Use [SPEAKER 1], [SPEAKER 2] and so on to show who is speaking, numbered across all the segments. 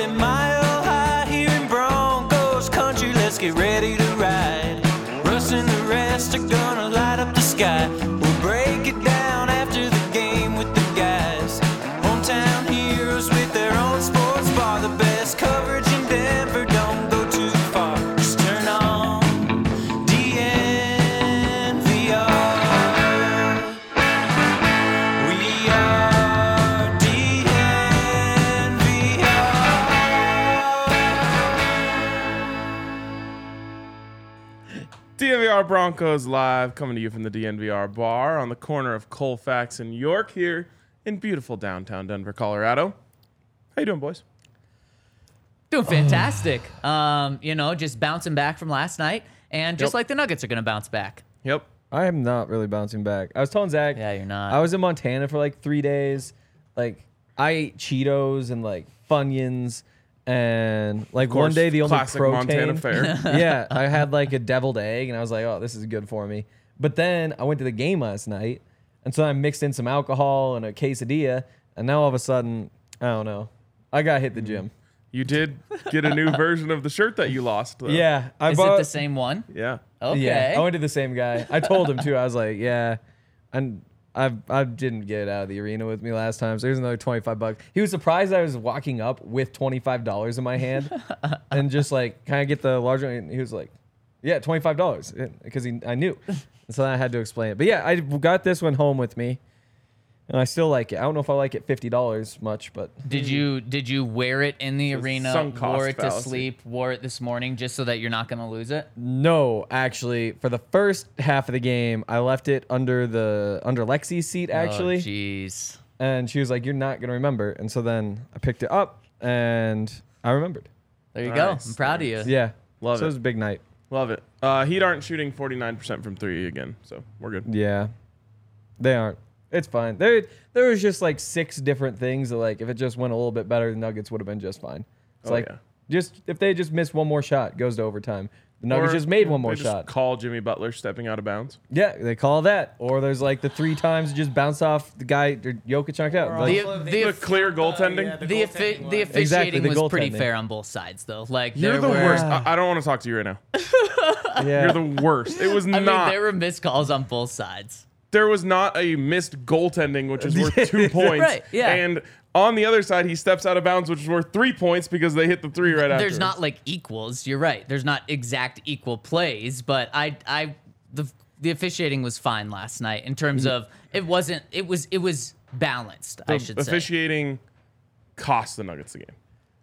[SPEAKER 1] at mile high here in Broncos country. Let's get ready to ride. Russ and the rest are gonna light up the sky. We'll break it down after the game with the guys. Hometown heroes with their own sports bar. The best coverage in Denver. Don't go too far. Just turn on DNVR. We are
[SPEAKER 2] DNVR Broncos live coming to you from the DNVR bar on the corner of Colfax and York here in beautiful downtown Denver, Colorado. How you doing, boys?
[SPEAKER 3] Doing fantastic. um, you know, just bouncing back from last night, and just
[SPEAKER 2] Yep.
[SPEAKER 3] like the Nuggets are gonna bounce back.
[SPEAKER 2] Yep.
[SPEAKER 4] I am not really bouncing back. I was telling Zach.
[SPEAKER 3] Yeah, you're not.
[SPEAKER 4] I was in Montana for like three days. Like I ate Cheetos and like Funyuns, and like one
[SPEAKER 2] course,
[SPEAKER 4] day the only
[SPEAKER 2] classic
[SPEAKER 4] protein.
[SPEAKER 2] Montana fare.
[SPEAKER 4] yeah, I had like a deviled egg, and I was like, oh, this is good for me. But then I went to the game last night, and so I mixed in some alcohol and a quesadilla, and now all of a sudden, I don't know. I got hit the
[SPEAKER 3] Mm.
[SPEAKER 4] gym.
[SPEAKER 2] You did get a new version of the shirt that you lost. Though.
[SPEAKER 4] Yeah, I
[SPEAKER 3] Is
[SPEAKER 4] bought
[SPEAKER 3] it the same one?
[SPEAKER 2] Yeah.
[SPEAKER 3] Okay.
[SPEAKER 4] Yeah, I went to the same guy. I told him too. I was like, yeah, and I I didn't get it out of the arena with me last time, so here's another twenty five bucks. He was surprised I was walking up with twenty five dollars in my hand, and just like, can I get the larger? one?" And he was like, yeah, twenty five dollars, because he I knew, and so I had to explain it. But yeah, I got this one home with me, and I still like it. I don't know if I like it fifty dollars much, but
[SPEAKER 3] Did you did you wear it in the
[SPEAKER 2] a
[SPEAKER 3] arena?
[SPEAKER 2] sunk cost
[SPEAKER 3] Wore it to
[SPEAKER 2] fallacy.
[SPEAKER 3] sleep? Wore it this morning just so that you're not gonna lose it? Oh,
[SPEAKER 4] No, actually, for the first half of the game, I left it under the under Lexi's seat actually.
[SPEAKER 3] Oh, jeez.
[SPEAKER 4] And she was like, You're not going to remember. And so then I picked it up and I remembered.
[SPEAKER 3] There you
[SPEAKER 2] Nice,
[SPEAKER 3] go. I'm proud of you.
[SPEAKER 4] Yeah.
[SPEAKER 2] Love
[SPEAKER 4] so
[SPEAKER 2] it.
[SPEAKER 4] it was a big night.
[SPEAKER 2] Love it. Uh, Heat aren't shooting 49% from three again, so we're good.
[SPEAKER 4] Yeah. They aren't. It's fine. There, there was just like six different things that, like, if it just went a little bit better, the Nuggets would have been just fine. It's
[SPEAKER 2] Oh,
[SPEAKER 4] like,
[SPEAKER 2] yeah.
[SPEAKER 4] just if they just missed one more shot, goes to overtime. The Nuggets
[SPEAKER 2] Or
[SPEAKER 4] just made one
[SPEAKER 2] they
[SPEAKER 4] more
[SPEAKER 2] just
[SPEAKER 4] shot.
[SPEAKER 2] Call Jimmy Butler stepping out of bounds.
[SPEAKER 4] yeah, they call that. Or there's like the three times it just bounced off the guy, or Jokic knocked out. Like,
[SPEAKER 3] The,
[SPEAKER 5] Well,
[SPEAKER 3] the,
[SPEAKER 5] they-
[SPEAKER 2] The
[SPEAKER 3] the,
[SPEAKER 2] clear goaltending.
[SPEAKER 3] the, offi- the officiating
[SPEAKER 4] Exactly, the
[SPEAKER 3] was pretty
[SPEAKER 4] goaltending.
[SPEAKER 3] fair on both sides, though. Like
[SPEAKER 2] You're
[SPEAKER 3] there
[SPEAKER 2] the
[SPEAKER 3] were,
[SPEAKER 2] worst. I, I don't want to talk to you right now.
[SPEAKER 4] yeah.
[SPEAKER 2] You're the worst. It was
[SPEAKER 3] I mean,
[SPEAKER 2] not.
[SPEAKER 3] there were missed calls on both sides.
[SPEAKER 2] there was not a missed goaltending, which is worth two points.
[SPEAKER 3] Right, yeah.
[SPEAKER 2] And on the other side, he steps out of bounds, which is worth three points because they hit the three right after.
[SPEAKER 3] there's not like equals. You're right. There's not exact equal plays, but I I the the officiating was fine last night in terms of it wasn't it was it was balanced. I should say.
[SPEAKER 2] officiating cost the Nuggets the game,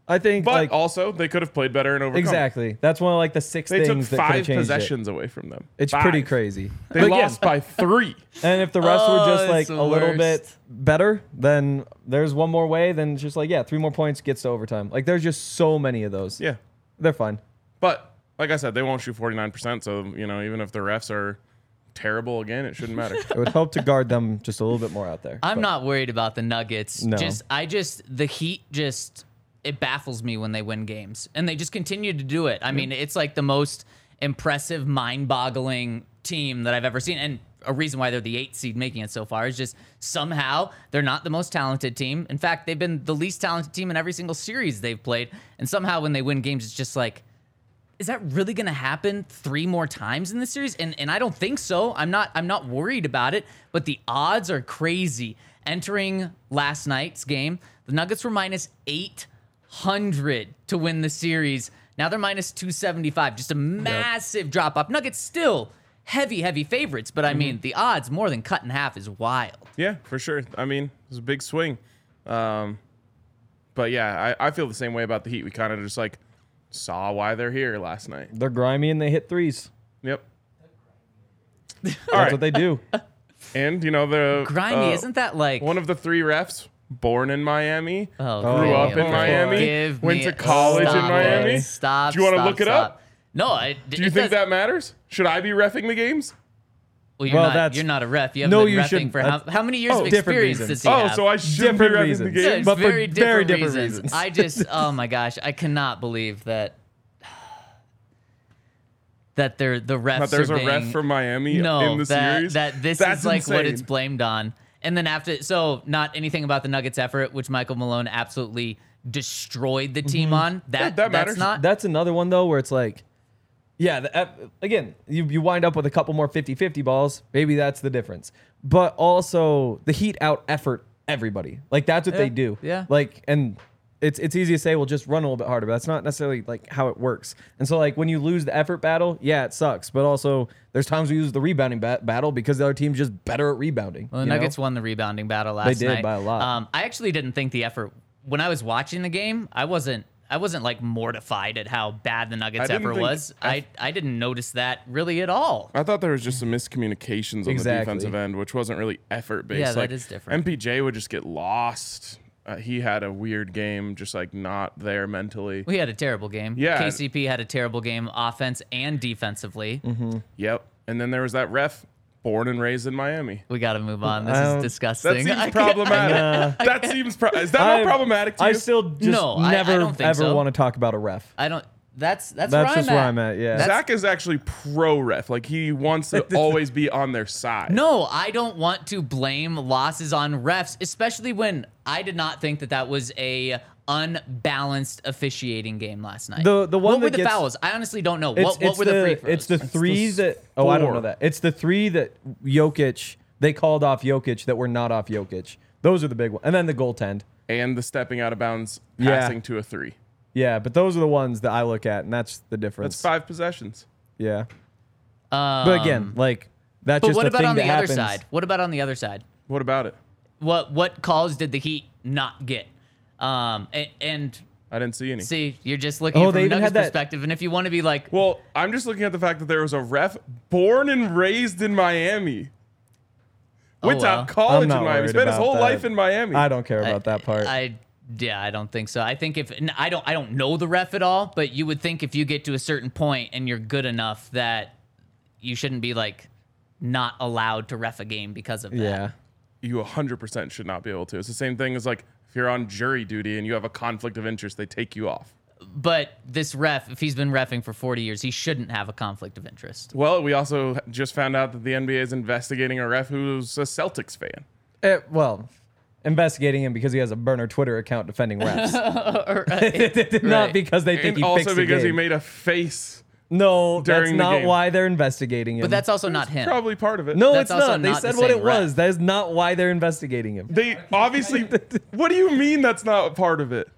[SPEAKER 4] I think
[SPEAKER 2] but
[SPEAKER 4] like
[SPEAKER 2] also they could have played better and overcome.
[SPEAKER 4] exactly. That's one of like the six
[SPEAKER 2] They took
[SPEAKER 4] things that could
[SPEAKER 2] five
[SPEAKER 4] have changed it.
[SPEAKER 2] possessions away from them.
[SPEAKER 4] It's
[SPEAKER 2] Five.
[SPEAKER 4] pretty crazy.
[SPEAKER 2] They
[SPEAKER 4] But again,
[SPEAKER 2] lost by three.
[SPEAKER 4] and if the refs were
[SPEAKER 3] Oh,
[SPEAKER 4] just like
[SPEAKER 3] it's the
[SPEAKER 4] a little bit
[SPEAKER 3] worst.
[SPEAKER 4] better, then there's one more way. Then just like yeah, three more points gets to overtime. Like there's just so many of those.
[SPEAKER 2] Yeah,
[SPEAKER 4] they're fine.
[SPEAKER 2] but like I said, they won't shoot 49. percent So you know, even if the refs are terrible again, it shouldn't matter.
[SPEAKER 4] It would help to guard them just a little bit more out there.
[SPEAKER 3] I'm
[SPEAKER 4] But
[SPEAKER 3] not worried about the Nuggets.
[SPEAKER 4] No.
[SPEAKER 3] Just I just the Heat just it baffles me when they win games and they just continue to do it. I mean, it's like the most impressive, mind-boggling team that I've ever seen and a reason why they're the 8 seed making it so far is just somehow they're not the most talented team. In fact, they've been the least talented team in every single series they've played and somehow when they win games it's just like is that really going to happen three more times in this series? And and I don't think so. I'm not I'm not worried about it, but the odds are crazy. Entering last night's game, the Nuggets were minus 800 to win the series. Now they're minus 275. Just a massive drop up. Nuggets still heavy heavy favorites, but I
[SPEAKER 2] Mm-hmm.
[SPEAKER 3] mean, the odds more than cut in half is wild.
[SPEAKER 2] Yeah, for sure. I mean, it was a big swing. Um, but yeah, I, I feel the same way about the Heat. We kind of just like saw why they're here last night.
[SPEAKER 4] They're grimy and they hit threes.
[SPEAKER 2] Yep.
[SPEAKER 4] That's
[SPEAKER 2] All right.
[SPEAKER 4] what they do.
[SPEAKER 2] and you know the uh,
[SPEAKER 3] Grimy, isn't that like
[SPEAKER 2] one of the three refs born in Miami,
[SPEAKER 3] Oh,
[SPEAKER 2] grew
[SPEAKER 3] give
[SPEAKER 2] up
[SPEAKER 3] me
[SPEAKER 2] in
[SPEAKER 3] a-
[SPEAKER 2] Miami,
[SPEAKER 3] give
[SPEAKER 2] went
[SPEAKER 3] me
[SPEAKER 2] to
[SPEAKER 3] a-
[SPEAKER 2] college in
[SPEAKER 3] stop it.
[SPEAKER 2] Miami.
[SPEAKER 3] Stop.
[SPEAKER 2] Do you wanna
[SPEAKER 3] stop,
[SPEAKER 2] look it
[SPEAKER 3] stop.
[SPEAKER 2] up?
[SPEAKER 3] No. I,
[SPEAKER 2] Do you think that matters? Should I be refing the games?
[SPEAKER 3] Well, you're
[SPEAKER 4] Well,
[SPEAKER 3] not.
[SPEAKER 4] that's-
[SPEAKER 3] you're not a ref. You haven't
[SPEAKER 4] No,
[SPEAKER 3] been
[SPEAKER 4] you
[SPEAKER 3] refing
[SPEAKER 4] shouldn't.
[SPEAKER 3] for how,
[SPEAKER 4] That's-
[SPEAKER 3] how many years
[SPEAKER 4] Oh,
[SPEAKER 3] of
[SPEAKER 4] different
[SPEAKER 3] experience
[SPEAKER 4] reasons.
[SPEAKER 3] does he
[SPEAKER 2] oh,
[SPEAKER 3] have?
[SPEAKER 2] so I should be
[SPEAKER 4] Different
[SPEAKER 2] refing the
[SPEAKER 4] reasons.
[SPEAKER 3] Yeah,
[SPEAKER 2] games.
[SPEAKER 3] it's
[SPEAKER 4] but for
[SPEAKER 3] very different
[SPEAKER 4] very different
[SPEAKER 3] reasons.
[SPEAKER 4] reasons.
[SPEAKER 3] I just. Oh my gosh, I cannot believe that. That they're the refs.
[SPEAKER 2] But there's
[SPEAKER 3] are
[SPEAKER 2] a ref
[SPEAKER 3] being-
[SPEAKER 2] for Miami
[SPEAKER 3] no,
[SPEAKER 2] in the
[SPEAKER 3] that,
[SPEAKER 2] series.
[SPEAKER 3] That this
[SPEAKER 2] That's
[SPEAKER 3] is like what
[SPEAKER 2] insane.
[SPEAKER 3] it's blamed on. And then after, so not anything about the Nuggets' effort, which Michael Malone absolutely destroyed the team
[SPEAKER 4] Mm-hmm.
[SPEAKER 3] on. That,
[SPEAKER 2] that matters.
[SPEAKER 3] That's not.
[SPEAKER 4] That's another one though where it's like, yeah, the, uh, again, you, you wind up with a couple more 50-50 balls. Maybe that's the difference. But also the Heat out effort everybody. Like that's what they do.
[SPEAKER 3] yeah.
[SPEAKER 4] Like and it's it's easy to say, well, just run a little bit harder, but that's not necessarily like how it works. And so like when you lose the effort battle, yeah, it sucks. But also there's times we lose the rebounding ba- battle because the other team's just better at rebounding.
[SPEAKER 3] Well, the
[SPEAKER 4] you know?
[SPEAKER 3] Nuggets won the rebounding battle last night.
[SPEAKER 4] did by a lot.
[SPEAKER 3] Um, I actually didn't think the effort when I was watching the game. I wasn't. I wasn't like mortified at how bad the Nuggets
[SPEAKER 2] didn't
[SPEAKER 3] effort
[SPEAKER 2] think-
[SPEAKER 3] was.
[SPEAKER 2] I-
[SPEAKER 3] I I didn't notice that really at all.
[SPEAKER 2] I thought there was just some miscommunications on the
[SPEAKER 4] Exactly.
[SPEAKER 2] defensive end, which wasn't really effort based.
[SPEAKER 3] Yeah, that
[SPEAKER 2] like,
[SPEAKER 3] is different.
[SPEAKER 2] MPJ would just get lost. Uh, he had a weird game, just like not there mentally.
[SPEAKER 3] We had a terrible game.
[SPEAKER 2] Yeah.
[SPEAKER 3] KCP had a terrible game, offense and defensively.
[SPEAKER 4] Mm-hmm.
[SPEAKER 2] Yep. And then there was that ref, born and raised in Miami.
[SPEAKER 3] We got to move on. This
[SPEAKER 4] Um,
[SPEAKER 3] is
[SPEAKER 2] That
[SPEAKER 3] disgusting. I
[SPEAKER 2] seems
[SPEAKER 3] can't-
[SPEAKER 2] problematic. that seems pro- is that not
[SPEAKER 4] I-
[SPEAKER 2] problematic to you?
[SPEAKER 4] I still just
[SPEAKER 3] No, I- I
[SPEAKER 4] never
[SPEAKER 3] don't think
[SPEAKER 4] ever
[SPEAKER 3] so.
[SPEAKER 4] want to talk about a ref.
[SPEAKER 3] I don't. That's that's,
[SPEAKER 4] That's
[SPEAKER 3] where
[SPEAKER 4] just
[SPEAKER 3] I'm
[SPEAKER 4] where
[SPEAKER 3] at.
[SPEAKER 4] I'm at, yeah.
[SPEAKER 2] Zach is actually pro ref. Like he wants to always be on their side.
[SPEAKER 3] No, I don't want to blame losses on refs, especially when I did not think that that was a unbalanced officiating game last night.
[SPEAKER 4] The- the one
[SPEAKER 3] what were
[SPEAKER 4] that
[SPEAKER 3] the
[SPEAKER 4] gets-
[SPEAKER 3] fouls? I honestly don't know.
[SPEAKER 4] It's,
[SPEAKER 3] what what
[SPEAKER 4] it's
[SPEAKER 3] were
[SPEAKER 4] the,
[SPEAKER 3] the, free throws?
[SPEAKER 4] It's the three
[SPEAKER 2] the
[SPEAKER 4] that. Oh, I don't
[SPEAKER 2] four.
[SPEAKER 4] know that. It's the three that Jokic they called off Jokic that were not off Jokic. Those are the big ones, and then the goaltend.
[SPEAKER 2] And the stepping out of bounds,
[SPEAKER 4] Yeah.
[SPEAKER 2] passing to a three.
[SPEAKER 4] Yeah, but those are the ones that I look at, and that's the difference.
[SPEAKER 2] That's five possessions.
[SPEAKER 4] Yeah, but again, like that's
[SPEAKER 3] Um, but
[SPEAKER 4] just
[SPEAKER 3] what
[SPEAKER 4] a
[SPEAKER 3] about
[SPEAKER 4] thing
[SPEAKER 3] on the
[SPEAKER 4] that happens.
[SPEAKER 3] other side? What about on the other side?
[SPEAKER 2] What about it?
[SPEAKER 3] What what calls did the Heat not get? Um, and, and
[SPEAKER 2] I didn't see any.
[SPEAKER 3] see, you're just looking
[SPEAKER 4] Oh,
[SPEAKER 3] from
[SPEAKER 4] they
[SPEAKER 3] a
[SPEAKER 4] even
[SPEAKER 3] Nuggets
[SPEAKER 4] had that-
[SPEAKER 3] perspective, and if you want to be like,
[SPEAKER 2] Well, I'm just looking at the fact that there was a ref born and raised in Miami. Went
[SPEAKER 3] well.
[SPEAKER 2] out to college
[SPEAKER 4] Oh, I'm
[SPEAKER 2] in
[SPEAKER 4] not
[SPEAKER 2] Miami.
[SPEAKER 4] worried
[SPEAKER 2] Spent his
[SPEAKER 4] about
[SPEAKER 2] whole
[SPEAKER 4] that.
[SPEAKER 2] life in Miami.
[SPEAKER 4] I don't care about that part.
[SPEAKER 3] I yeah, I don't think so. I think if n- I don't I don't know the ref at all, but you would think if you get to a certain point and you're good enough that you shouldn't be like not allowed to ref a game because of that.
[SPEAKER 4] yeah,
[SPEAKER 2] You 100% should not be able to. It's the same thing as like if you're on jury duty and you have a conflict of interest, they take you off.
[SPEAKER 3] But this ref, if he's been refing for 40 years, he shouldn't have a conflict of interest.
[SPEAKER 2] Well, we also just found out that the NBA is investigating a ref who's a Celtics fan.
[SPEAKER 4] Eh, well, investigating him because he has a burner Twitter account defending refs, not
[SPEAKER 3] Right.
[SPEAKER 4] because they think
[SPEAKER 2] And
[SPEAKER 4] he
[SPEAKER 2] also
[SPEAKER 4] fixed the
[SPEAKER 2] because he
[SPEAKER 4] game.
[SPEAKER 2] made a face.
[SPEAKER 4] no, that's
[SPEAKER 2] during the
[SPEAKER 4] not
[SPEAKER 2] game.
[SPEAKER 4] why they're investigating him.
[SPEAKER 3] But that's also not him.
[SPEAKER 2] Probably part of it.
[SPEAKER 4] no,
[SPEAKER 3] that's
[SPEAKER 4] it's
[SPEAKER 3] also
[SPEAKER 4] not. They
[SPEAKER 3] not the
[SPEAKER 4] said what
[SPEAKER 3] same
[SPEAKER 4] it
[SPEAKER 3] ref.
[SPEAKER 4] was. That is not why they're investigating him.
[SPEAKER 2] They obviously. what do you mean that's not a part of it?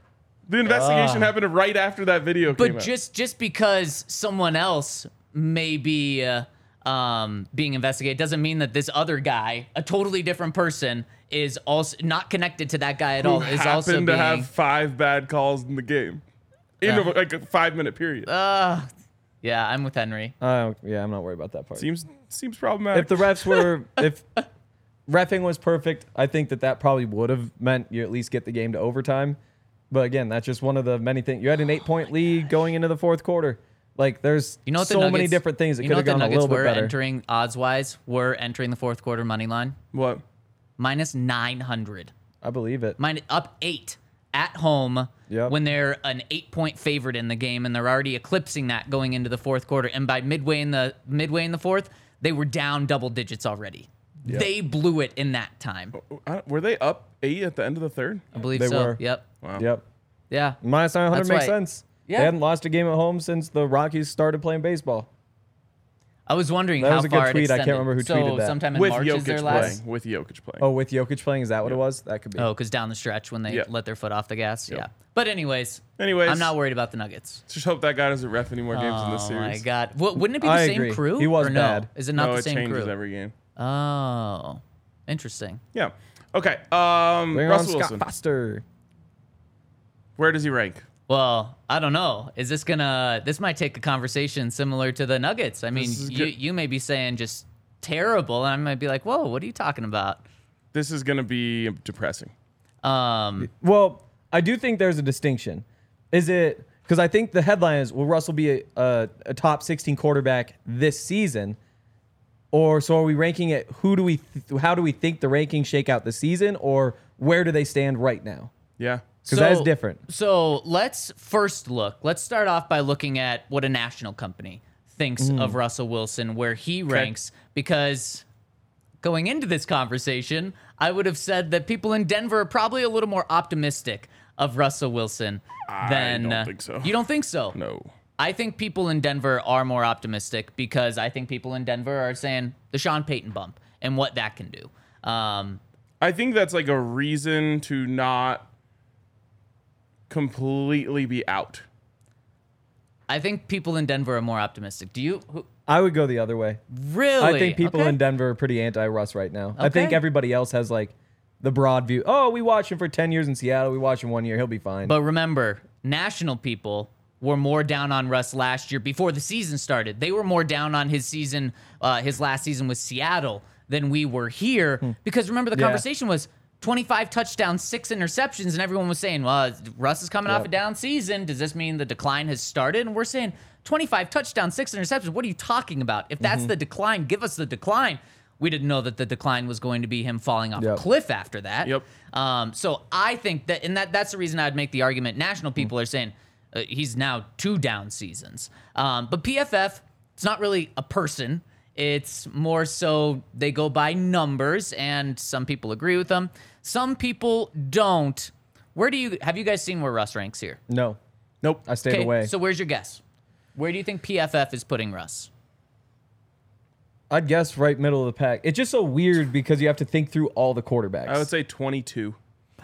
[SPEAKER 2] The investigation
[SPEAKER 4] Ah.
[SPEAKER 2] happened right after that video came
[SPEAKER 3] but
[SPEAKER 2] out.
[SPEAKER 3] just just because someone else may be uh, um, being investigated doesn't mean that this other guy, a totally different person, is also not connected to that guy at all.
[SPEAKER 2] who
[SPEAKER 3] Is
[SPEAKER 2] happened
[SPEAKER 3] also
[SPEAKER 2] to
[SPEAKER 3] being
[SPEAKER 2] have five bad calls in the game in a, like a five minute period.
[SPEAKER 3] Uh, yeah. I'm with Henry.
[SPEAKER 4] Uh, yeah, I'm not worried about that part.
[SPEAKER 2] seems seems problematic.
[SPEAKER 4] if the refs were, if refing was perfect, I think that that probably would have meant you at least get the game to overtime. But again, that's just one of the many things. You had an eight point lead going into the fourth quarter. Like there's
[SPEAKER 3] Oh You know what the
[SPEAKER 4] so
[SPEAKER 3] Nuggets,
[SPEAKER 4] many different things that
[SPEAKER 3] you
[SPEAKER 4] could
[SPEAKER 3] know
[SPEAKER 4] have
[SPEAKER 3] what
[SPEAKER 4] gone
[SPEAKER 3] the
[SPEAKER 4] a
[SPEAKER 3] Nuggets
[SPEAKER 4] little bit
[SPEAKER 3] were
[SPEAKER 4] better.
[SPEAKER 3] entering odds wise were entering the fourth quarter money line
[SPEAKER 2] what?
[SPEAKER 3] minus 900,
[SPEAKER 4] I believe it.
[SPEAKER 3] minus up eight at home.
[SPEAKER 4] Yep.
[SPEAKER 3] When they're an eight-point favorite in the game, and they're already eclipsing that going into the fourth quarter, and by midway in the midway in the fourth, they were down double digits already. They blew it in that time.
[SPEAKER 2] I- Were they up eight at the end of the third?
[SPEAKER 3] I believe
[SPEAKER 4] They
[SPEAKER 3] so.
[SPEAKER 4] were.
[SPEAKER 3] Yep.
[SPEAKER 4] Yep.
[SPEAKER 3] Yeah.
[SPEAKER 4] Minus 900
[SPEAKER 3] That's
[SPEAKER 4] makes
[SPEAKER 3] why-
[SPEAKER 4] sense.
[SPEAKER 3] Yeah.
[SPEAKER 4] They hadn't lost a game at home since the Rockies started playing baseball.
[SPEAKER 3] I was wondering
[SPEAKER 4] That
[SPEAKER 3] how
[SPEAKER 4] was a good
[SPEAKER 3] far it
[SPEAKER 4] tweet. I can't
[SPEAKER 3] extended.
[SPEAKER 4] remember who
[SPEAKER 3] so
[SPEAKER 4] tweeted that.
[SPEAKER 3] sometime in
[SPEAKER 2] with
[SPEAKER 3] March
[SPEAKER 2] Jokic
[SPEAKER 3] is their
[SPEAKER 2] playing.
[SPEAKER 3] last.
[SPEAKER 2] With Jokic playing.
[SPEAKER 4] Oh, with Jokic playing, is that what it was? That could be.
[SPEAKER 3] Oh, because down the stretch when they
[SPEAKER 2] Yeah.
[SPEAKER 3] let their foot off the gas.
[SPEAKER 2] Yeah.
[SPEAKER 3] Yeah. But anyways,
[SPEAKER 2] Anyways.
[SPEAKER 3] I'm not worried about the Nuggets.
[SPEAKER 2] Just hope that guy doesn't ref any more games in this
[SPEAKER 3] Oh my
[SPEAKER 2] series.
[SPEAKER 3] god! Wou- wouldn't it be the
[SPEAKER 4] I
[SPEAKER 3] same
[SPEAKER 4] agree.
[SPEAKER 3] crew?
[SPEAKER 4] He was
[SPEAKER 3] or no?
[SPEAKER 4] bad.
[SPEAKER 3] Is it not
[SPEAKER 2] no,
[SPEAKER 3] the
[SPEAKER 2] it
[SPEAKER 3] same
[SPEAKER 2] changes
[SPEAKER 3] crew?
[SPEAKER 2] every game.
[SPEAKER 3] oh, interesting.
[SPEAKER 2] Yeah. Okay. Um,
[SPEAKER 4] Bring on
[SPEAKER 2] Russell
[SPEAKER 4] Scott
[SPEAKER 2] Wilson.
[SPEAKER 4] Foster.
[SPEAKER 2] Where does he rank?
[SPEAKER 3] Well, I don't know. Is this gonna? This might take a conversation similar to the Nuggets. I mean,
[SPEAKER 2] This is
[SPEAKER 3] you
[SPEAKER 2] good.
[SPEAKER 3] you may be saying just terrible, and I might be like, whoa, what are you talking about?
[SPEAKER 2] This is gonna be depressing.
[SPEAKER 3] Um,
[SPEAKER 4] Well, I do think there's a distinction. Is it because I think the headline is will Russell be a, a, a top 16 quarterback this season, or so are we ranking it? Who do we? Th- how do we think the rankings shake out this season, or where do they stand right now?
[SPEAKER 2] Yeah.
[SPEAKER 4] Because that is different.
[SPEAKER 3] So let's first look. Let's start off by looking at what a national company thinks
[SPEAKER 4] Mm.
[SPEAKER 3] of Russell Wilson, where he ranks, because going into this conversation, I would have said that people in Denver are probably a little more optimistic of Russell Wilson than
[SPEAKER 2] don't think so.
[SPEAKER 3] You don't think so?
[SPEAKER 2] No.
[SPEAKER 3] I think people in Denver are more optimistic because I think people in Denver are saying the Sean Payton bump and what that can do. Um,
[SPEAKER 2] I think that's like a reason to not completely be out.
[SPEAKER 3] I think people in Denver are more optimistic. Do you? Who,
[SPEAKER 4] I would go the other way.
[SPEAKER 3] really?
[SPEAKER 4] I think people
[SPEAKER 3] Okay.
[SPEAKER 4] in Denver are pretty anti-Russ right now. I think
[SPEAKER 3] Okay.
[SPEAKER 4] everybody else has like the broad view. Oh, we watch him for 10 years in Seattle. We watch him one year. He'll be fine.
[SPEAKER 3] But remember, national people were more down on Russ last year before the season started. They were more down on his season, uh, his last season with Seattle than we were here because remember the
[SPEAKER 4] Hmm. Yeah.
[SPEAKER 3] conversation was 25 touchdowns, six interceptions, and everyone was saying, "Well, Russ is coming off a
[SPEAKER 4] Yep.
[SPEAKER 3] down season. Does this mean the decline has started?" And we're saying 25 touchdowns, six interceptions. What are you talking about? If that's
[SPEAKER 4] Mm-hmm.
[SPEAKER 3] the decline, give us the decline. We didn't know that the decline was going to be him falling off
[SPEAKER 4] Yep.
[SPEAKER 3] a cliff after that.
[SPEAKER 2] Yep.
[SPEAKER 3] Um, so I think that, and that that's the reason I'd make the argument. National people are saying uh, he's now two down seasons. Um, but PFF, it's not really a person. It's more so they go by numbers, and some people agree with them. Some people don't. Where do you have you guys seen where Russ ranks here?
[SPEAKER 4] no,
[SPEAKER 2] Nope.
[SPEAKER 4] I stayed away.
[SPEAKER 3] So where's your guess? Where do you think PFF is putting Russ?
[SPEAKER 4] I'd guess right middle of the pack. It's just so weird because you have to think through all the quarterbacks.
[SPEAKER 2] I would say 22.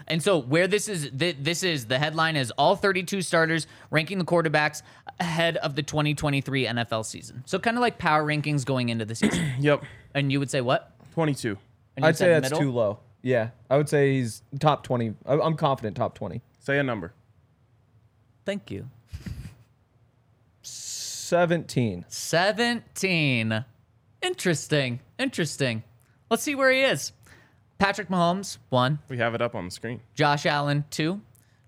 [SPEAKER 3] And so where this is th- this is the headline is all 32 starters ranking the quarterbacks ahead of the 2023 NFL season. So kind of like power rankings going into the season.
[SPEAKER 2] Yep.
[SPEAKER 3] and you would say what?
[SPEAKER 2] 22.
[SPEAKER 3] And you
[SPEAKER 4] I'd say
[SPEAKER 3] said
[SPEAKER 4] that's
[SPEAKER 3] middle?
[SPEAKER 4] too low. Yeah, I would say he's top 20. I- I'm confident top 20.
[SPEAKER 2] Say a number.
[SPEAKER 3] Thank you.
[SPEAKER 4] 17.
[SPEAKER 3] 17. Interesting. Interesting. Let's see where he is. Patrick Mahomes, 1.
[SPEAKER 2] We have it up on the screen.
[SPEAKER 3] Josh Allen, two.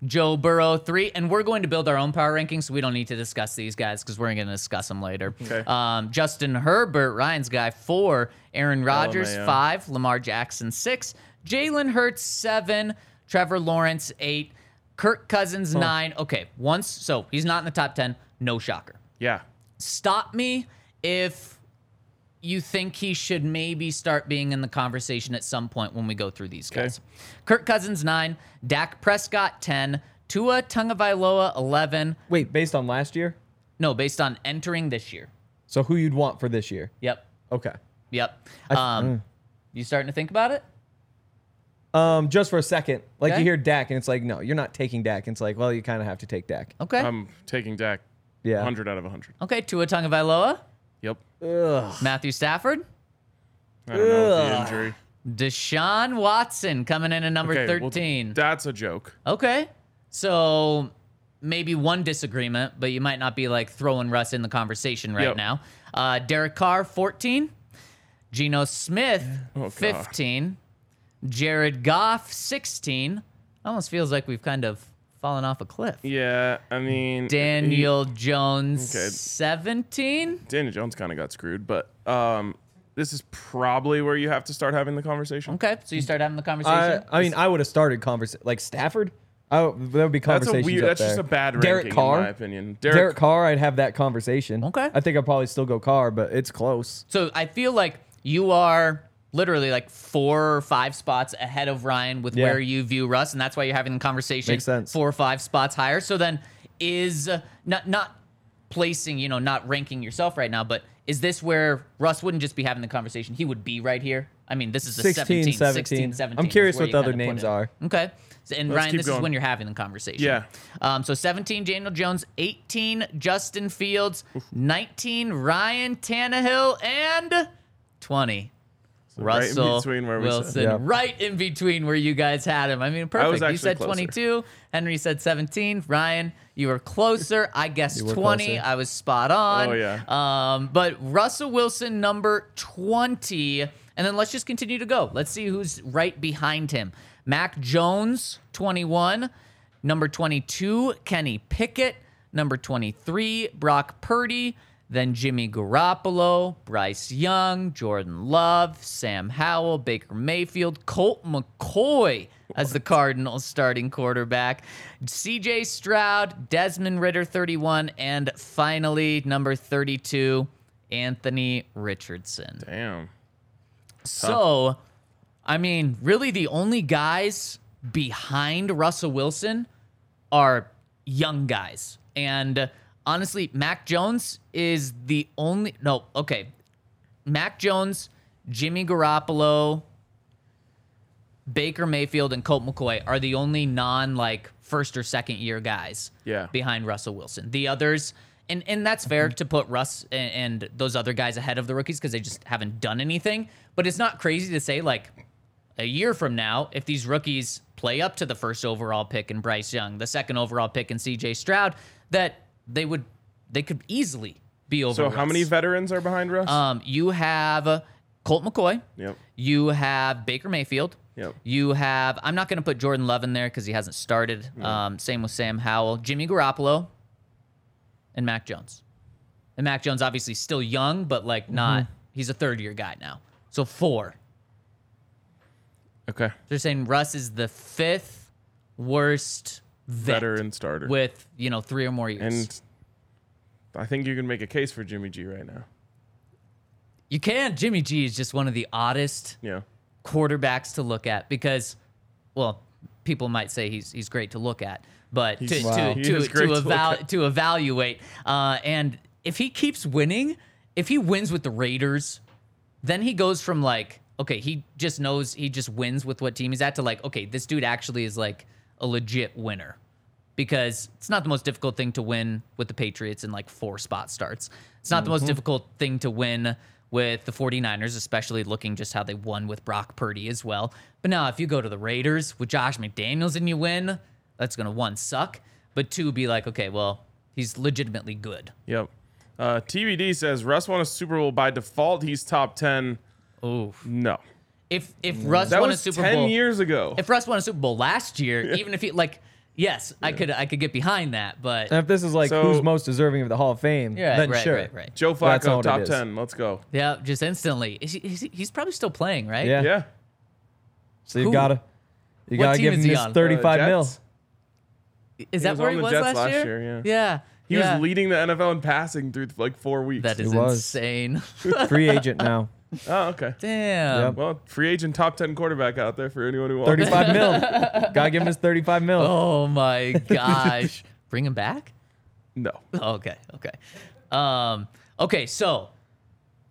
[SPEAKER 3] Joe Burrow, three. And we're going to build our own power rankings, so we don't need to discuss these guys because we're going to discuss them later.
[SPEAKER 2] Okay.
[SPEAKER 3] Um, Justin Herbert, Ryan's guy, four. Aaron Rodgers,
[SPEAKER 2] LMAO.
[SPEAKER 3] five. Lamar Jackson, six. Jalen Hurts, seven. Trevor Lawrence, eight. Kirk Cousins, nine. Okay, once, so he's not in the top 10. No shocker
[SPEAKER 2] Yeah.
[SPEAKER 3] stop me if you think he should maybe start being in the conversation at some point when we go through these guys. Kirk Cousins nine, Dak Prescott ten, Tua Tungavailoa eleven.
[SPEAKER 4] Wait, based on last year?
[SPEAKER 3] No, based on entering this year.
[SPEAKER 4] So who you'd want for this year?
[SPEAKER 3] Yep,
[SPEAKER 4] Okay.
[SPEAKER 3] yep.
[SPEAKER 2] mm.
[SPEAKER 3] Um, you starting to think about it?
[SPEAKER 4] Um, just for a second, like
[SPEAKER 3] Okay.
[SPEAKER 4] you hear Dak, and it's like, no, you're not taking Dak. And it's like, well, you kind of have to take Dak.
[SPEAKER 3] Okay.
[SPEAKER 2] I'm taking Dak
[SPEAKER 4] Yeah.
[SPEAKER 2] 100 out of 100.
[SPEAKER 3] okay. Tua Tungavailoa,
[SPEAKER 2] Yep.
[SPEAKER 3] Matthew Stafford,
[SPEAKER 2] I don't know with the injury.
[SPEAKER 3] Deshaun Watson coming in at number
[SPEAKER 2] Okay, well,
[SPEAKER 3] thirteen.
[SPEAKER 2] that's a joke.
[SPEAKER 3] Okay. So maybe one disagreement, but you might not be like throwing Russ in the conversation right
[SPEAKER 2] Yep.
[SPEAKER 3] now. Uh, Derek Carr, 14. Geno Smith,
[SPEAKER 2] Oh,
[SPEAKER 3] 15. Jared Goff, 16. Almost feels like we've kind of fallen off a cliff.
[SPEAKER 2] Yeah. I mean, he-
[SPEAKER 3] Daniel Jones,
[SPEAKER 2] Okay.
[SPEAKER 3] 17.
[SPEAKER 2] Daniel Jones kind of got screwed, but um, this is probably where you have to start having the conversation.
[SPEAKER 3] Okay. So you start having the
[SPEAKER 4] I,
[SPEAKER 3] conversation.
[SPEAKER 4] I mean, I would have started conversation like Stafford. I would, there would be
[SPEAKER 2] That's a
[SPEAKER 4] conversations.
[SPEAKER 2] weird.
[SPEAKER 4] up
[SPEAKER 2] That's just
[SPEAKER 4] there.
[SPEAKER 2] a bad
[SPEAKER 4] Derek
[SPEAKER 2] ranking,
[SPEAKER 4] Carr.
[SPEAKER 2] in my opinion.
[SPEAKER 4] Derek, Carr, I'd have that conversation.
[SPEAKER 3] Okay.
[SPEAKER 4] I think I'd probably still go Carr, but it's close.
[SPEAKER 3] So I feel like you are literally like four or five spots ahead of Ryan with
[SPEAKER 4] Yeah.
[SPEAKER 3] where you view Russ, and that's why you're having the conversation
[SPEAKER 4] Makes sense.
[SPEAKER 3] four or five spots higher. So then is uh, not not placing, you know, not ranking yourself right now, but is this where Russ wouldn't just be having the conversation? He would be right here. I mean, this is the
[SPEAKER 4] 16,
[SPEAKER 3] 17,
[SPEAKER 4] 17.
[SPEAKER 3] 16, 17.
[SPEAKER 4] I'm curious
[SPEAKER 3] is where
[SPEAKER 4] what
[SPEAKER 3] you
[SPEAKER 4] the other
[SPEAKER 3] kinda put
[SPEAKER 4] names
[SPEAKER 3] it.
[SPEAKER 4] are.
[SPEAKER 3] Okay. So- And
[SPEAKER 2] Let's
[SPEAKER 3] Ryan,
[SPEAKER 2] keep
[SPEAKER 3] this is
[SPEAKER 2] going.
[SPEAKER 3] when you're having the conversation.
[SPEAKER 2] Yeah.
[SPEAKER 3] Um, so 17, Daniel Jones. 18, Justin Fields. 19, Ryan Tannehill. And 20,
[SPEAKER 2] right in
[SPEAKER 3] Russell
[SPEAKER 2] between where we said-
[SPEAKER 3] Wilson.
[SPEAKER 4] Yeah.
[SPEAKER 3] Right in between where you guys had him. I mean, perfect. you
[SPEAKER 2] actually
[SPEAKER 3] said
[SPEAKER 2] closer.
[SPEAKER 3] 22. Henry said 17. Ryan, you were closer. I guessed
[SPEAKER 4] were
[SPEAKER 3] 20.
[SPEAKER 4] closer.
[SPEAKER 3] I was spot on.
[SPEAKER 2] Oh, yeah.
[SPEAKER 3] Um, but Russell Wilson, number 20. And then let's just continue to go. Let's see who's right behind him. Mac Jones, 21. Number 22, Kenny Pickett. Number 23, Brock Purdy. Then Jimmy Garoppolo, Bryce Young, Jordan Love, Sam Howell, Baker Mayfield, Colt McCoy as the Cardinals starting quarterback. CJ Stroud, Desmond Ritter 31, and finally number 32, Anthony Richardson.
[SPEAKER 2] Damn.
[SPEAKER 3] So, I mean, really the only guys behind Russell Wilson are young guys. And uh, honestly, Mac Jones is the only no, okay. Mac Jones, Jimmy Garoppolo, Baker Mayfield and Colt McCoy are the only non like first or second year guys
[SPEAKER 2] Yeah.
[SPEAKER 3] behind Russell Wilson. The others and and that's fair to put Russ and, and those other guys ahead of the rookies because they just haven't done anything. But it's not crazy to say like a year from now, if these rookies play up to the first overall pick in Bryce Young, the second overall pick in CJ Stroud, that they would they could easily be over.
[SPEAKER 2] So how
[SPEAKER 3] Russ.
[SPEAKER 2] many veterans are behind Russ?
[SPEAKER 3] Um, you have Colt McCoy.
[SPEAKER 2] Yep.
[SPEAKER 3] You have Baker Mayfield.
[SPEAKER 2] Yep.
[SPEAKER 3] You have. I'm not going to put Jordan Love in there because he hasn't started. Um, same with Sam Howell, Jimmy Garoppolo, and Mac Jones. And Mac Jones obviously still young, but like
[SPEAKER 2] Mm-hmm.
[SPEAKER 3] not. He's a third year guy now. So four.
[SPEAKER 2] okay.
[SPEAKER 3] They're saying Russ is the fifth worst vet
[SPEAKER 2] Veteran starter.
[SPEAKER 3] with you know three or more years.
[SPEAKER 2] and I think you can make a case for Jimmy G right now.
[SPEAKER 3] you can't. Jimmy G is just one of the oddest
[SPEAKER 2] Yeah.
[SPEAKER 3] quarterbacks to look at because, well, people might say he's he's great to look at, but to
[SPEAKER 2] Wow.
[SPEAKER 3] to
[SPEAKER 2] He
[SPEAKER 3] to,
[SPEAKER 2] is
[SPEAKER 3] to,
[SPEAKER 2] great to look
[SPEAKER 3] eval-
[SPEAKER 2] at.
[SPEAKER 3] to evaluate. Uh, and if he keeps winning, if he wins with the Raiders, then he goes from like okay, he just knows he just wins with what team he's at to like okay, this dude actually is like a legit winner. Because it's not the most difficult thing to win with the Patriots in like four spot starts. It's not the
[SPEAKER 2] Mm-hmm.
[SPEAKER 3] most difficult thing to win with the 49ers, especially looking just how they won with Brock Purdy as well. But now, if you go to the Raiders with Josh McDaniels and you win, that's going to one, suck, but two, be like, okay, well, he's legitimately good.
[SPEAKER 2] Yep. Uh, TBD says Russ won a Super Bowl by default. He's top ten.
[SPEAKER 3] Oh,
[SPEAKER 2] No,
[SPEAKER 3] if if Russ
[SPEAKER 2] Mm. that
[SPEAKER 3] won
[SPEAKER 2] was
[SPEAKER 3] a Super
[SPEAKER 2] ten
[SPEAKER 3] Bowl,
[SPEAKER 2] years ago.
[SPEAKER 3] if Russ won a Super Bowl last year, even if he like, yes, I could I could get behind that, but
[SPEAKER 4] And if this is like
[SPEAKER 2] So-
[SPEAKER 4] who's most deserving of the Hall of Fame,
[SPEAKER 3] yeah,
[SPEAKER 4] then
[SPEAKER 3] right,
[SPEAKER 4] sure.
[SPEAKER 3] right, right,
[SPEAKER 2] Joe
[SPEAKER 4] That's all
[SPEAKER 2] Flacco
[SPEAKER 4] it
[SPEAKER 2] top
[SPEAKER 4] is.
[SPEAKER 2] ten. Let's go.
[SPEAKER 3] yeah, just instantly. Is he, is he- he's probably still playing, right?
[SPEAKER 4] Yeah.
[SPEAKER 2] Yeah.
[SPEAKER 4] So you
[SPEAKER 3] Who-
[SPEAKER 4] gotta you
[SPEAKER 3] what
[SPEAKER 4] gotta
[SPEAKER 3] team
[SPEAKER 4] give
[SPEAKER 3] is
[SPEAKER 4] him
[SPEAKER 3] he
[SPEAKER 4] this
[SPEAKER 3] on? Uh,
[SPEAKER 4] 35
[SPEAKER 2] Uh,
[SPEAKER 4] mil.
[SPEAKER 2] Jets.
[SPEAKER 3] Is that
[SPEAKER 2] was
[SPEAKER 3] where
[SPEAKER 2] on
[SPEAKER 3] he
[SPEAKER 2] the
[SPEAKER 3] was
[SPEAKER 2] Jets
[SPEAKER 3] last,
[SPEAKER 2] last
[SPEAKER 3] year?
[SPEAKER 2] year, yeah.
[SPEAKER 3] yeah,
[SPEAKER 2] He
[SPEAKER 3] yeah.
[SPEAKER 2] was leading the NFL in passing through like four weeks.
[SPEAKER 3] That is
[SPEAKER 4] He was.
[SPEAKER 3] insane.
[SPEAKER 4] Free agent now.
[SPEAKER 2] Oh, okay.
[SPEAKER 3] Damn.
[SPEAKER 4] Yep.
[SPEAKER 2] Well, free agent top ten quarterback out there for anyone who wants.
[SPEAKER 4] 35 mil. Gotta give him his 35 mil.
[SPEAKER 3] Oh my gosh. Bring him back?
[SPEAKER 2] No.
[SPEAKER 3] Oh, Okay. Okay. Um, okay. So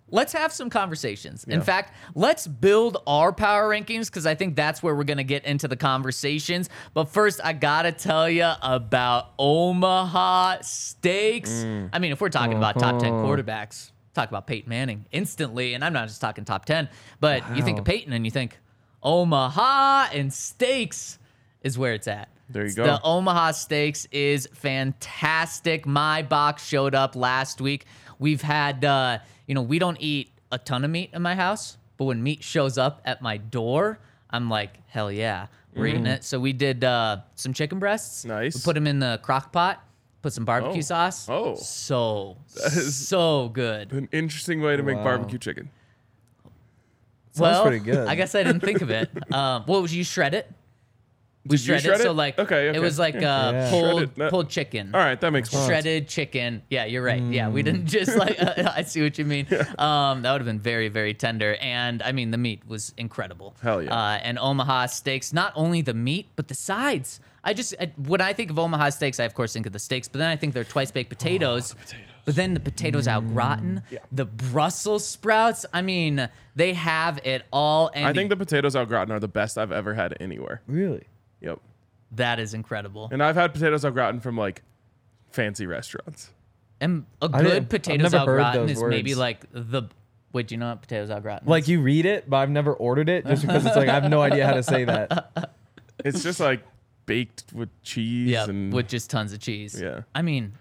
[SPEAKER 3] let's have some conversations. In fact, let's build our power rankings because I think that's where we're going to get into the conversations. But first, I got to tell you about Omaha Steaks.
[SPEAKER 2] Mm.
[SPEAKER 3] I mean, if we're talking about top 10
[SPEAKER 2] Uh-huh.
[SPEAKER 3] quarterbacks, talk about Peyton Manning instantly. And I'm not just talking top 10, but you think of Peyton and you think Omaha and Steaks is where it's at.
[SPEAKER 2] There you
[SPEAKER 3] It's
[SPEAKER 2] go.
[SPEAKER 3] The Omaha Steaks is fantastic. My box showed up last week. We've had, uh, you know, we don't eat a ton of meat in my house, but when meat shows up at my door, I'm like, hell yeah, we're eating it. So we did uh, some chicken breasts.
[SPEAKER 2] Mm. Nice.
[SPEAKER 3] We put them in the crock pot, put some barbecue
[SPEAKER 2] Oh.
[SPEAKER 3] sauce.
[SPEAKER 2] Oh.
[SPEAKER 3] So, so good.
[SPEAKER 2] An interesting way to make barbecue chicken.
[SPEAKER 3] well,
[SPEAKER 4] pretty good.
[SPEAKER 3] I guess I didn't think of it. Um, well, you shred it. We
[SPEAKER 2] Did you
[SPEAKER 3] shredded,
[SPEAKER 2] shred
[SPEAKER 3] so
[SPEAKER 2] it?
[SPEAKER 3] like
[SPEAKER 2] Okay,
[SPEAKER 3] it
[SPEAKER 2] okay.
[SPEAKER 3] was like uh,
[SPEAKER 2] Shredded,
[SPEAKER 4] Yeah.
[SPEAKER 3] pulled
[SPEAKER 2] that-
[SPEAKER 3] pulled chicken.
[SPEAKER 2] All right, that makes sense.
[SPEAKER 3] Shredded chicken. Yeah, you're right. Yeah,
[SPEAKER 4] Mm.
[SPEAKER 3] we didn't just like. Uh, I see what you mean. Um, that would have been very, very tender. And I mean, the meat was incredible.
[SPEAKER 2] Hell yeah.
[SPEAKER 3] Uh, and Omaha steaks, not only the meat, but the sides. I just I, when I think of Omaha steaks, I of course think of the steaks, but then I think they're twice baked potatoes. But then the potatoes out rotten,
[SPEAKER 4] Mm,
[SPEAKER 3] the Brussels sprouts. I mean, they have it all. And
[SPEAKER 2] I think the potatoes au gratin are the best I've ever had anywhere.
[SPEAKER 4] Really?
[SPEAKER 2] Yep.
[SPEAKER 3] that is incredible.
[SPEAKER 2] And I've had potatoes au gratin from like fancy restaurants.
[SPEAKER 3] And a
[SPEAKER 4] I didn't-
[SPEAKER 3] good
[SPEAKER 4] I've
[SPEAKER 3] potatoes
[SPEAKER 4] never
[SPEAKER 3] au
[SPEAKER 4] heard
[SPEAKER 3] gratin
[SPEAKER 4] those
[SPEAKER 3] is maybe
[SPEAKER 4] words.
[SPEAKER 3] like the. Wait, do you know what potatoes au gratin?
[SPEAKER 4] Like you read it, but I've never ordered it just because it's like I have no idea how to say that.
[SPEAKER 2] It's just like baked with cheese
[SPEAKER 3] yeah,
[SPEAKER 2] and
[SPEAKER 3] with just tons of cheese.
[SPEAKER 2] Yeah.
[SPEAKER 3] I mean,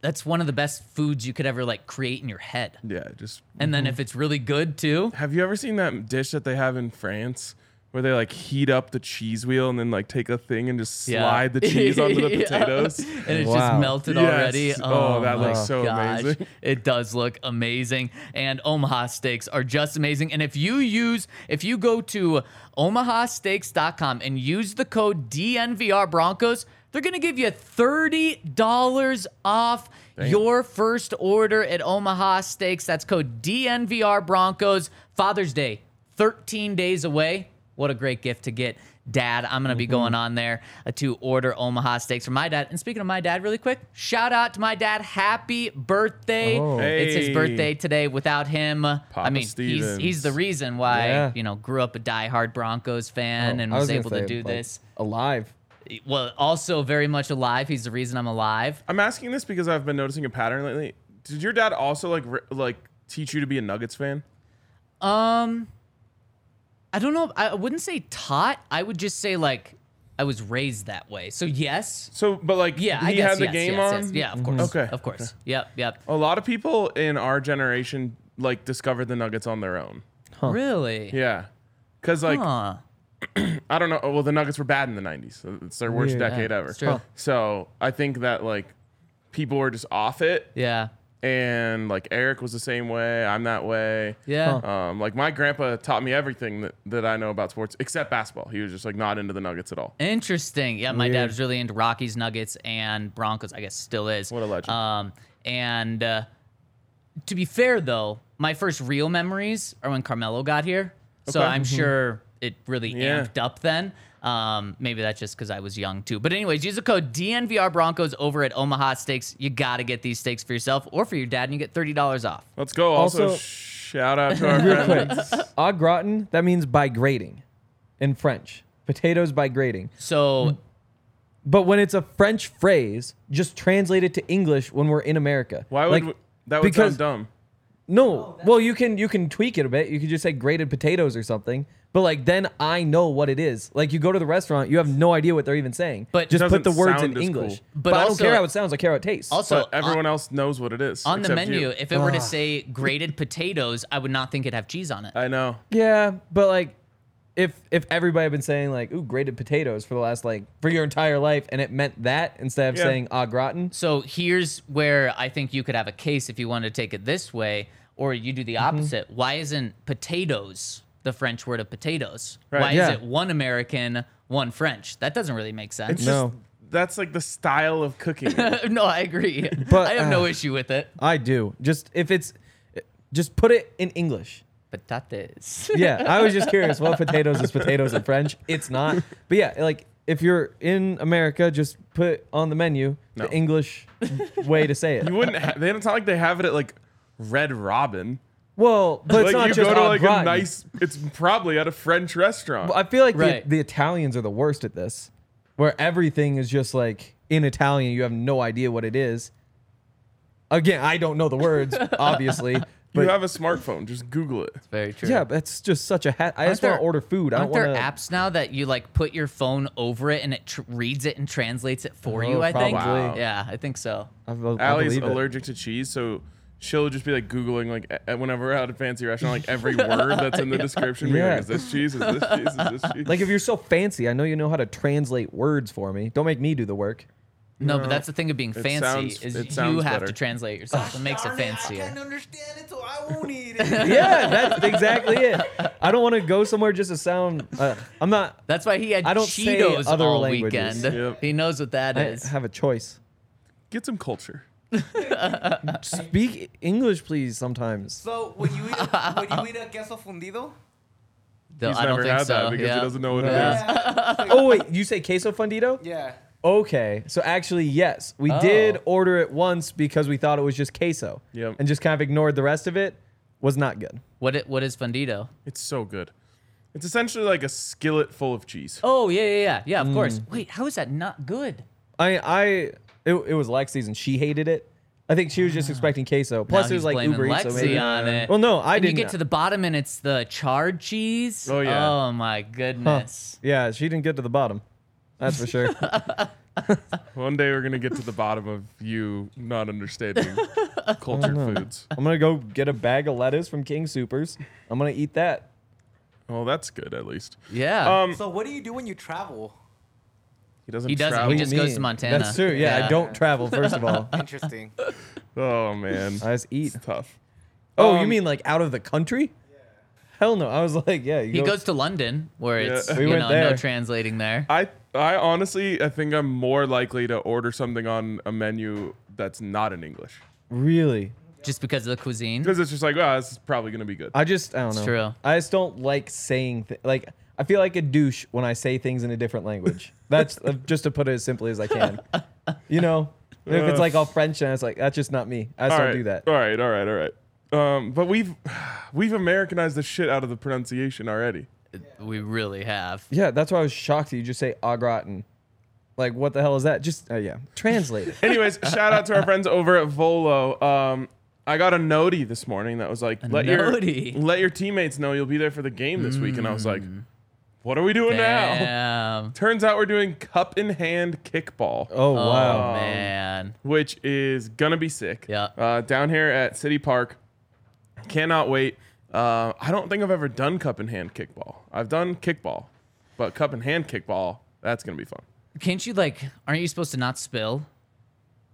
[SPEAKER 3] that's one of the best foods you could ever like create in your head.
[SPEAKER 2] yeah, just
[SPEAKER 3] And then if it's really good too,
[SPEAKER 2] Have you ever seen that dish that they have in France where they like heat up the cheese wheel and then like take a thing and just
[SPEAKER 3] Yeah.
[SPEAKER 2] slide the cheese onto the
[SPEAKER 3] Yeah.
[SPEAKER 2] potatoes?
[SPEAKER 3] and it's just
[SPEAKER 4] Wow.
[SPEAKER 3] melted
[SPEAKER 2] Yes.
[SPEAKER 3] already.
[SPEAKER 2] Oh, that
[SPEAKER 3] my
[SPEAKER 2] looks so
[SPEAKER 3] gosh.
[SPEAKER 2] amazing.
[SPEAKER 3] It does look amazing. And Omaha steaks are just amazing. And if you use, if you go to omahasteaks.com and use the code DNVR Broncos, they're going to give you $30 off your first order at Omaha Steaks. That's code DNVR Broncos. Father's Day, 13 days away. What a great gift to get. Dad, I'm going to be
[SPEAKER 4] Mm-hmm.
[SPEAKER 3] going on there uh, to order Omaha steaks for my dad. And speaking of my dad, really quick, shout out to my dad. Happy birthday.
[SPEAKER 4] Oh.
[SPEAKER 3] It's his
[SPEAKER 2] Hey.
[SPEAKER 3] birthday today. Without him, I
[SPEAKER 2] Papa
[SPEAKER 3] mean, he's, he's
[SPEAKER 2] Stevens.
[SPEAKER 3] the reason why,
[SPEAKER 4] Yeah. Oh,
[SPEAKER 3] you know, grew up a diehard Broncos fan and
[SPEAKER 4] I
[SPEAKER 3] was,
[SPEAKER 4] gonna
[SPEAKER 3] able
[SPEAKER 4] say,
[SPEAKER 3] to do
[SPEAKER 4] like,
[SPEAKER 3] this.
[SPEAKER 4] alive.
[SPEAKER 3] Well, also very much alive. He's the reason I'm alive.
[SPEAKER 2] I'm asking this because I've been noticing a pattern lately. Did your dad also like re- like teach you to be a Nuggets fan?
[SPEAKER 3] Um, I don't know. I wouldn't say taught. I would just say like I was raised that way. So yes,
[SPEAKER 2] So, but like
[SPEAKER 3] yeah,
[SPEAKER 2] he
[SPEAKER 3] I guess
[SPEAKER 2] had the
[SPEAKER 3] yes,
[SPEAKER 2] game
[SPEAKER 3] yes,
[SPEAKER 2] on. Mm-hmm.
[SPEAKER 3] yes. Yeah, of course.
[SPEAKER 2] Okay,
[SPEAKER 3] of course. Yep, yep.
[SPEAKER 2] A lot of people in our generation like discovered the Nuggets on their own.
[SPEAKER 3] Really?
[SPEAKER 2] Yeah, because like
[SPEAKER 3] Huh.
[SPEAKER 2] I don't know. oh, Well, the Nuggets were bad in the '90s. It's their worst
[SPEAKER 4] Yeah.
[SPEAKER 2] decade
[SPEAKER 3] Yeah,
[SPEAKER 2] ever.
[SPEAKER 3] it's true.
[SPEAKER 2] So I think that like people were just off it,
[SPEAKER 3] Yeah.
[SPEAKER 2] and like Eric was the same way. I'm that way.
[SPEAKER 3] Yeah.
[SPEAKER 2] Um, like my grandpa taught me everything that, that I know about sports except basketball. He was just like not into the Nuggets at all.
[SPEAKER 3] Interesting. Yeah, my dad was really into Rockies, Nuggets, and Broncos. I guess still is.
[SPEAKER 2] What a legend.
[SPEAKER 3] Um, and uh, to be fair though, my first real memories are when Carmelo got here. So
[SPEAKER 2] Okay. Mm-hmm.
[SPEAKER 3] I'm sure it really
[SPEAKER 2] Yeah.
[SPEAKER 3] amped up then. Um, maybe that's just because I was young too. But anyways, use the code DNVR Broncos over at Omaha Steaks. You gotta get these steaks for yourself or for your dad, and you get thirty dollars off.
[SPEAKER 2] Let's go. Also,
[SPEAKER 4] Also-
[SPEAKER 2] shout out to our friend.
[SPEAKER 4] Au gratin, that means by grating in French. Potatoes by grating.
[SPEAKER 2] Hmm.
[SPEAKER 3] So
[SPEAKER 4] But when it's a French phrase, just translate it to English when we're in America.
[SPEAKER 2] Why would
[SPEAKER 4] Like,
[SPEAKER 2] we- that would
[SPEAKER 4] because-
[SPEAKER 2] sound dumb?
[SPEAKER 3] Oh,
[SPEAKER 4] No. well, you can you can tweak it a bit. You could just say grated potatoes or something. But like then I know what it is. Like you go to the restaurant, you have no idea what they're even saying.
[SPEAKER 3] But-
[SPEAKER 4] just put
[SPEAKER 2] Doesn't
[SPEAKER 4] the words
[SPEAKER 2] sound
[SPEAKER 4] in
[SPEAKER 2] as
[SPEAKER 4] English.
[SPEAKER 2] cool.
[SPEAKER 3] But
[SPEAKER 4] But, I don't
[SPEAKER 3] also-
[SPEAKER 4] care how it sounds. I care how it tastes.
[SPEAKER 3] also
[SPEAKER 2] but everyone else knows what it is
[SPEAKER 3] on the
[SPEAKER 2] except
[SPEAKER 3] menu,
[SPEAKER 2] you.
[SPEAKER 3] if it were to say grated potatoes, I would not think it'd have cheese on it.
[SPEAKER 2] I know.
[SPEAKER 4] yeah, but like if if everybody had been saying like ooh grated potatoes for the last like for your entire life and it meant that instead of
[SPEAKER 2] Yeah.
[SPEAKER 4] saying au gratin,
[SPEAKER 3] So here's where I think you could have a case if you wanted to take it this way, or you do the
[SPEAKER 4] Mm-hmm.
[SPEAKER 3] opposite. Why isn't potatoes the French word of potatoes? Why
[SPEAKER 4] yeah.
[SPEAKER 3] is it one American, one French? That doesn't really make sense.
[SPEAKER 2] It's
[SPEAKER 4] No.
[SPEAKER 2] just that's like the style of cooking.
[SPEAKER 3] no, I agree.
[SPEAKER 4] But,
[SPEAKER 3] I have no
[SPEAKER 4] uh,
[SPEAKER 3] issue with it.
[SPEAKER 4] I do. Just if it's just put it in English.
[SPEAKER 3] Patates.
[SPEAKER 4] yeah, I was just curious. Well, potatoes is potatoes in French. It's not. But yeah, like if you're in America, just put on the menu
[SPEAKER 2] No.
[SPEAKER 4] the English way to say
[SPEAKER 2] you
[SPEAKER 4] it.
[SPEAKER 2] wouldn't. Ha- they don't sound like they have it at like Red Robin.
[SPEAKER 4] Well, but it's
[SPEAKER 2] like
[SPEAKER 4] not
[SPEAKER 2] you
[SPEAKER 4] just
[SPEAKER 2] go to
[SPEAKER 4] au
[SPEAKER 2] like a
[SPEAKER 4] gratin.
[SPEAKER 2] nice. It's probably at a French restaurant.
[SPEAKER 4] I feel like
[SPEAKER 3] Right.
[SPEAKER 4] the, the Italians are the worst at this, where everything is just like in Italian. You have no idea what it is. Again, I don't know the words, obviously. But
[SPEAKER 2] you have a smartphone. Just Google it.
[SPEAKER 3] Very true.
[SPEAKER 4] yeah, but it's just such a hat. I
[SPEAKER 3] Aren't
[SPEAKER 4] just want
[SPEAKER 3] there-
[SPEAKER 4] to order food. I don't
[SPEAKER 3] Aren't
[SPEAKER 4] want
[SPEAKER 3] there apps now that you like put your phone over it and it tr- reads it and translates it for
[SPEAKER 4] Oh,
[SPEAKER 3] you? I think.
[SPEAKER 4] probably. Wow.
[SPEAKER 3] Yeah, I think so.
[SPEAKER 2] Allie's allergic to cheese, so she'll just be like googling like e- whenever we're at a fancy restaurant, like every word that's in the description. Being
[SPEAKER 4] Yeah.
[SPEAKER 2] like, is this cheese? Is this cheese? Is this cheese?
[SPEAKER 4] Like if you're so fancy, I know you know how to translate words for me. Don't make me do the work.
[SPEAKER 3] No, but that's the thing of being
[SPEAKER 2] It
[SPEAKER 3] fancy
[SPEAKER 2] sounds-
[SPEAKER 3] is
[SPEAKER 2] it
[SPEAKER 3] you
[SPEAKER 2] sounds
[SPEAKER 3] have
[SPEAKER 2] better.
[SPEAKER 3] to translate yourself. It makes it fancier.
[SPEAKER 1] understand it, so I won't eat it.
[SPEAKER 4] yeah, that's exactly it. I don't want to go somewhere just to sound. Uh, I'm not.
[SPEAKER 3] That's why he had
[SPEAKER 4] I don't say
[SPEAKER 3] Cheetos
[SPEAKER 4] other
[SPEAKER 3] all
[SPEAKER 4] languages.
[SPEAKER 3] weekend.
[SPEAKER 2] Yep.
[SPEAKER 3] He knows what that
[SPEAKER 4] I
[SPEAKER 3] is.
[SPEAKER 4] have a choice.
[SPEAKER 2] Get some culture.
[SPEAKER 4] Speak English, please. Sometimes.
[SPEAKER 5] So would you eat a, would you eat a queso fundido?
[SPEAKER 3] Though
[SPEAKER 2] He's
[SPEAKER 3] I don't
[SPEAKER 2] never
[SPEAKER 3] think
[SPEAKER 2] had
[SPEAKER 3] so.
[SPEAKER 2] that because
[SPEAKER 3] yeah.
[SPEAKER 2] he doesn't know what it is.
[SPEAKER 4] Oh wait, you say queso fundido?
[SPEAKER 5] Yeah.
[SPEAKER 4] Okay, so actually, yes,
[SPEAKER 3] Oh.
[SPEAKER 4] we did order it once because we thought it was just queso,
[SPEAKER 2] Yep.
[SPEAKER 4] and just kind of ignored the rest of it. Was not good.
[SPEAKER 3] What it, what is fundido?
[SPEAKER 2] It's so good. It's essentially like a skillet full of cheese.
[SPEAKER 3] Oh yeah yeah yeah yeah of
[SPEAKER 2] Mm.
[SPEAKER 3] course. Wait, how is that not good?
[SPEAKER 4] I, I, it, it was Lexi's, and she hated it. I think she was just expecting queso. Plus,
[SPEAKER 3] Ah. now
[SPEAKER 4] it was
[SPEAKER 3] he's
[SPEAKER 4] like
[SPEAKER 3] blaming
[SPEAKER 4] Uber Eats,
[SPEAKER 3] Lexi
[SPEAKER 4] so maybe-
[SPEAKER 3] on it.
[SPEAKER 4] Well, no, I
[SPEAKER 3] and
[SPEAKER 4] didn't.
[SPEAKER 3] You get to the bottom and it's the charred cheese.
[SPEAKER 2] Oh, yeah.
[SPEAKER 3] Oh my goodness.
[SPEAKER 4] yeah, she didn't get to the bottom. That's for sure.
[SPEAKER 2] One day we're gonna get to the bottom of you not understanding culture
[SPEAKER 4] Oh,
[SPEAKER 2] foods.
[SPEAKER 4] I'm gonna go get a bag of lettuce from King Supers. I'm gonna eat that.
[SPEAKER 2] Oh, that's good at least.
[SPEAKER 3] Yeah.
[SPEAKER 2] Um,
[SPEAKER 5] So what do you do when you travel?
[SPEAKER 2] He doesn't.
[SPEAKER 3] he doesn't.
[SPEAKER 2] Travel.
[SPEAKER 3] He just goes to Montana.
[SPEAKER 4] That's true. Yeah, I don't travel. First of all,
[SPEAKER 5] Interesting.
[SPEAKER 2] oh man,
[SPEAKER 4] I just eat.
[SPEAKER 2] it's tough.
[SPEAKER 4] Oh, you
[SPEAKER 2] Um,
[SPEAKER 4] mean like out of the country? Hell no. I was like, yeah. You
[SPEAKER 3] He
[SPEAKER 4] go-
[SPEAKER 3] goes to London where it's
[SPEAKER 2] We
[SPEAKER 3] you
[SPEAKER 4] went
[SPEAKER 3] know
[SPEAKER 4] there.
[SPEAKER 3] no translating there.
[SPEAKER 2] I I honestly I think I'm more likely to order something on a menu that's not in English
[SPEAKER 4] Really?
[SPEAKER 3] just because of the cuisine.
[SPEAKER 2] because it's just like, oh, this is probably gonna be good.
[SPEAKER 4] I just I don't know.
[SPEAKER 3] true.
[SPEAKER 4] I just don't like saying th- like I feel like a douche when I say things in a different language. That's uh, just to put it as simply as I can. You know, if it's like all French and it's like that's just not me. I just
[SPEAKER 2] all
[SPEAKER 4] don't
[SPEAKER 2] right,
[SPEAKER 4] do that.
[SPEAKER 2] All right, all right, all right. Um, but we've we've Americanized the shit out of the pronunciation already.
[SPEAKER 3] We really have.
[SPEAKER 4] Yeah, that's why I was shocked that you just say au gratin. Like what the hell is that? Just uh, yeah, translate it.
[SPEAKER 2] Anyways, shout out to our friends over at Volo. Um, I got a noti this morning that was like, let
[SPEAKER 3] noti?
[SPEAKER 2] your let your teammates know you'll be there for the game this week, and I was like, what are we doing now?
[SPEAKER 3] Mm. Damn.
[SPEAKER 2] Turns out we're doing cup in hand kickball,
[SPEAKER 4] Oh wow.
[SPEAKER 2] Um,
[SPEAKER 3] Oh man.
[SPEAKER 2] which is gonna be sick.
[SPEAKER 3] Yeah.
[SPEAKER 2] Uh, down here at City Park, cannot wait. Uh, I don't think I've ever done cup in hand kickball. I've done kickball, but cup in hand kickball that's gonna be fun.
[SPEAKER 3] Can't you like? Aren't you supposed to not spill?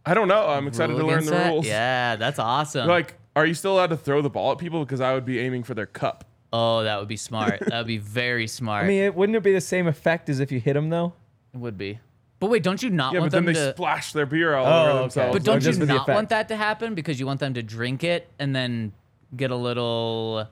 [SPEAKER 2] I don't know. I'm excited
[SPEAKER 3] Rule
[SPEAKER 2] to learn
[SPEAKER 3] against
[SPEAKER 2] the
[SPEAKER 3] that?
[SPEAKER 2] rules.
[SPEAKER 3] Yeah, that's
[SPEAKER 4] Uh-huh.
[SPEAKER 3] awesome.
[SPEAKER 2] Like, are you still allowed to throw the ball at people? Because I would be aiming for their cup.
[SPEAKER 3] oh, that would be smart. that would be very smart.
[SPEAKER 4] I mean, it, wouldn't it be the same effect as if you hit him though?
[SPEAKER 3] it would be. But wait, don't you not
[SPEAKER 2] Yeah,
[SPEAKER 3] want
[SPEAKER 2] but then
[SPEAKER 3] them
[SPEAKER 2] they
[SPEAKER 3] to?
[SPEAKER 2] splash their beer all
[SPEAKER 4] Oh,
[SPEAKER 2] over
[SPEAKER 4] okay.
[SPEAKER 2] themselves.
[SPEAKER 3] But
[SPEAKER 4] Or
[SPEAKER 3] don't you
[SPEAKER 4] just for the
[SPEAKER 3] not
[SPEAKER 4] effect.
[SPEAKER 3] want that to happen because you want them to drink it and then get a little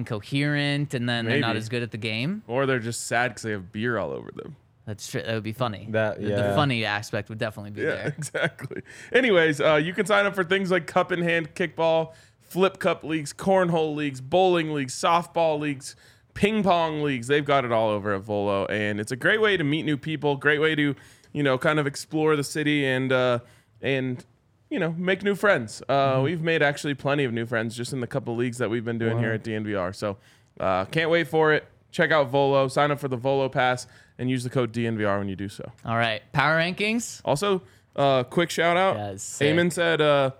[SPEAKER 3] incoherent and then they're not
[SPEAKER 2] Maybe.
[SPEAKER 3] as good at the game?
[SPEAKER 2] or they're just sad because they have beer all over them.
[SPEAKER 3] That's true. That would be funny.
[SPEAKER 4] That-
[SPEAKER 3] The-
[SPEAKER 4] yeah.
[SPEAKER 3] The funny aspect would definitely be
[SPEAKER 2] Yeah,
[SPEAKER 3] there.
[SPEAKER 2] exactly. Anyways, uh, you can sign up for things like cup in hand kickball, flip cup leagues, cornhole leagues, bowling leagues, softball leagues, ping pong leagues. They've got it all over at Volo, and it's a great way to meet new people. Great way to, you know, kind of explore the city and uh, and you know make new friends. Uh,
[SPEAKER 3] Mm-hmm.
[SPEAKER 2] We've made actually plenty of new friends just in the couple leagues that we've been doing here at DNVR. So uh, can't wait for it. Check out Volo. Sign up for the Volo Pass and use the code DNVR when you do so.
[SPEAKER 3] All right. Power rankings?
[SPEAKER 2] Also, uh, quick shout out.
[SPEAKER 3] Yeah, it's sick.
[SPEAKER 2] Eamon said, uh,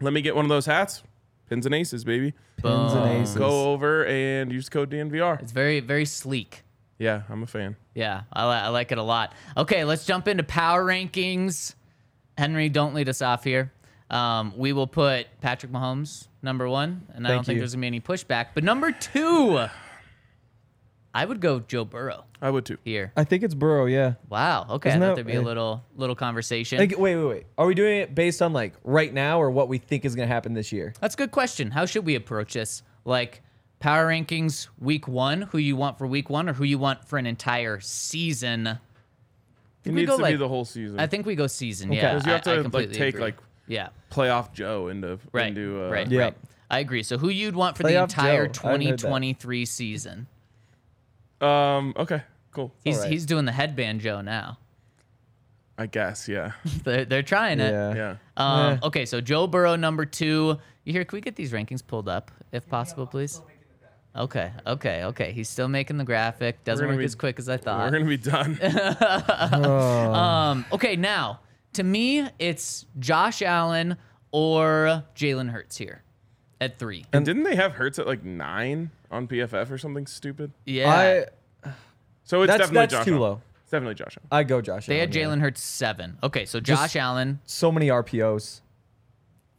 [SPEAKER 2] let me get one of those hats. Pins and aces, baby.
[SPEAKER 4] Pins and aces.
[SPEAKER 2] Go over and use code DNVR.
[SPEAKER 3] It's very, very sleek.
[SPEAKER 2] Yeah, I'm a fan.
[SPEAKER 3] Yeah, I, li- I like it a lot. Okay, let's jump into power rankings. Henry, don't lead us off here. Um, we will put Patrick Mahomes number one, and I
[SPEAKER 4] Thank
[SPEAKER 3] don't think
[SPEAKER 4] you.
[SPEAKER 3] there's gonna be any pushback. But number two, I would go Joe Burrow
[SPEAKER 2] I would too.
[SPEAKER 3] here.
[SPEAKER 4] I think it's Burrow, yeah.
[SPEAKER 3] Wow. Okay, I
[SPEAKER 4] Isn't
[SPEAKER 3] thought
[SPEAKER 4] that-
[SPEAKER 3] there'd be a
[SPEAKER 4] uh,
[SPEAKER 3] little little conversation.
[SPEAKER 4] Like, wait, wait, wait. Are we doing it based on like right now or what we think is gonna happen this year?
[SPEAKER 3] That's a good question. How should we approach this? Like power rankings week one, who you want for week one, or who you want for an entire season? I
[SPEAKER 2] It
[SPEAKER 3] think we
[SPEAKER 2] needs
[SPEAKER 3] go
[SPEAKER 2] to
[SPEAKER 3] like-
[SPEAKER 2] be the whole season.
[SPEAKER 3] I think we go season. Yeah,
[SPEAKER 2] 'Cause you have
[SPEAKER 3] I-
[SPEAKER 2] to,
[SPEAKER 3] I
[SPEAKER 2] like,
[SPEAKER 3] completely
[SPEAKER 2] take,
[SPEAKER 3] agree.
[SPEAKER 2] like,
[SPEAKER 3] yeah.
[SPEAKER 2] Playoff Joe into
[SPEAKER 3] Right.
[SPEAKER 2] into uh,
[SPEAKER 3] right.
[SPEAKER 4] Yeah.
[SPEAKER 3] Right. I agree. So who you'd want for the
[SPEAKER 4] Playoff
[SPEAKER 3] entire
[SPEAKER 4] Joe. I heard that.
[SPEAKER 3] 2023 season?
[SPEAKER 2] Um. Okay. Cool.
[SPEAKER 3] He's
[SPEAKER 4] Alright.
[SPEAKER 3] he's doing the headband Joe now.
[SPEAKER 2] I guess. Yeah.
[SPEAKER 3] They're, they're trying it.
[SPEAKER 2] Yeah.
[SPEAKER 3] Um, Okay, so Joe Burrow number two. You hear? Can we get these rankings pulled up, if possible, please? Okay, okay, okay. He's still making the graphic. Doesn't
[SPEAKER 2] gonna
[SPEAKER 3] work
[SPEAKER 2] be-
[SPEAKER 3] as quick as I
[SPEAKER 2] We're
[SPEAKER 3] thought.
[SPEAKER 2] gonna be done.
[SPEAKER 3] Um, okay, now to me, it's Josh Allen or Jalen Hurts here at three.
[SPEAKER 2] and didn't they have Hertz at like nine on PFF or something stupid?
[SPEAKER 3] Yeah,
[SPEAKER 4] I
[SPEAKER 2] So it's
[SPEAKER 4] that's
[SPEAKER 2] definitely
[SPEAKER 4] that's
[SPEAKER 2] Josh
[SPEAKER 4] too
[SPEAKER 2] Allen.
[SPEAKER 4] low.
[SPEAKER 2] It's definitely Josh Allen.
[SPEAKER 4] I go Josh.
[SPEAKER 3] They had
[SPEAKER 4] Allen, yeah.
[SPEAKER 3] Jalen Hurts seven. Okay, so Josh Allen.
[SPEAKER 4] so many RPOs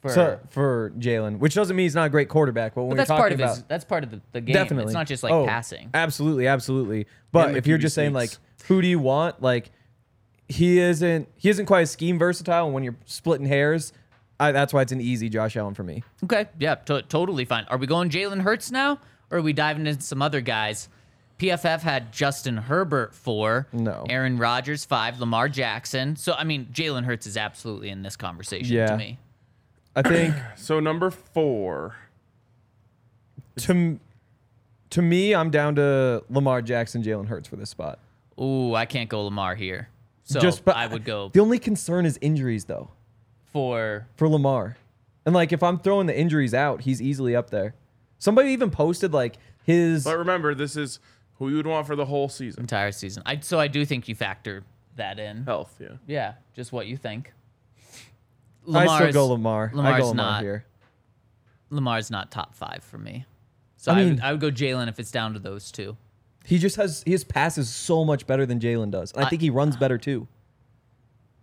[SPEAKER 3] For,
[SPEAKER 4] so, for Jalen, which doesn't mean he's not a great quarterback. But when
[SPEAKER 3] but
[SPEAKER 4] we're
[SPEAKER 3] that's
[SPEAKER 4] talking
[SPEAKER 3] part of
[SPEAKER 4] about
[SPEAKER 3] his. That's part of the, the game.
[SPEAKER 4] definitely,
[SPEAKER 3] It's not just like
[SPEAKER 4] Oh,
[SPEAKER 3] passing.
[SPEAKER 4] Absolutely, absolutely. But
[SPEAKER 2] And the
[SPEAKER 4] if you're
[SPEAKER 2] QB
[SPEAKER 4] just saying like,
[SPEAKER 2] sneaks.
[SPEAKER 4] who do you want? Like, he isn't he isn't quite as scheme versatile. And when you're splitting hairs, I, that's why it's an easy Josh Allen for me.
[SPEAKER 3] Okay, yeah, to- totally fine. Are we going Jalen Hurts now, or are we diving into some other guys? PFF had Justin Herbert four,
[SPEAKER 4] No.
[SPEAKER 3] Aaron Rodgers five, Lamar Jackson. So I mean, Jalen Hurts is absolutely in this conversation
[SPEAKER 4] Yeah.
[SPEAKER 3] to me.
[SPEAKER 4] I think
[SPEAKER 2] So number four.
[SPEAKER 4] to m- to me, I'm down to Lamar Jackson, Jalen Hurts for this spot.
[SPEAKER 3] Ooh, I can't go Lamar here. So I would go
[SPEAKER 4] The only concern is injuries, though,
[SPEAKER 3] for
[SPEAKER 4] for Lamar. And like, if I'm throwing the injuries out, he's easily up there. Somebody even posted like his.
[SPEAKER 2] But remember, this is who you would want for the whole season.
[SPEAKER 3] entire season. I so I do think you factor that in.
[SPEAKER 2] Health, yeah.
[SPEAKER 3] Yeah, just what you think.
[SPEAKER 4] I still
[SPEAKER 3] Lamar's-
[SPEAKER 4] go Lamar. I
[SPEAKER 3] Lamar's
[SPEAKER 4] go Lamar
[SPEAKER 3] not.
[SPEAKER 4] here.
[SPEAKER 3] Lamar's not top five for me. So I,
[SPEAKER 4] I mean-
[SPEAKER 3] would, I would go Jalen if it's down to those two.
[SPEAKER 4] He just has his pass is so much better than Jalen does. And I, think he runs better too.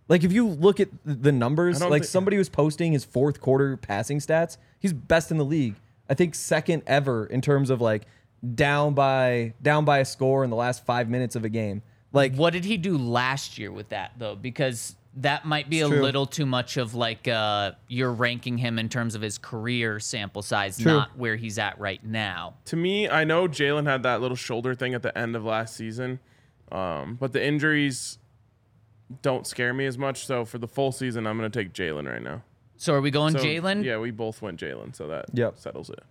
[SPEAKER 4] Like if you look at th- the
[SPEAKER 2] I
[SPEAKER 4] numbers,
[SPEAKER 2] don't
[SPEAKER 4] like
[SPEAKER 2] thi-
[SPEAKER 4] somebody was posting his fourth quarter passing stats. He's best in the league. I think second ever in terms of like down by down by a score in the last five minutes of a game. Like
[SPEAKER 3] What did he do last year with that though? Because that might be a
[SPEAKER 4] true.
[SPEAKER 3] little too much of like uh, you're ranking him in terms of his career sample size,
[SPEAKER 4] True.
[SPEAKER 3] not where he's at right now.
[SPEAKER 2] To me, I know Jalen had that little shoulder thing at the end of last season, um, but the injuries don't scare me as much. So for the full season, I'm going to take Jalen right now.
[SPEAKER 3] So are we going
[SPEAKER 2] So,
[SPEAKER 3] Jalen?
[SPEAKER 2] Yeah, we both went Jalen, so that
[SPEAKER 4] Yep.
[SPEAKER 2] settles it.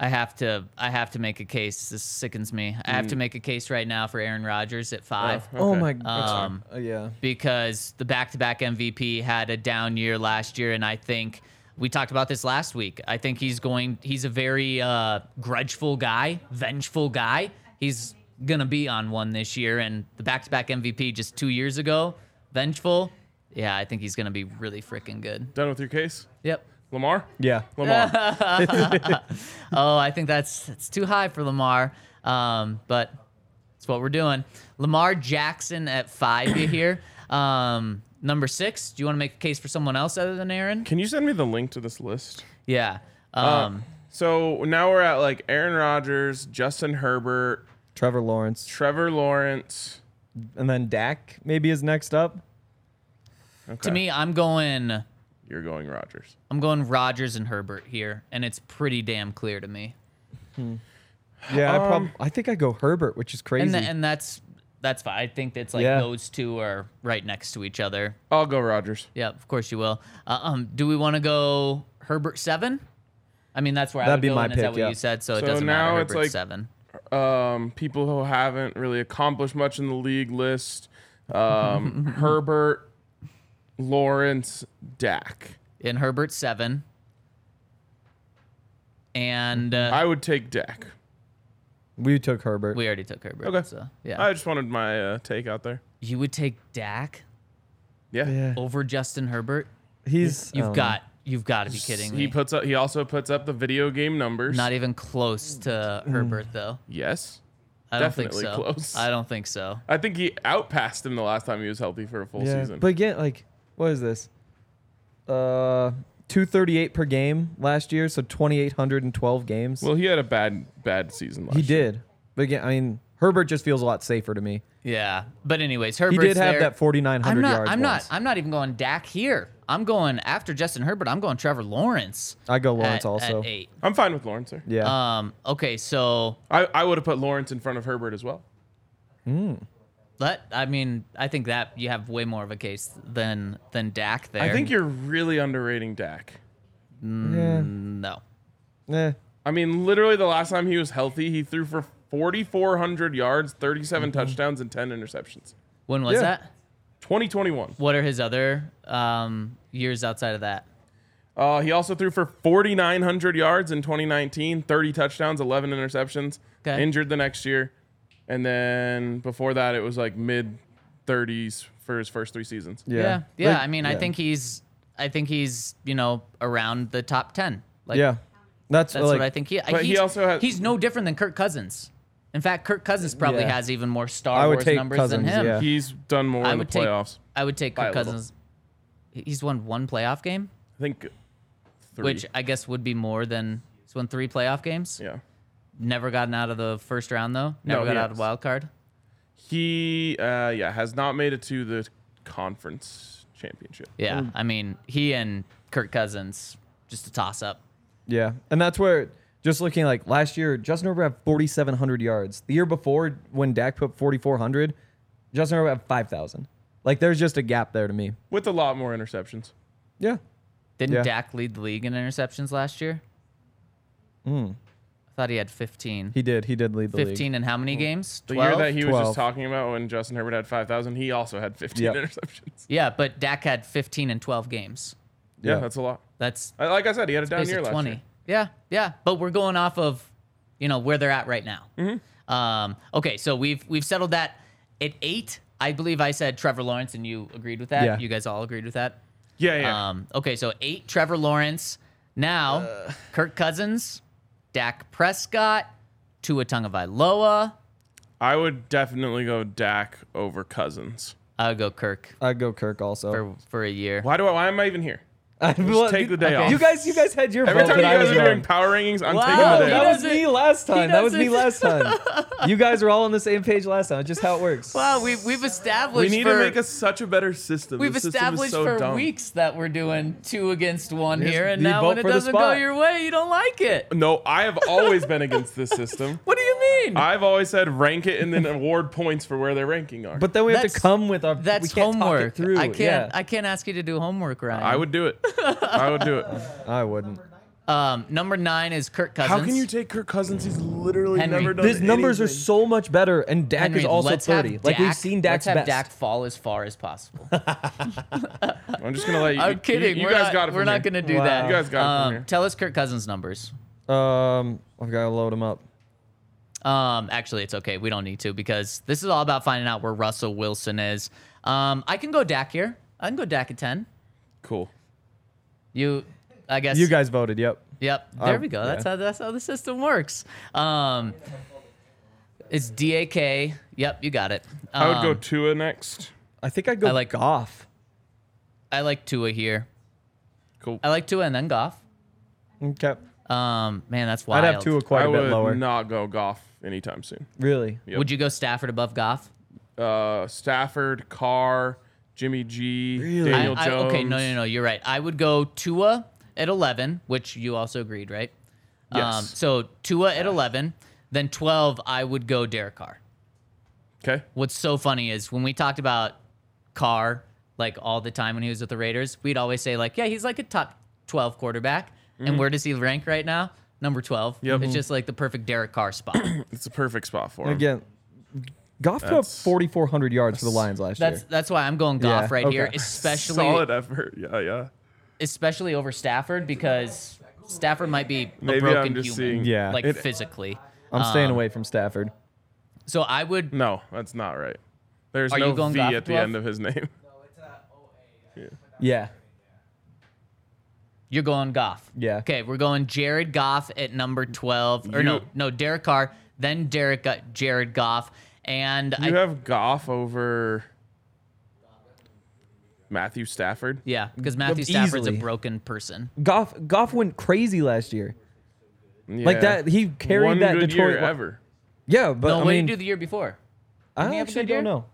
[SPEAKER 3] I have to I have to make a case. This sickens me. I have to
[SPEAKER 2] Mm.
[SPEAKER 3] make a case right now for Aaron Rodgers at five.
[SPEAKER 4] oh
[SPEAKER 2] Okay.
[SPEAKER 4] my god, Uh, yeah.
[SPEAKER 3] because the back-to-back MVP had a down year last year, and I think we talked about this last week. I think he's going. He's a very uh, grudgeful guy, vengeful guy. He's gonna be on one this year, and the back-to-back MVP just two years ago, vengeful. Yeah, I think he's gonna be really freaking good.
[SPEAKER 2] Done with your case,
[SPEAKER 3] Yep.
[SPEAKER 2] Lamar.
[SPEAKER 4] Yeah.
[SPEAKER 2] Lamar.
[SPEAKER 3] Oh, I think that's that's too high for Lamar. Um, but that's what we're doing. Lamar Jackson at five. You here? Um, number six. Do you want to make a case for someone else other than Aaron?
[SPEAKER 2] Can you send me the link to this list?
[SPEAKER 3] Yeah.
[SPEAKER 4] Oh,
[SPEAKER 3] Um,
[SPEAKER 2] So now we're at like Aaron Rodgers, Justin Herbert,
[SPEAKER 4] Trevor Lawrence.
[SPEAKER 2] Trevor Lawrence.
[SPEAKER 4] And then Dak maybe is next up.
[SPEAKER 3] to me, I'm going. I'm
[SPEAKER 2] You're going Rodgers.
[SPEAKER 3] going Rogers and Herbert here, and it's pretty damn clear to me.
[SPEAKER 4] Yeah, I
[SPEAKER 2] Um,
[SPEAKER 4] prob- I think I go Herbert, which is crazy.
[SPEAKER 3] And tha- and that's that's fine. I think that's like
[SPEAKER 4] Yeah.
[SPEAKER 3] those two are right next to each other.
[SPEAKER 2] I'll go Rodgers.
[SPEAKER 3] Yeah, of course you will. Uh, um, do we want to go Herbert seven? I mean, that's where I
[SPEAKER 4] That'd
[SPEAKER 3] would
[SPEAKER 4] be
[SPEAKER 3] go,
[SPEAKER 4] my
[SPEAKER 3] and is that
[SPEAKER 4] pick,
[SPEAKER 3] what
[SPEAKER 4] yeah.
[SPEAKER 3] you said? So, it
[SPEAKER 2] So
[SPEAKER 3] doesn't
[SPEAKER 2] now
[SPEAKER 3] matter.
[SPEAKER 2] it's
[SPEAKER 3] Herbert's
[SPEAKER 2] like-
[SPEAKER 3] seven.
[SPEAKER 2] um, people who haven't really accomplished much in the league list. Um,
[SPEAKER 3] Mhm.
[SPEAKER 2] Herbert, Lawrence, Dak.
[SPEAKER 3] In Herbert seven. And uh,
[SPEAKER 2] I would take Dak.
[SPEAKER 4] we took Herbert.
[SPEAKER 3] we already took Herbert.
[SPEAKER 2] Okay.
[SPEAKER 3] So yeah,
[SPEAKER 2] I just wanted my uh, take out there.
[SPEAKER 3] you would take Dak
[SPEAKER 2] Yeah.
[SPEAKER 4] yeah.
[SPEAKER 3] over Justin Herbert.
[SPEAKER 4] He's
[SPEAKER 3] You've
[SPEAKER 4] um,
[SPEAKER 3] got you've got to be kidding me.
[SPEAKER 2] He puts up. He also puts up the video game numbers.
[SPEAKER 3] Not e- even close to
[SPEAKER 4] Mm.
[SPEAKER 3] Herbert though.
[SPEAKER 2] yes.
[SPEAKER 3] I don't think
[SPEAKER 2] Definitely
[SPEAKER 3] so.
[SPEAKER 2] close.
[SPEAKER 3] I don't think so.
[SPEAKER 2] I think he outpassed him the last time he was healthy for a full
[SPEAKER 4] Yeah,
[SPEAKER 2] season.
[SPEAKER 4] But again, like, what is this? Uh, two thirty-eight per game last year, so twenty-eight hundred and twelve games.
[SPEAKER 2] well, he had a bad, bad season last
[SPEAKER 4] he
[SPEAKER 2] year.
[SPEAKER 4] did. But again, I mean, Herbert just feels a lot safer to me.
[SPEAKER 3] Yeah. But anyways, Herbert's
[SPEAKER 4] He did have
[SPEAKER 3] there.
[SPEAKER 4] that forty-nine
[SPEAKER 3] I'm
[SPEAKER 4] hundred
[SPEAKER 3] not.
[SPEAKER 4] yards.
[SPEAKER 3] I'm
[SPEAKER 4] once.
[SPEAKER 3] not. I'm not even going Dak here. I'm going after Justin Herbert. I'm going Trevor Lawrence.
[SPEAKER 4] I go Oh, Lawrence
[SPEAKER 3] at-
[SPEAKER 4] also.
[SPEAKER 3] at eight.
[SPEAKER 2] I'm fine with Lawrence. Sir.
[SPEAKER 4] yeah.
[SPEAKER 3] Um. Okay. So
[SPEAKER 2] I, I would have put Lawrence in front of Herbert as well.
[SPEAKER 3] that. I mean, I think that you have way more of a case than than Dak there.
[SPEAKER 2] I think you're really underrating Dak.
[SPEAKER 3] Um, no.
[SPEAKER 4] Eh,
[SPEAKER 2] I mean, literally the last time he was healthy, he threw for 4,400 yards, 37
[SPEAKER 3] Mm-hmm.
[SPEAKER 2] touchdowns, and 10 interceptions.
[SPEAKER 3] When was
[SPEAKER 4] Yeah.
[SPEAKER 3] that?
[SPEAKER 2] 2021.
[SPEAKER 3] What are his other um years outside of that?
[SPEAKER 2] Uh, he also threw for 4,900 yards in 2019, 30 touchdowns, 11 interceptions.
[SPEAKER 3] Okay.
[SPEAKER 2] Injured the next year. And then before that, it was like mid 30s for his first three seasons.
[SPEAKER 4] yeah.
[SPEAKER 3] Yeah. Yeah.
[SPEAKER 4] Like,
[SPEAKER 3] I mean, I
[SPEAKER 4] yeah.
[SPEAKER 3] think he's. I think he's. You know, around the top ten. Like,
[SPEAKER 4] yeah. That's,
[SPEAKER 3] That's
[SPEAKER 4] like,
[SPEAKER 3] what I think he.
[SPEAKER 2] But he
[SPEAKER 3] he's-
[SPEAKER 2] also had-
[SPEAKER 3] He's no different than Kirk Cousins. In In fact, Kirk Cousins probably
[SPEAKER 4] Yeah.
[SPEAKER 3] has even more Star
[SPEAKER 4] I would
[SPEAKER 3] Wars
[SPEAKER 4] take
[SPEAKER 3] numbers
[SPEAKER 4] Cousins,
[SPEAKER 3] than him.
[SPEAKER 4] yeah.
[SPEAKER 2] He's done more
[SPEAKER 3] I
[SPEAKER 2] in the
[SPEAKER 3] would take.
[SPEAKER 2] playoffs.
[SPEAKER 3] I would take
[SPEAKER 2] By
[SPEAKER 3] Kirk
[SPEAKER 2] a little.
[SPEAKER 3] Cousins. He's won one playoff game,
[SPEAKER 2] I think three.
[SPEAKER 3] which I guess would be more than he's won three playoff games.
[SPEAKER 2] yeah.
[SPEAKER 3] Never gotten out of the first round though. Never
[SPEAKER 2] No,
[SPEAKER 3] got
[SPEAKER 2] he
[SPEAKER 3] out of
[SPEAKER 2] has.
[SPEAKER 3] wild card.
[SPEAKER 2] He uh yeah, has not made it to the conference championship.
[SPEAKER 3] Yeah, I mean he and Kirk Cousins just a toss up.
[SPEAKER 4] Yeah, and that's where just looking like last year, Justin Herbert had 4,700 yards. The year before, when Dak put 4,400, Justin Herbert had 5,000. Like there's just a gap there to me.
[SPEAKER 2] With a lot more interceptions.
[SPEAKER 4] Yeah,
[SPEAKER 3] Didn't
[SPEAKER 4] Yeah.
[SPEAKER 3] Dak lead the league in interceptions last year? I thought he had 15.
[SPEAKER 4] Hmm. he did. He did lead the league.
[SPEAKER 3] 15 in how many games?
[SPEAKER 2] The
[SPEAKER 3] 12?
[SPEAKER 2] year that he was
[SPEAKER 4] 12.
[SPEAKER 2] just talking about when Justin Herbert had five thousand, he also had fifteen
[SPEAKER 4] Yep.
[SPEAKER 2] interceptions.
[SPEAKER 3] yeah, but Dak had 15 in 12 games.
[SPEAKER 2] Yeah,
[SPEAKER 4] Yeah.
[SPEAKER 2] that's a lot.
[SPEAKER 3] That's
[SPEAKER 2] I- Like I said, he had a down year
[SPEAKER 3] basically
[SPEAKER 2] last
[SPEAKER 3] 20.
[SPEAKER 2] year.
[SPEAKER 3] Yeah, yeah. But we're going off of, you know, where they're at right now.
[SPEAKER 2] Mm-hmm.
[SPEAKER 3] Um, okay, so we've we've settled that at eight. I believe I said Trevor Lawrence, and you agreed with that.
[SPEAKER 4] Yeah.
[SPEAKER 3] You guys all agreed with that.
[SPEAKER 2] Yeah, yeah.
[SPEAKER 3] Um, okay, so eight Trevor Lawrence. Now
[SPEAKER 2] Uh.
[SPEAKER 3] Kirk Cousins, Dak Prescott, Tua Tungavailoa.
[SPEAKER 2] I would definitely go Dak over Cousins.
[SPEAKER 3] I would go Kirk
[SPEAKER 4] I'd go Kirk also.
[SPEAKER 3] for, for a year.
[SPEAKER 2] Why do I? Why am I even here?
[SPEAKER 4] I
[SPEAKER 2] Just take the day off.
[SPEAKER 4] You guys, you guys had your
[SPEAKER 2] Every
[SPEAKER 4] vote,
[SPEAKER 2] time you
[SPEAKER 4] but I
[SPEAKER 2] guys
[SPEAKER 4] was
[SPEAKER 2] are doing
[SPEAKER 4] wrong.
[SPEAKER 2] power rankings, I'm
[SPEAKER 3] Wow.
[SPEAKER 2] taking the day
[SPEAKER 3] He
[SPEAKER 4] that
[SPEAKER 2] off.
[SPEAKER 4] was
[SPEAKER 3] doesn't-
[SPEAKER 4] me last time. That was me
[SPEAKER 3] doesn't-
[SPEAKER 4] last time. you guys are all on the same page last time. It's just how it works.
[SPEAKER 3] Wow, we, we've established
[SPEAKER 2] We need
[SPEAKER 3] for,
[SPEAKER 2] to make a, such a better system.
[SPEAKER 3] we've
[SPEAKER 2] This system is
[SPEAKER 3] established
[SPEAKER 2] so
[SPEAKER 3] for
[SPEAKER 2] dumb.
[SPEAKER 3] weeks that we're doing two against one
[SPEAKER 4] Yes,
[SPEAKER 3] here, and
[SPEAKER 4] you
[SPEAKER 3] now when
[SPEAKER 4] vote
[SPEAKER 3] it
[SPEAKER 4] for the
[SPEAKER 3] doesn't go
[SPEAKER 4] spot.
[SPEAKER 3] your way, you don't like it.
[SPEAKER 2] No, I have always been against this system.
[SPEAKER 3] What do you mean?
[SPEAKER 2] I've always said rank it and then award points for where their ranking are.
[SPEAKER 4] But then we have to
[SPEAKER 3] That's-
[SPEAKER 4] come with our. we
[SPEAKER 3] That's
[SPEAKER 4] can't talk it
[SPEAKER 3] homework.
[SPEAKER 4] through.
[SPEAKER 3] I can't.
[SPEAKER 4] Yeah.
[SPEAKER 3] I can't ask you to do homework, Ryan.
[SPEAKER 2] I would do it. I would do it.
[SPEAKER 4] I wouldn't.
[SPEAKER 3] Um, number nine is Kirk Cousins.
[SPEAKER 2] How can you take Kirk Cousins? He's literally
[SPEAKER 3] Henry.
[SPEAKER 2] never done.
[SPEAKER 4] His numbers are
[SPEAKER 2] anything.
[SPEAKER 4] so much better, and Dak
[SPEAKER 3] Henry,
[SPEAKER 4] is also
[SPEAKER 3] let's have
[SPEAKER 4] 30. Like we've
[SPEAKER 3] Dak-
[SPEAKER 4] seen Dak's
[SPEAKER 3] let's have
[SPEAKER 4] best.
[SPEAKER 3] Dak fall as far as possible.
[SPEAKER 2] I'm just gonna let you.
[SPEAKER 3] I'm kidding.
[SPEAKER 2] You, you
[SPEAKER 3] we're
[SPEAKER 2] guys
[SPEAKER 3] not,
[SPEAKER 2] got it.
[SPEAKER 3] We're
[SPEAKER 2] from
[SPEAKER 3] not
[SPEAKER 2] here.
[SPEAKER 3] gonna do
[SPEAKER 4] Wow.
[SPEAKER 3] that.
[SPEAKER 2] You guys got it from
[SPEAKER 3] Um,
[SPEAKER 2] here.
[SPEAKER 3] Tell us Kirk Cousins numbers.
[SPEAKER 4] Um, I've got to load him up.
[SPEAKER 3] Um, actually, it's okay. We don't need to because this is all about finding out where Russell Wilson is. Um, I can go Dak here. I can go Dak at ten.
[SPEAKER 2] Cool.
[SPEAKER 3] You, I guess
[SPEAKER 4] You guys voted, yep.
[SPEAKER 3] Yep. There
[SPEAKER 4] Um,
[SPEAKER 3] we go. That's
[SPEAKER 4] yeah.
[SPEAKER 3] how that's how the system works. Um, it's DAK. Yep, you got it. Um,
[SPEAKER 2] I would go Tua next.
[SPEAKER 4] I think I'd go
[SPEAKER 3] I like-
[SPEAKER 4] Goff.
[SPEAKER 3] I like Tua here.
[SPEAKER 2] Cool.
[SPEAKER 3] I like Tua and then Goff.
[SPEAKER 4] Okay.
[SPEAKER 3] Um, man, that's
[SPEAKER 4] I'd
[SPEAKER 3] wild.
[SPEAKER 4] have Tua quite
[SPEAKER 2] I
[SPEAKER 4] a bit
[SPEAKER 2] would
[SPEAKER 4] lower.
[SPEAKER 2] not go Goff anytime soon.
[SPEAKER 4] Really?
[SPEAKER 3] Would you go Stafford above Goff?
[SPEAKER 2] Uh, Stafford, Carr, Jimmy G, Daniel
[SPEAKER 3] I, I,
[SPEAKER 2] Jones.
[SPEAKER 3] okay, no, no, no. You're right. I would go Tua at 11, which you also agreed, right? Um,
[SPEAKER 2] Yes.
[SPEAKER 3] so Tua at 11, then 12, I would go Derek Carr.
[SPEAKER 2] Okay.
[SPEAKER 3] what's so funny is when we talked about Carr like all the time when he was with the Raiders, we'd always say like, yeah, he's like a top 12 quarterback. And where does he rank right now? Number 12.
[SPEAKER 2] Mm-hmm. Yep.
[SPEAKER 3] It's just like the perfect Derek Carr spot.
[SPEAKER 2] It's a perfect spot for him.
[SPEAKER 4] Again, Goff put up
[SPEAKER 2] That's-
[SPEAKER 4] 4,400 yards for the Lions last
[SPEAKER 3] that's
[SPEAKER 4] year.
[SPEAKER 3] that's why I'm going
[SPEAKER 4] Yeah,
[SPEAKER 3] golf right here,
[SPEAKER 4] okay.
[SPEAKER 3] especially
[SPEAKER 2] Solid effort. Yeah, yeah.
[SPEAKER 3] especially over Stafford because Stafford might be a
[SPEAKER 2] Maybe I'm
[SPEAKER 3] broken
[SPEAKER 2] just
[SPEAKER 3] human,
[SPEAKER 2] seeing-
[SPEAKER 4] Yeah.
[SPEAKER 3] like
[SPEAKER 4] It-
[SPEAKER 3] physically.
[SPEAKER 4] I'm staying away from Stafford.
[SPEAKER 3] So I would
[SPEAKER 2] No, that's not right. There's
[SPEAKER 3] Are
[SPEAKER 2] no
[SPEAKER 3] you going
[SPEAKER 2] V
[SPEAKER 3] Goff
[SPEAKER 2] at the
[SPEAKER 3] 12?
[SPEAKER 2] end of his name.
[SPEAKER 4] Yeah.
[SPEAKER 3] You're going Goff.
[SPEAKER 4] Yeah.
[SPEAKER 3] Okay, we're going Jared Goff at number twelve, or no,
[SPEAKER 2] You-
[SPEAKER 3] no Derek Carr, then Derek uh, Jared Goff, and I,
[SPEAKER 2] You have Goff over Matthew Stafford.
[SPEAKER 3] yeah, because Matthew Stafford's
[SPEAKER 4] Mm, Easily.
[SPEAKER 3] a broken person.
[SPEAKER 4] Goff Goff went crazy last year. Like
[SPEAKER 2] Yeah.
[SPEAKER 4] that, he carried
[SPEAKER 2] One
[SPEAKER 4] that
[SPEAKER 2] good
[SPEAKER 4] Detroit.
[SPEAKER 2] year ever.
[SPEAKER 4] Yeah, but
[SPEAKER 3] No,
[SPEAKER 4] I
[SPEAKER 3] what
[SPEAKER 4] mean,
[SPEAKER 3] did he do the year before?
[SPEAKER 4] I
[SPEAKER 3] he have a
[SPEAKER 4] actually
[SPEAKER 3] good year?
[SPEAKER 4] don't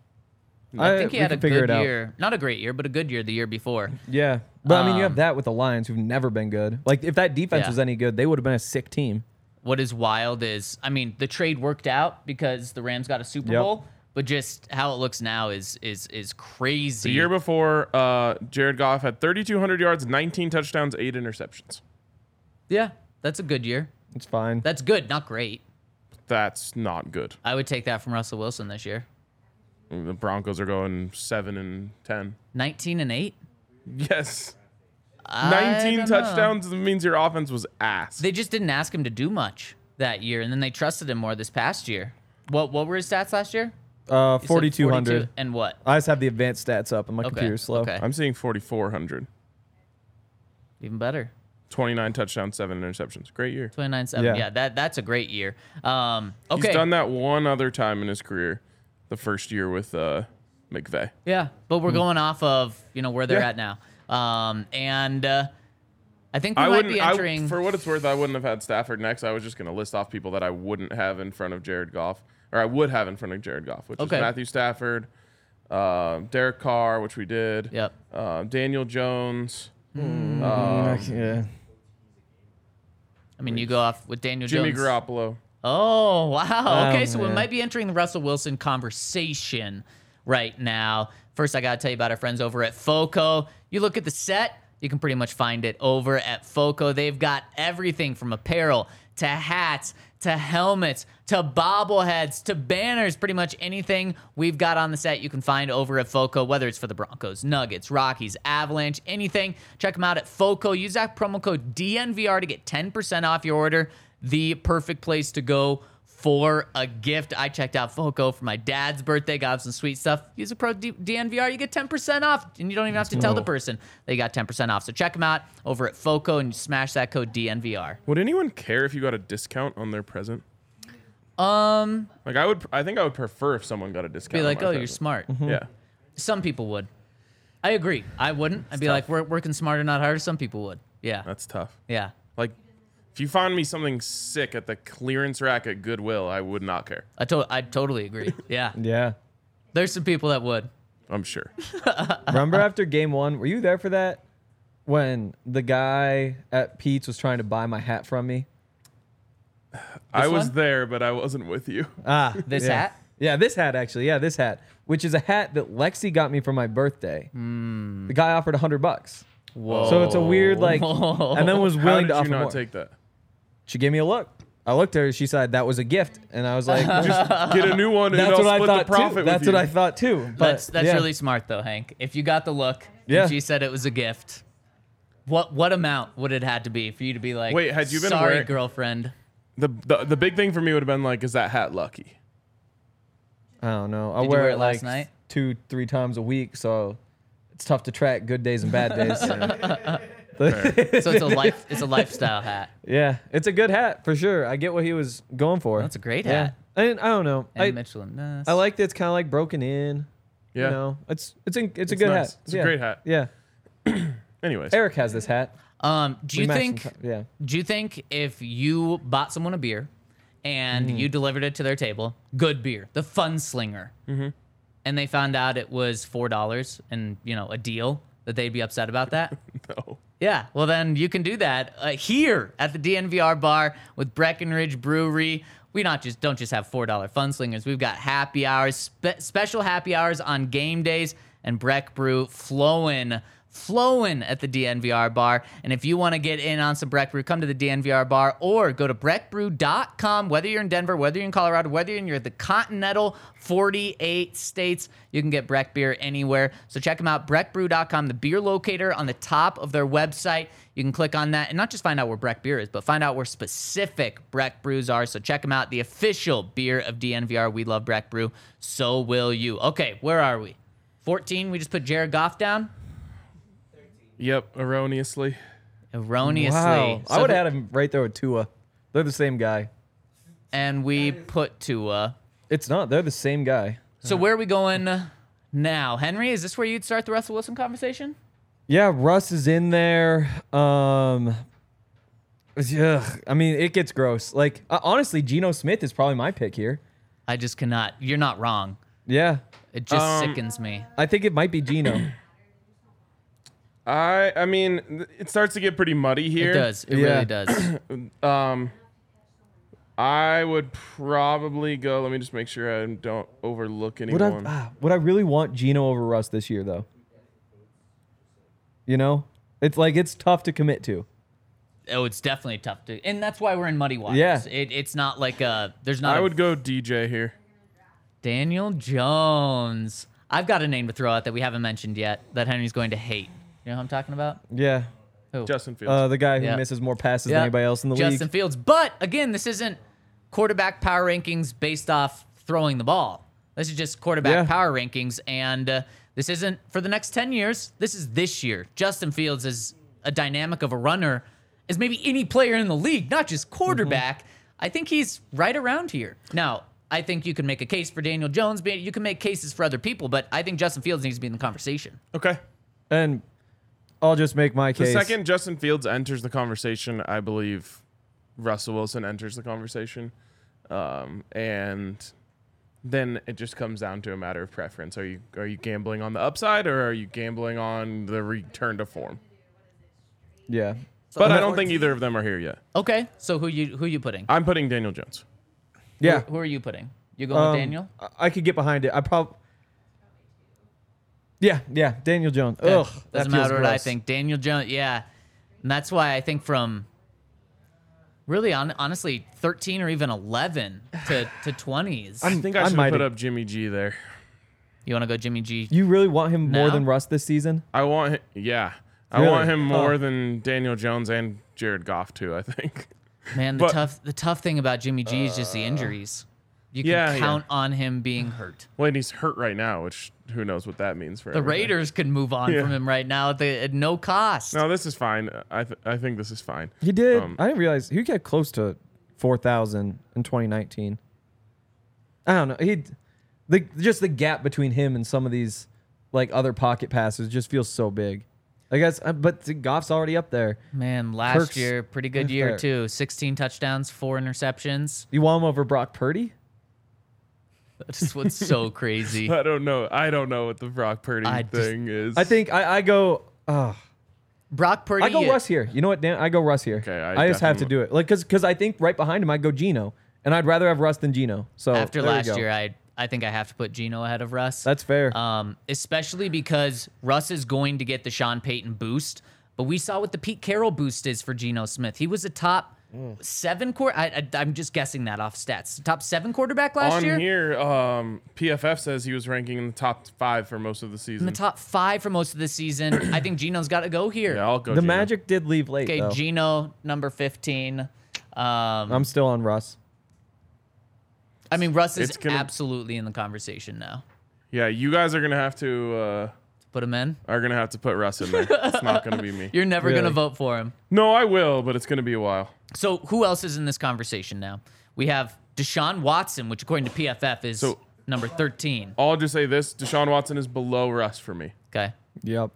[SPEAKER 4] know.
[SPEAKER 3] I think he
[SPEAKER 4] we
[SPEAKER 3] had a
[SPEAKER 4] can figure
[SPEAKER 3] good
[SPEAKER 4] it out.
[SPEAKER 3] year, not a great year, but a good year the year before.
[SPEAKER 4] Yeah, but I mean, you have that with the Lions, who've never been good. Like if that defense
[SPEAKER 3] Um, Yeah.
[SPEAKER 4] was any good, they would have been a sick team.
[SPEAKER 3] What is wild is, I mean, the trade worked out because the Rams got a Super
[SPEAKER 4] Yep.
[SPEAKER 3] Bowl, but just how it looks now is is is crazy.
[SPEAKER 2] The year before, uh, Jared Goff had 3,200 yards, 19 touchdowns, eight interceptions.
[SPEAKER 3] yeah, that's a good year.
[SPEAKER 4] It's fine.
[SPEAKER 3] That's good, not great.
[SPEAKER 2] That's not good.
[SPEAKER 3] I would take that from Russell Wilson this year.
[SPEAKER 2] The Broncos are going seven and ten.
[SPEAKER 3] Nineteen and eight.
[SPEAKER 2] Yes,
[SPEAKER 3] I
[SPEAKER 2] nineteen
[SPEAKER 3] don't know.
[SPEAKER 2] touchdowns means your offense was ass.
[SPEAKER 3] They just didn't ask him to do much that year, and then they trusted him more this past year. What what were his stats last year?
[SPEAKER 4] uh,
[SPEAKER 3] You said
[SPEAKER 4] 4,200.
[SPEAKER 3] 42 And what?
[SPEAKER 4] I just have the advanced stats up, and my
[SPEAKER 3] Okay.
[SPEAKER 4] computer's slow.
[SPEAKER 3] Okay.
[SPEAKER 2] I'm seeing 4,400.
[SPEAKER 3] Even better.
[SPEAKER 2] 29 touchdowns, seven interceptions. Great year.
[SPEAKER 3] 29 7. Yeah.
[SPEAKER 4] Yeah.
[SPEAKER 3] that that's a great year. Um, okay.
[SPEAKER 2] He's done that one other time in his career, the first year with uh, McVay.
[SPEAKER 3] Yeah, but we're going off of you know where they're
[SPEAKER 2] Mm-hmm. Yeah.
[SPEAKER 3] at now, um, and uh, I think we
[SPEAKER 2] I
[SPEAKER 3] might
[SPEAKER 2] wouldn't.
[SPEAKER 3] be
[SPEAKER 2] I-
[SPEAKER 3] entering.
[SPEAKER 2] for what it's worth, I wouldn't have had Stafford next. I was just going to list off people that I wouldn't have in front of Jared Goff, or I would have in front of Jared Goff, which
[SPEAKER 3] Okay.
[SPEAKER 2] is Matthew Stafford, um, Derek Carr, which we did.
[SPEAKER 3] Yep.
[SPEAKER 2] Um, Daniel Jones, Hmm. uh,
[SPEAKER 4] yeah.
[SPEAKER 3] I mean, you go off with Daniel
[SPEAKER 2] Jimmy
[SPEAKER 3] Jones.
[SPEAKER 2] Garoppolo.
[SPEAKER 3] Oh wow. Okay,
[SPEAKER 4] Um,
[SPEAKER 3] so we
[SPEAKER 4] yeah.
[SPEAKER 3] might be entering the Russell Wilson conversation right now. First, I gotta tell you about our friends over at Foco. You look at the set, you can pretty much find it over at Foco. They've got everything from apparel to hats to helmets to bobbleheads to banners. Pretty much anything we've got on the set, you can find over at Foco. Whether it's for the Broncos, Nuggets, Rockies, Avalanche, anything, check them out at Foco. Use that promo code DNVR to get 10% off your order the perfect place to go for a gift. I checked out Foco for my dad's birthday, got him some sweet stuff. Use a pro D- DNVR, you get 10% off, and you don't even have to tell the person they got 10% off. So check them out over at Foco and smash that code DNVR.
[SPEAKER 2] Would anyone care if you got a discount on their present? Um, like I would. I think I would prefer if someone got a discount.
[SPEAKER 3] Be
[SPEAKER 2] on
[SPEAKER 3] like,
[SPEAKER 2] my
[SPEAKER 3] oh, you're
[SPEAKER 2] present."
[SPEAKER 3] smart.
[SPEAKER 2] Yeah.
[SPEAKER 3] Some people would. I agree. I wouldn't. I'd be like, we're working smarter, not harder. Some people would. Yeah.
[SPEAKER 2] That's tough.
[SPEAKER 3] yeah.
[SPEAKER 2] Like, if you found me something sick at the clearance rack at Goodwill, I would not care.
[SPEAKER 3] I, to- I totally agree. Yeah.
[SPEAKER 4] Yeah.
[SPEAKER 3] There's some people that would.
[SPEAKER 2] I'm sure.
[SPEAKER 4] Remember after game one, were you there for that? When the guy at Pete's was trying to buy my hat from me.
[SPEAKER 2] I was
[SPEAKER 3] one?
[SPEAKER 2] there, but I wasn't with you.
[SPEAKER 4] Ah,
[SPEAKER 3] This
[SPEAKER 4] yeah.
[SPEAKER 3] hat?
[SPEAKER 4] Yeah, this hat actually. Yeah, this hat, which is a hat that Lexi got me for my birthday.
[SPEAKER 2] Hmm.
[SPEAKER 4] The guy offered hundred bucks.
[SPEAKER 3] Whoa.
[SPEAKER 4] So it's a weird like, and then was
[SPEAKER 2] How
[SPEAKER 4] willing
[SPEAKER 2] did
[SPEAKER 4] to
[SPEAKER 2] you
[SPEAKER 4] offer
[SPEAKER 2] not
[SPEAKER 4] more.
[SPEAKER 2] take that?
[SPEAKER 4] she gave me a look. I looked at her. She said that was a gift, and I was like,
[SPEAKER 2] Get a new one, and
[SPEAKER 4] "That's
[SPEAKER 2] I'll
[SPEAKER 4] what I
[SPEAKER 2] split
[SPEAKER 4] thought
[SPEAKER 2] the profit
[SPEAKER 4] too."
[SPEAKER 2] with
[SPEAKER 4] That's
[SPEAKER 2] you.
[SPEAKER 4] what I thought too. But
[SPEAKER 3] That's that's
[SPEAKER 4] yeah.
[SPEAKER 3] really smart though, Hank. If you got the look,
[SPEAKER 4] Yeah.
[SPEAKER 3] and she said it was a gift. What what amount would it had to be for you to be like?
[SPEAKER 2] Wait, had you been
[SPEAKER 3] sorry,
[SPEAKER 2] wearing-
[SPEAKER 3] girlfriend?
[SPEAKER 2] the, the the big thing for me would have been like, is that hat lucky?
[SPEAKER 4] I don't know. I
[SPEAKER 3] you
[SPEAKER 4] wear
[SPEAKER 3] wear
[SPEAKER 4] it
[SPEAKER 3] it last
[SPEAKER 4] like
[SPEAKER 3] night?
[SPEAKER 4] two, three times a week, so it's tough to track good days and bad days.
[SPEAKER 3] So it's a life it's a lifestyle hat.
[SPEAKER 4] Yeah, it's a good hat for sure. I get what he was going for.
[SPEAKER 3] That's a great
[SPEAKER 4] yeah.
[SPEAKER 3] hat.
[SPEAKER 4] And I don't know.
[SPEAKER 3] And
[SPEAKER 4] I,
[SPEAKER 3] Michelin. Nah,
[SPEAKER 4] I like that it's kind of like broken in.
[SPEAKER 2] Yeah.
[SPEAKER 4] You know, it's it's in, it's, a
[SPEAKER 2] It's
[SPEAKER 4] good
[SPEAKER 2] nice.
[SPEAKER 4] hat.
[SPEAKER 2] It's a
[SPEAKER 4] Yeah.
[SPEAKER 2] great hat.
[SPEAKER 4] Yeah.
[SPEAKER 2] Anyways,
[SPEAKER 4] Eric has this hat.
[SPEAKER 3] Um, do
[SPEAKER 4] We
[SPEAKER 3] you
[SPEAKER 4] matched
[SPEAKER 3] think?
[SPEAKER 4] sometime- Yeah.
[SPEAKER 3] Do you think if you bought someone a beer and
[SPEAKER 4] Mm.
[SPEAKER 3] you delivered it to their table, good beer, the Fun Slinger,
[SPEAKER 4] Mm-hmm.
[SPEAKER 3] and they found out it was four dollars and you know a deal, that they'd be upset about that?
[SPEAKER 2] no.
[SPEAKER 3] Yeah, well then you can do that uh, here at the DNVR bar with Breckenridge Brewery. We not just don't just have four dollar funslingers. We've got happy hours, spe- special happy hours on game days, and Breck Brew flowing, flowing at the DNVR bar. And if you want to get in on some Breck Brew, come to the DNVR bar or go to breckbrew.com. Whether you're in Denver, whether you're in Colorado, whether you're in your- the continental 48 states, you can get Breck beer anywhere. So check them out, breckbrew.com, the beer locator on the top of their website. You can click on that and not just find out where Breck beer is, but find out where specific Breck brews are. So check them out, the official beer of DNVR. We love Breck brew. So will you. Okay, where are we? 14, we just put Jared Goff down
[SPEAKER 2] Yep, erroneously.
[SPEAKER 3] erroneously.
[SPEAKER 4] Wow. I
[SPEAKER 3] So
[SPEAKER 4] would
[SPEAKER 3] the-
[SPEAKER 4] have had him right there with Tua. They're the same guy.
[SPEAKER 3] And we put Tua.
[SPEAKER 4] It's not. They're the same guy.
[SPEAKER 3] So where are we going uh, now? Henry, is this where you'd start the Russell Wilson conversation?
[SPEAKER 4] Yeah, Russ is in there. Um yeah, I mean, it gets gross. Like uh, honestly, Geno Smith is probably my pick here.
[SPEAKER 3] I just cannot. You're not wrong.
[SPEAKER 4] Yeah.
[SPEAKER 3] It just
[SPEAKER 2] Um,
[SPEAKER 3] sickens me.
[SPEAKER 4] I think it might be Geno.
[SPEAKER 2] I I mean, th- it starts to get pretty muddy here.
[SPEAKER 3] It does. It
[SPEAKER 4] Yeah.
[SPEAKER 3] really does.
[SPEAKER 2] Um, I would probably go. Let me just make sure I don't overlook
[SPEAKER 4] would I
[SPEAKER 2] anyone.
[SPEAKER 4] ah, would I really want Geno over Russ this year though? You know? It's like it's tough to commit to.
[SPEAKER 3] Oh, it's definitely tough to, and that's why we're in muddy waters.
[SPEAKER 4] Yeah.
[SPEAKER 3] It, it's not like uh There's not.
[SPEAKER 2] I
[SPEAKER 3] a-
[SPEAKER 2] would go DJ here.
[SPEAKER 3] Daniel Jones. I've got a name to throw out that we haven't mentioned yet that Henry's going to hate. You know who I'm talking about?
[SPEAKER 4] Yeah.
[SPEAKER 3] Who?
[SPEAKER 2] Justin Fields.
[SPEAKER 4] Uh, the guy who
[SPEAKER 3] Yeah.
[SPEAKER 4] misses more passes
[SPEAKER 3] Yeah.
[SPEAKER 4] than anybody else in the
[SPEAKER 3] Justin
[SPEAKER 4] league.
[SPEAKER 3] Fields. But again, this isn't quarterback power rankings based off throwing the ball. This is just quarterback
[SPEAKER 4] Yeah.
[SPEAKER 3] power rankings, and uh, this isn't for the next ten years. This is this year. Justin Fields is a dynamic of a runner, as maybe any player in the league, not just quarterback.
[SPEAKER 4] Mm-hmm.
[SPEAKER 3] I think he's right around here. Now, I think you can make a case for Daniel Jones. but You can make cases for other people, but I think Justin Fields needs to be in the conversation.
[SPEAKER 4] Uh,
[SPEAKER 2] Okay.
[SPEAKER 4] And I'll just make my
[SPEAKER 2] The
[SPEAKER 4] case.
[SPEAKER 2] second Justin Fields enters the conversation, I believe Russell Wilson enters the conversation. Um, and then it just comes down to a matter of preference. Are you are you gambling on the upside or are you gambling on the return to form?
[SPEAKER 4] yeah.
[SPEAKER 2] But I don't think either of them are here yet.
[SPEAKER 3] Okay, so who you who you putting?
[SPEAKER 2] I'm putting Daniel Jones.
[SPEAKER 4] Yeah.
[SPEAKER 3] Who are you putting? You going
[SPEAKER 4] Um,
[SPEAKER 3] with Daniel?
[SPEAKER 4] I- I could get behind it. I probably. Yeah, yeah, Daniel Jones.
[SPEAKER 3] Yeah,
[SPEAKER 4] Ugh, that
[SPEAKER 3] doesn't
[SPEAKER 4] feels
[SPEAKER 3] matter what I
[SPEAKER 4] gross.
[SPEAKER 3] think. Daniel Jones, yeah, and that's why I think from really on honestly 13 or even 11 to to 20s.
[SPEAKER 2] I think I,
[SPEAKER 4] Hmm, I
[SPEAKER 2] should
[SPEAKER 4] might e-
[SPEAKER 2] put
[SPEAKER 4] have-
[SPEAKER 2] up Jimmy G there.
[SPEAKER 3] you want to go Jimmy G?
[SPEAKER 4] You really want him more
[SPEAKER 3] No.
[SPEAKER 4] than Russ this season?
[SPEAKER 2] I want hi- yeah. I
[SPEAKER 4] Really?
[SPEAKER 2] want him more
[SPEAKER 4] Huh.
[SPEAKER 2] than Daniel Jones and Jared Goff too, I think.
[SPEAKER 3] Man, the
[SPEAKER 2] but- Uh,
[SPEAKER 3] tough the tough thing about Jimmy G is just the injuries. You can
[SPEAKER 2] yeah, yeah.
[SPEAKER 3] count on him being hurt.
[SPEAKER 2] Well, and he's hurt right now, which who knows what that means for
[SPEAKER 3] The
[SPEAKER 2] everything.
[SPEAKER 3] Raiders can move on
[SPEAKER 2] Yeah.
[SPEAKER 3] from him right now at, the, at no cost.
[SPEAKER 2] No, this is fine. I th- I think this is fine.
[SPEAKER 4] He did.
[SPEAKER 2] Um,
[SPEAKER 4] I didn't realize he got close to four thousand in twenty nineteen. I don't know. He, the just the gap between him and some of these like other pocket passes just feels so big. I guess, uh, but Goff's already up there.
[SPEAKER 3] Man, last
[SPEAKER 4] Kirk's-
[SPEAKER 3] year pretty good
[SPEAKER 4] Kirk's
[SPEAKER 3] year
[SPEAKER 4] there.
[SPEAKER 3] too. 16 touchdowns, four interceptions.
[SPEAKER 4] You want him over Brock Purdy?
[SPEAKER 3] That's what's so crazy.
[SPEAKER 2] I don't know. I don't know what the Brock Purdy
[SPEAKER 3] I just-
[SPEAKER 2] thing is.
[SPEAKER 4] I think I, I go. Uh,
[SPEAKER 3] Brock Purdy. uh,
[SPEAKER 4] I go Russ here. You know what, Dan? I go Russ here.
[SPEAKER 2] Okay, I
[SPEAKER 4] I, just have to
[SPEAKER 2] definitely-
[SPEAKER 4] do it. Like, cause, 'cause I think right behind him, I go Gino, and I'd rather have Russ than Gino.
[SPEAKER 2] Oh,
[SPEAKER 4] So
[SPEAKER 3] after
[SPEAKER 4] there you
[SPEAKER 3] last
[SPEAKER 4] go.
[SPEAKER 3] year, I I think I have to put Gino ahead of Russ.
[SPEAKER 4] that's fair.
[SPEAKER 3] um, especially because Russ is going to get the Sean Payton boost. But we saw what the Pete Carroll boost is for Geno Smith. He was a top
[SPEAKER 2] Mm.
[SPEAKER 3] seven quarter. I, I, am just guessing that off stats. Top seven quarterback last
[SPEAKER 2] on
[SPEAKER 3] year.
[SPEAKER 2] here, um, PFF says he was ranking in the top five for most of the season.
[SPEAKER 3] In the top five for most of the season. I think Geno's got to go here.
[SPEAKER 2] yeah, I'll go.
[SPEAKER 4] the
[SPEAKER 2] Geno.
[SPEAKER 4] Magic did leave late.
[SPEAKER 3] okay,
[SPEAKER 4] though.
[SPEAKER 3] Geno number fifteen. Um,
[SPEAKER 4] I'm still on Russ.
[SPEAKER 3] I mean, Russ is
[SPEAKER 2] It's gonna-
[SPEAKER 3] absolutely in the conversation now.
[SPEAKER 2] Yeah, you guys are gonna have to uh,
[SPEAKER 3] Put him in.
[SPEAKER 2] are gonna have to put Russ in there. it's not gonna be me.
[SPEAKER 3] You're never gonna
[SPEAKER 4] Really?
[SPEAKER 3] vote for him.
[SPEAKER 2] No, I will, but it's gonna be a while.
[SPEAKER 3] So who else is in this conversation now? We have Deshaun Watson, which according to PFF is
[SPEAKER 2] So-
[SPEAKER 3] number 13.
[SPEAKER 2] I'll just say this: Deshaun Watson is below Russ for me.
[SPEAKER 3] Okay,
[SPEAKER 4] Yep.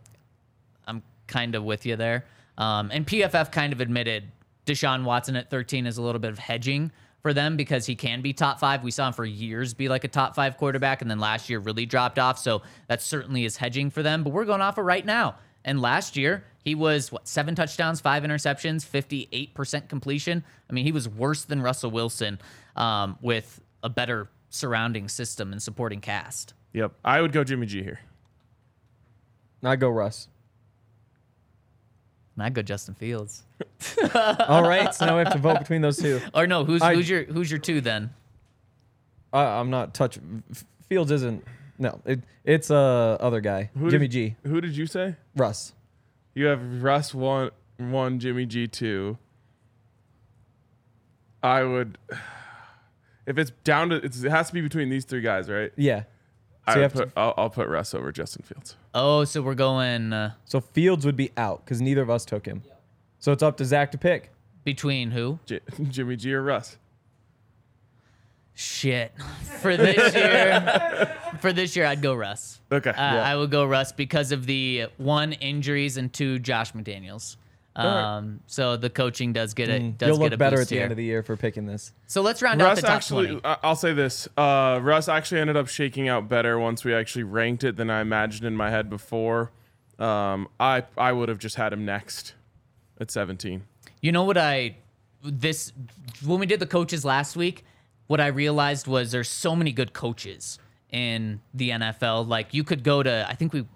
[SPEAKER 3] I'm kind of with you there. Um, and PFF kind of admitted Deshaun Watson at 13 is a little bit of hedging for them because he can be top five. We saw him for years be like a top five quarterback, and then last year really dropped off. So that certainly is hedging for them. But we're going off of right now. And last year he was what seven touchdowns, five interceptions, 58% completion. I mean, he was worse than Russell Wilson um, with a better surrounding system and supporting cast.
[SPEAKER 2] Yep, I would go Jimmy G here.
[SPEAKER 4] I go Russ.
[SPEAKER 3] And I go Justin Fields.
[SPEAKER 4] All right. So now we have to vote between those two.
[SPEAKER 3] Or no, who's
[SPEAKER 4] I-
[SPEAKER 3] who's your who's your two then?
[SPEAKER 4] I, I'm not touch. F- Fields isn't. No, it, it's uh other guy,
[SPEAKER 2] Who
[SPEAKER 4] Jimmy
[SPEAKER 2] did-
[SPEAKER 4] G.
[SPEAKER 2] Who did you say?
[SPEAKER 4] Russ.
[SPEAKER 2] You have Russ one, one Jimmy G two. I would, if it's down to, it's, it has to be between these three guys, right?
[SPEAKER 4] Yeah.
[SPEAKER 2] I
[SPEAKER 4] you
[SPEAKER 2] would
[SPEAKER 4] have to-
[SPEAKER 2] put, I'll, I'll put Russ over Justin Fields.
[SPEAKER 3] Oh, so we're going uh,
[SPEAKER 4] So Fields would be out because neither of us took him. So it's up to Zach to pick.
[SPEAKER 3] between who?
[SPEAKER 2] J- Jimmy G or Russ?
[SPEAKER 3] Shit. For this year, for this year, I'd go Russ.
[SPEAKER 2] Okay.
[SPEAKER 3] Uh, I would go Russ because of the one injuries and two Josh McDaniels. Um, so the coaching does get it. Does
[SPEAKER 4] Mm. You'll
[SPEAKER 3] get
[SPEAKER 4] look
[SPEAKER 3] a
[SPEAKER 4] better
[SPEAKER 3] boost
[SPEAKER 4] at the
[SPEAKER 3] here.
[SPEAKER 4] end of the year for picking this.
[SPEAKER 3] So let's round out
[SPEAKER 2] Russ
[SPEAKER 3] the top
[SPEAKER 2] actually,
[SPEAKER 3] twenty.
[SPEAKER 2] I- I'll say this. Uh, Russ actually ended up shaking out better once we actually ranked it than I imagined in my head before. Um, I I would have just had him next at 17.
[SPEAKER 3] You know what I this when we did the coaches last week, what I realized was there's so many good coaches in the NFL. Like you could go to I think we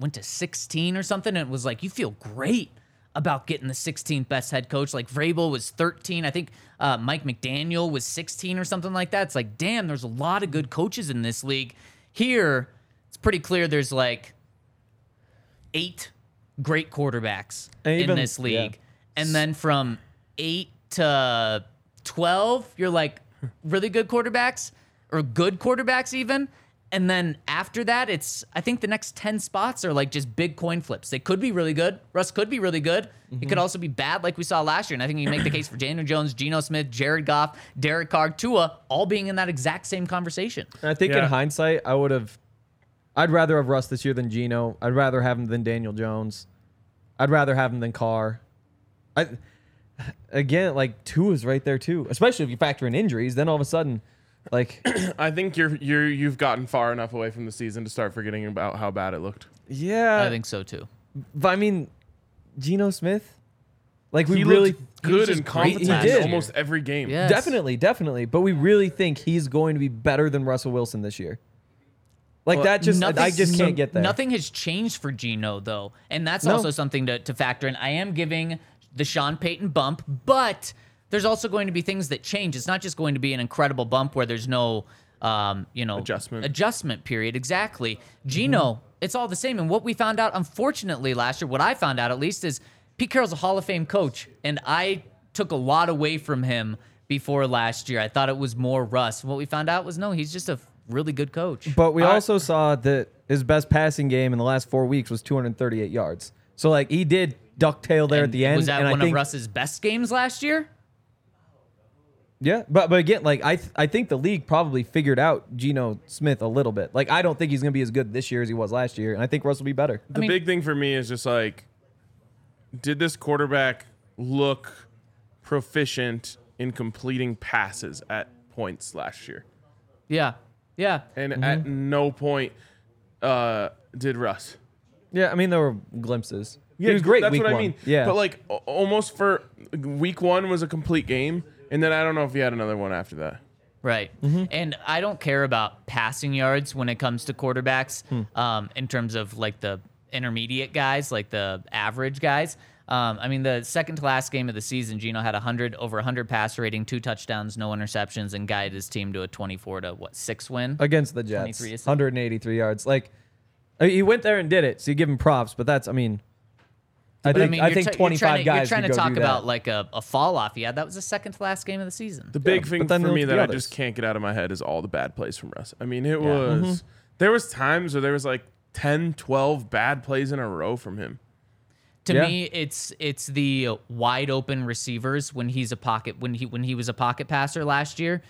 [SPEAKER 3] went to 16 or something and it was like you feel great about getting the 16th best head coach. Like Vrabel was 13. I think uh, Mike McDaniel was 16 or something like that. It's like damn, there's a lot of good coaches in this league. Here, it's pretty clear there's like eight great quarterbacks
[SPEAKER 4] And
[SPEAKER 3] in
[SPEAKER 4] even-
[SPEAKER 3] this
[SPEAKER 4] yeah.
[SPEAKER 3] league. And then from eight to 12, you're like really good quarterbacks or good quarterbacks, even. And then after that, it's I think the next ten spots are like just big coin flips. They could be really good. Russ could be really good. It
[SPEAKER 4] Mm-hmm.
[SPEAKER 3] could also be bad, like we saw last year. And I think you make the case for Daniel Jones, Geno Smith, Jared Goff, Derek Carr, Tua, all being in that exact same conversation.
[SPEAKER 4] And I think
[SPEAKER 2] Yeah.
[SPEAKER 4] in hindsight, I would have. I'd rather have Russ this year than Gino. I'd rather have him than Daniel Jones. I'd rather have him than Carr. I again like two is right there too. Especially if you factor in injuries, then all of a sudden, like
[SPEAKER 2] I think you're you're you've gotten far enough away from the season to start forgetting about how bad it looked.
[SPEAKER 4] yeah.
[SPEAKER 3] I think so too.
[SPEAKER 4] but I mean, Geno Smith, like we
[SPEAKER 2] He
[SPEAKER 4] really
[SPEAKER 2] looked
[SPEAKER 3] was
[SPEAKER 2] good
[SPEAKER 3] just
[SPEAKER 2] and
[SPEAKER 3] great
[SPEAKER 2] competent
[SPEAKER 4] last
[SPEAKER 2] in
[SPEAKER 4] year.
[SPEAKER 2] almost every game.
[SPEAKER 3] Yeah.
[SPEAKER 4] Definitely, definitely. But we really think he's going to be better than Russell Wilson this year. Like
[SPEAKER 3] Well,
[SPEAKER 4] that just I
[SPEAKER 3] nothing's-
[SPEAKER 4] just can't get there.
[SPEAKER 3] Nothing has changed for Gino though, and that's
[SPEAKER 4] No.
[SPEAKER 3] also something to, to factor in. I am giving the Sean Payton bump, but there's also going to be things that change. It's not just going to be an incredible bump where there's no, um, you know,
[SPEAKER 2] Adjustment.
[SPEAKER 3] adjustment period. Exactly,
[SPEAKER 4] Mm-hmm.
[SPEAKER 3] Gino. It's all the same. And what we found out, unfortunately, last year, what I found out at least is Pete Carroll's a Hall of Fame coach, and I took a lot away from him before last year. I thought it was more Russ. What we found out was no, he's just a really good coach.
[SPEAKER 4] But we also saw that his best passing game in the last four weeks was 238 yards. So like he did ducktail there at
[SPEAKER 3] And
[SPEAKER 4] the end.
[SPEAKER 3] Was that
[SPEAKER 4] and
[SPEAKER 3] one
[SPEAKER 4] I think,
[SPEAKER 3] of Russ's best games last year?
[SPEAKER 4] Yeah, but but again, like I th- I think the league probably figured out Geno Smith a little bit. Like I don't think he's gonna be as good this year as he was last year, and I think Russ will be better.
[SPEAKER 2] The
[SPEAKER 3] mean-
[SPEAKER 2] big thing for me is just like, did this quarterback look proficient in completing passes at points last year?
[SPEAKER 3] Yeah. Yeah.
[SPEAKER 2] And at no point uh, did Russ.
[SPEAKER 4] Yeah, I mean there were glimpses. he was great.
[SPEAKER 2] That's
[SPEAKER 4] week
[SPEAKER 2] what
[SPEAKER 4] one.
[SPEAKER 2] I mean.
[SPEAKER 4] Yeah,
[SPEAKER 2] But like a- almost for week one was a complete game, and then I don't know if he had another one after that.
[SPEAKER 3] Right.
[SPEAKER 4] Mm-hmm.
[SPEAKER 3] And I don't care about passing yards when it comes to quarterbacks
[SPEAKER 4] Hmm.
[SPEAKER 3] um, in terms of like the intermediate guys, like the average guys. Um, I mean, the second to last game of the season, Gino had 100 over 100 pass rating, two touchdowns, no interceptions, and guided his team to a 24 to what six win.
[SPEAKER 4] against the Jets,
[SPEAKER 3] 23 is-
[SPEAKER 4] 183 yards. Like I mean, he went there and did it, so you give him props. But that's I mean, I
[SPEAKER 3] But
[SPEAKER 4] think I,
[SPEAKER 3] you're
[SPEAKER 4] think
[SPEAKER 3] try-
[SPEAKER 4] 25
[SPEAKER 3] you're trying to,
[SPEAKER 4] guys
[SPEAKER 3] You're trying
[SPEAKER 4] could
[SPEAKER 3] to
[SPEAKER 4] go
[SPEAKER 3] talk
[SPEAKER 4] do that.
[SPEAKER 3] about like a, a fall off. Yeah, that was the second to last game of the season.
[SPEAKER 2] The big thing
[SPEAKER 4] but then
[SPEAKER 2] for
[SPEAKER 4] they'll
[SPEAKER 2] me
[SPEAKER 4] do
[SPEAKER 2] that I
[SPEAKER 4] others. Mm-hmm.
[SPEAKER 2] just can't get out of my head is all the bad plays from Russ. I mean, it was there was times where there was like 10, 12 bad plays in a row from him.
[SPEAKER 3] To
[SPEAKER 4] Yeah.
[SPEAKER 3] me, it's it's the wide open receivers when he's a pocket when he when he was a pocket passer last year.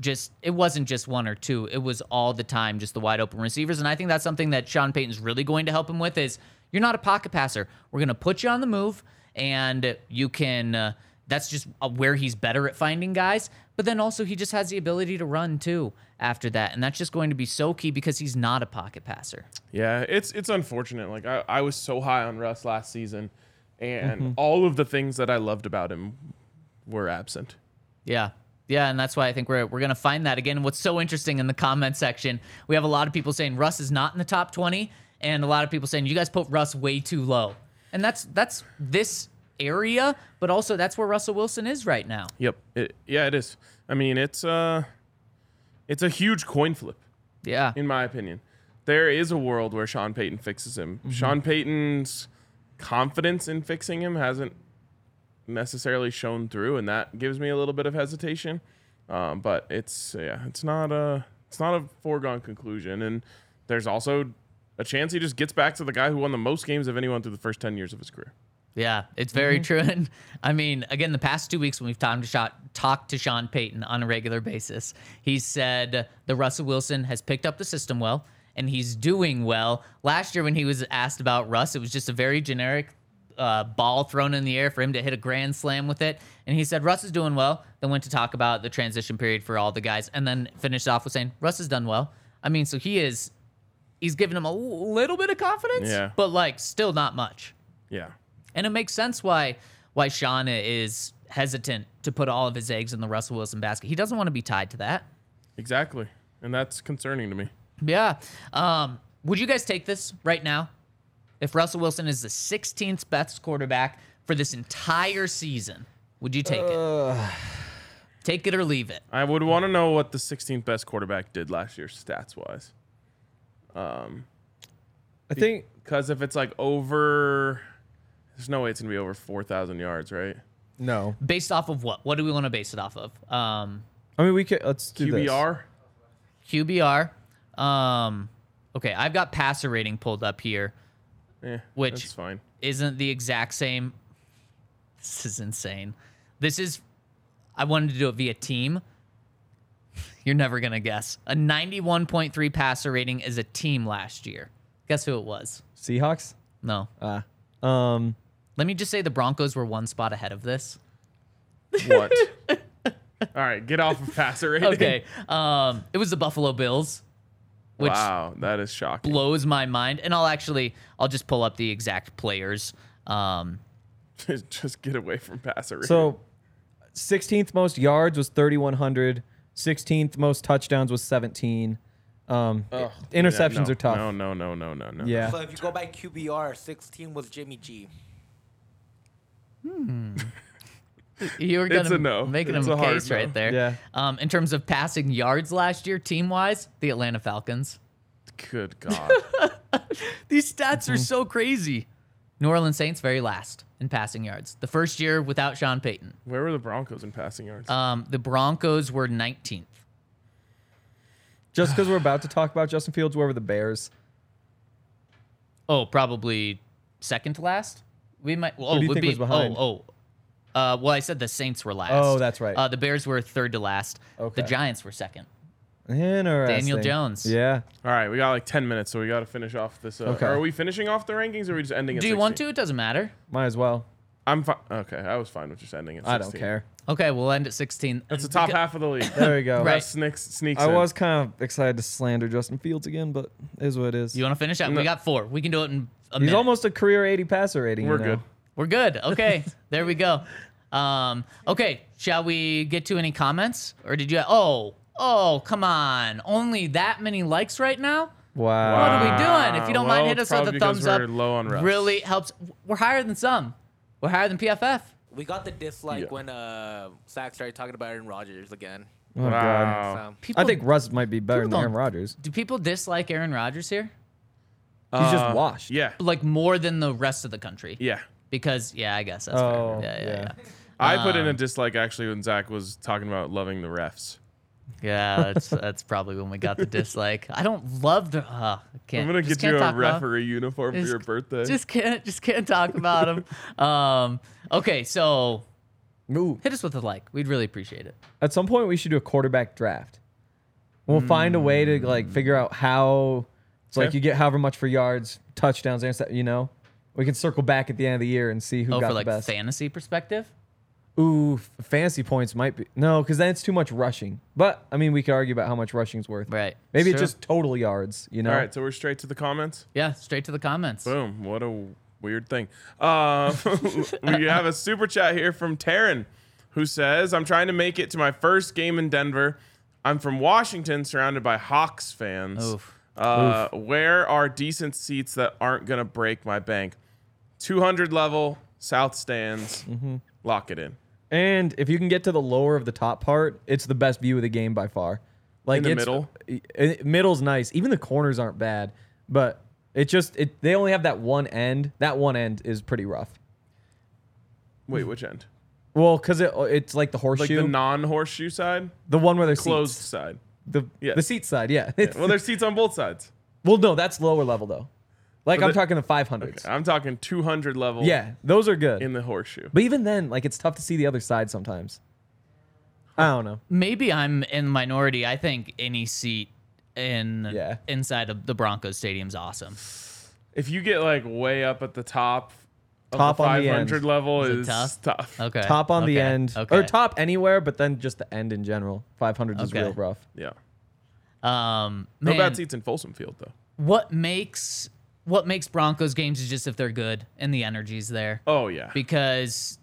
[SPEAKER 3] Just it wasn't just one or two; it was all the time just the wide open receivers. And I think that's something that Sean Payton's really going to help him with is you're not a pocket passer. We're going to put you on the move, and you can. Uh, that's just uh, where he's better at finding guys. But then also he just has the ability to run too after that, and that's just going to be so key because he's not a pocket passer.
[SPEAKER 2] Yeah, it's it's unfortunate. Like I, I was so high on Russ last season, and
[SPEAKER 4] Mm-hmm.
[SPEAKER 2] all of the things that I loved about him were absent.
[SPEAKER 3] Yeah. Yeah, and that's why I think we're we're gonna find that again. What's so interesting in the comment section, we have a lot of people saying Russ is not in the top twenty, and a lot of people saying you guys put Russ way too low. And that's that's this area, but also that's where Russell Wilson is right now.
[SPEAKER 2] Yep. It, yeah, it is. I mean, it's uh it's a huge coin flip.
[SPEAKER 3] Yeah.
[SPEAKER 2] in my opinion. There is a world where Sean Payton fixes him. Sean Payton's confidence in fixing him hasn't necessarily shown through, and that gives me a little bit of hesitation. Um, but it's yeah, it's not a it's not a foregone conclusion, and there's also a chance he just gets back to the guy who won the most games of anyone through the first ten years of his career.
[SPEAKER 3] Yeah, it's very true. And I mean, again, the past two weeks when we've talked to, shot, talked to Sean Payton on a regular basis, he said the Russell Wilson has picked up the system well and he's doing well. Last year, when he was asked about Russ, it was just a very generic uh, ball thrown in the air for him to hit a grand slam with it. And he said, Russ is doing well. Then went to talk about the transition period for all the guys and then finished off with saying, Russ has done well. I mean, so he is, he's given him a little bit of confidence,
[SPEAKER 2] Yeah.
[SPEAKER 3] but like still not much.
[SPEAKER 2] Yeah,
[SPEAKER 3] And it makes sense why why Sean is hesitant to put all of his eggs in the Russell Wilson basket. He doesn't want to be tied to that.
[SPEAKER 2] exactly, and that's concerning to me.
[SPEAKER 3] Yeah. Um, would you guys take this right now? If Russell Wilson is the 16th best quarterback for this entire season, would you take
[SPEAKER 2] Uh.
[SPEAKER 3] it? Take it or leave it.
[SPEAKER 2] I would want to know what the 16th best quarterback did last year, stats wise.
[SPEAKER 4] I think
[SPEAKER 2] Because if it's like over, there's no way it's gonna be over four thousand yards, right?
[SPEAKER 4] no.
[SPEAKER 3] Based off of what? What do we want to base it off of? Um,
[SPEAKER 4] I mean, we could let's do this.
[SPEAKER 2] QBR.
[SPEAKER 3] QBR. Um, okay, I've got passer rating pulled up here,
[SPEAKER 2] Yeah,
[SPEAKER 3] Which-
[SPEAKER 2] that's fine.
[SPEAKER 3] isn't the exact same. This is insane. This is, I wanted to do it via team. You're never going to guess. A 91.3 passer rating as a team last year. Guess who it was?
[SPEAKER 4] Seahawks.
[SPEAKER 3] No.
[SPEAKER 4] Ah. Um.
[SPEAKER 3] Let me just say the Broncos were one spot ahead of this.
[SPEAKER 2] What? All right, get off of passer rating.
[SPEAKER 3] Okay. um, it was the Buffalo Bills, which
[SPEAKER 2] wow, that is shocking.
[SPEAKER 3] blows my mind. And I'll actually, I'll just pull up the exact players. Um,
[SPEAKER 2] Just get away from passer rating.
[SPEAKER 4] So, 16th most yards was 3,100. 16th most touchdowns was 17. Um,
[SPEAKER 2] Oh,
[SPEAKER 4] interceptions
[SPEAKER 2] Yeah, no,
[SPEAKER 4] are tough.
[SPEAKER 2] No, no, no, no, no, no.
[SPEAKER 4] Yeah.
[SPEAKER 5] So if you go by QBR, 16 was Jimmy G.
[SPEAKER 3] you were
[SPEAKER 2] It's
[SPEAKER 3] gonna
[SPEAKER 2] a no.
[SPEAKER 3] making
[SPEAKER 2] It's
[SPEAKER 3] them
[SPEAKER 2] a
[SPEAKER 3] a
[SPEAKER 2] hard
[SPEAKER 3] case
[SPEAKER 2] no.
[SPEAKER 3] right there.
[SPEAKER 4] Yeah.
[SPEAKER 3] Um, in terms of passing yards last year, team wise, the Atlanta Falcons.
[SPEAKER 2] Good God.
[SPEAKER 3] These stats
[SPEAKER 4] Mm-hmm.
[SPEAKER 3] are so crazy. New Orleans Saints very last in passing yards. The first year without Sean Payton.
[SPEAKER 2] Where were the Broncos in passing yards?
[SPEAKER 3] Um, the Broncos were 19th.
[SPEAKER 4] Just because we're about to talk about Justin Fields, whoever the Bears.
[SPEAKER 3] Oh, probably second to last. We might. Oh,
[SPEAKER 4] do you
[SPEAKER 3] would
[SPEAKER 4] think
[SPEAKER 3] be.
[SPEAKER 4] was behind?
[SPEAKER 3] Oh, oh. Uh, well, I said the Saints were last.
[SPEAKER 4] Oh, that's right.
[SPEAKER 3] Uh, the Bears were third to last.
[SPEAKER 4] Okay.
[SPEAKER 3] The Giants were second.
[SPEAKER 4] Interesting.
[SPEAKER 3] Jones.
[SPEAKER 4] Yeah.
[SPEAKER 2] All right, we got like 10 minutes, so we got to finish off this. Uh,
[SPEAKER 4] Okay.
[SPEAKER 2] Are we finishing off the rankings or are we just ending at
[SPEAKER 3] Do you want
[SPEAKER 2] 16?
[SPEAKER 3] to? It doesn't matter.
[SPEAKER 4] Might as well.
[SPEAKER 2] I'm fine. Okay, I was fine with just ending at 16.
[SPEAKER 4] I don't care.
[SPEAKER 3] Okay, we'll end at 16.
[SPEAKER 2] That's the top half of the league.
[SPEAKER 4] There we go.
[SPEAKER 3] Right.
[SPEAKER 2] That sneaks, sneaks
[SPEAKER 4] I
[SPEAKER 2] in.
[SPEAKER 4] was kind of excited to slander Justin Fields again, but it is what it is.
[SPEAKER 3] You want to finish out? We got four. We can do it in a
[SPEAKER 4] He's
[SPEAKER 3] minute.
[SPEAKER 4] almost a career 80 passer rating. you
[SPEAKER 2] We're
[SPEAKER 4] know.
[SPEAKER 2] good.
[SPEAKER 3] We're good. Okay, there we go. Um, okay, shall we get to any comments, or did you? Oh, oh, come on! Only that many likes right now.
[SPEAKER 4] Wow.
[SPEAKER 3] What are we doing? If you don't
[SPEAKER 2] Uh, Well,
[SPEAKER 3] mind, hit us
[SPEAKER 2] probably
[SPEAKER 3] with a
[SPEAKER 2] because
[SPEAKER 3] thumbs
[SPEAKER 2] we're
[SPEAKER 3] up.
[SPEAKER 2] low on refs.
[SPEAKER 3] really helps. We're higher than some. We're higher than PFF.
[SPEAKER 5] We got the dislike
[SPEAKER 2] Yeah.
[SPEAKER 5] when uh, Zach started talking about Aaron Rodgers again.
[SPEAKER 4] Oh, God.
[SPEAKER 2] Wow.
[SPEAKER 5] So,
[SPEAKER 3] People,
[SPEAKER 4] I think Russ might be better
[SPEAKER 3] People
[SPEAKER 4] than Aaron
[SPEAKER 3] don't-
[SPEAKER 4] Rodgers.
[SPEAKER 3] Do people dislike Aaron Rodgers here?
[SPEAKER 4] He's
[SPEAKER 2] Uh,
[SPEAKER 4] just washed.
[SPEAKER 2] Yeah.
[SPEAKER 3] Like more than the rest of the country?
[SPEAKER 2] Yeah.
[SPEAKER 3] Because yeah, I guess that's
[SPEAKER 4] Oh,
[SPEAKER 3] fair. Yeah, yeah,
[SPEAKER 4] yeah.
[SPEAKER 3] yeah.
[SPEAKER 2] I put
[SPEAKER 3] Um,
[SPEAKER 2] in a dislike actually when Zach was talking about loving the refs.
[SPEAKER 3] Yeah, that's that's probably when we got the dislike. I don't love the. Uh, can't,
[SPEAKER 2] I'm gonna
[SPEAKER 3] just
[SPEAKER 2] get you
[SPEAKER 3] can't
[SPEAKER 2] a
[SPEAKER 3] talk about-
[SPEAKER 2] referee uniform
[SPEAKER 3] just-
[SPEAKER 2] for your birthday.
[SPEAKER 3] Just can't just can't talk about them. Um, okay, so
[SPEAKER 4] Ooh.
[SPEAKER 3] hit us with a like. We'd really appreciate it.
[SPEAKER 4] At some point, we should do a quarterback draft. We'll find a way to like figure out how. It's like
[SPEAKER 2] Okay.
[SPEAKER 4] you get however much for yards, touchdowns, and stuff, you know. We can circle back at the end of the year and see who
[SPEAKER 3] Oh,
[SPEAKER 4] got
[SPEAKER 3] for
[SPEAKER 4] the
[SPEAKER 3] like
[SPEAKER 4] best.
[SPEAKER 3] fantasy perspective.
[SPEAKER 4] Ooh, f- fantasy points might be no, because then it's too much rushing. But I mean, we could argue about how much rushing's worth.
[SPEAKER 3] Right.
[SPEAKER 4] Maybe it's
[SPEAKER 3] Sure.
[SPEAKER 4] just total yards. You know.
[SPEAKER 2] All right, so we're straight to the comments.
[SPEAKER 3] Yeah, straight to the comments.
[SPEAKER 2] Boom. What a weird thing. Uh, we have a super chat here from Taryn who says, I'm trying to make it to my first game in Denver. I'm from Washington, surrounded by Hawks fans.
[SPEAKER 3] Oof.
[SPEAKER 2] Uh, Where are decent seats that aren't going to break my bank? 200 level, South stands.
[SPEAKER 3] Mm-hmm.
[SPEAKER 2] Lock it in.
[SPEAKER 4] And if you can get to the lower of the top part, it's the best view of the game by far. Like
[SPEAKER 2] In the
[SPEAKER 4] it's-
[SPEAKER 2] middle?
[SPEAKER 4] i- i- middle's nice. Even the corners aren't bad, but it just it they only have that one end. That one end is pretty rough.
[SPEAKER 2] Wait, which end?
[SPEAKER 4] Well, because it uh, it's like the horseshoe,
[SPEAKER 2] Like the non horseshoe side?
[SPEAKER 4] the one where there's
[SPEAKER 2] Closed
[SPEAKER 4] seats.
[SPEAKER 2] side.
[SPEAKER 4] The
[SPEAKER 2] Yeah.
[SPEAKER 4] the seat side, yeah.
[SPEAKER 2] Well, there's seats on both sides.
[SPEAKER 4] well, no, that's lower level though. Like
[SPEAKER 2] But
[SPEAKER 4] I'm
[SPEAKER 2] the-
[SPEAKER 4] talking the 500s.
[SPEAKER 2] I'm talking 200 level
[SPEAKER 4] Yeah, those are good.
[SPEAKER 2] in the horseshoe.
[SPEAKER 4] but even then, like it's tough to see the other side sometimes. I don't know.
[SPEAKER 3] Maybe I'm in the minority. I think any seat in
[SPEAKER 4] Yeah.
[SPEAKER 3] inside of the Broncos stadium's awesome.
[SPEAKER 2] If you get like way up at the top, of
[SPEAKER 4] Top
[SPEAKER 2] the
[SPEAKER 4] on the
[SPEAKER 2] 500
[SPEAKER 4] end.
[SPEAKER 2] level
[SPEAKER 3] Is it
[SPEAKER 2] is tough.
[SPEAKER 3] tough? Okay.
[SPEAKER 4] Top on the
[SPEAKER 3] okay,
[SPEAKER 4] end,
[SPEAKER 3] Okay.
[SPEAKER 4] or top anywhere, but then just the end in general. 500 is
[SPEAKER 3] Okay.
[SPEAKER 4] real rough.
[SPEAKER 2] Yeah.
[SPEAKER 3] Um,
[SPEAKER 2] No
[SPEAKER 3] man,
[SPEAKER 2] bad seats in Folsom Field though.
[SPEAKER 3] What makes what makes Broncos games is just if they're good and the energy's there.
[SPEAKER 2] Oh yeah.
[SPEAKER 3] because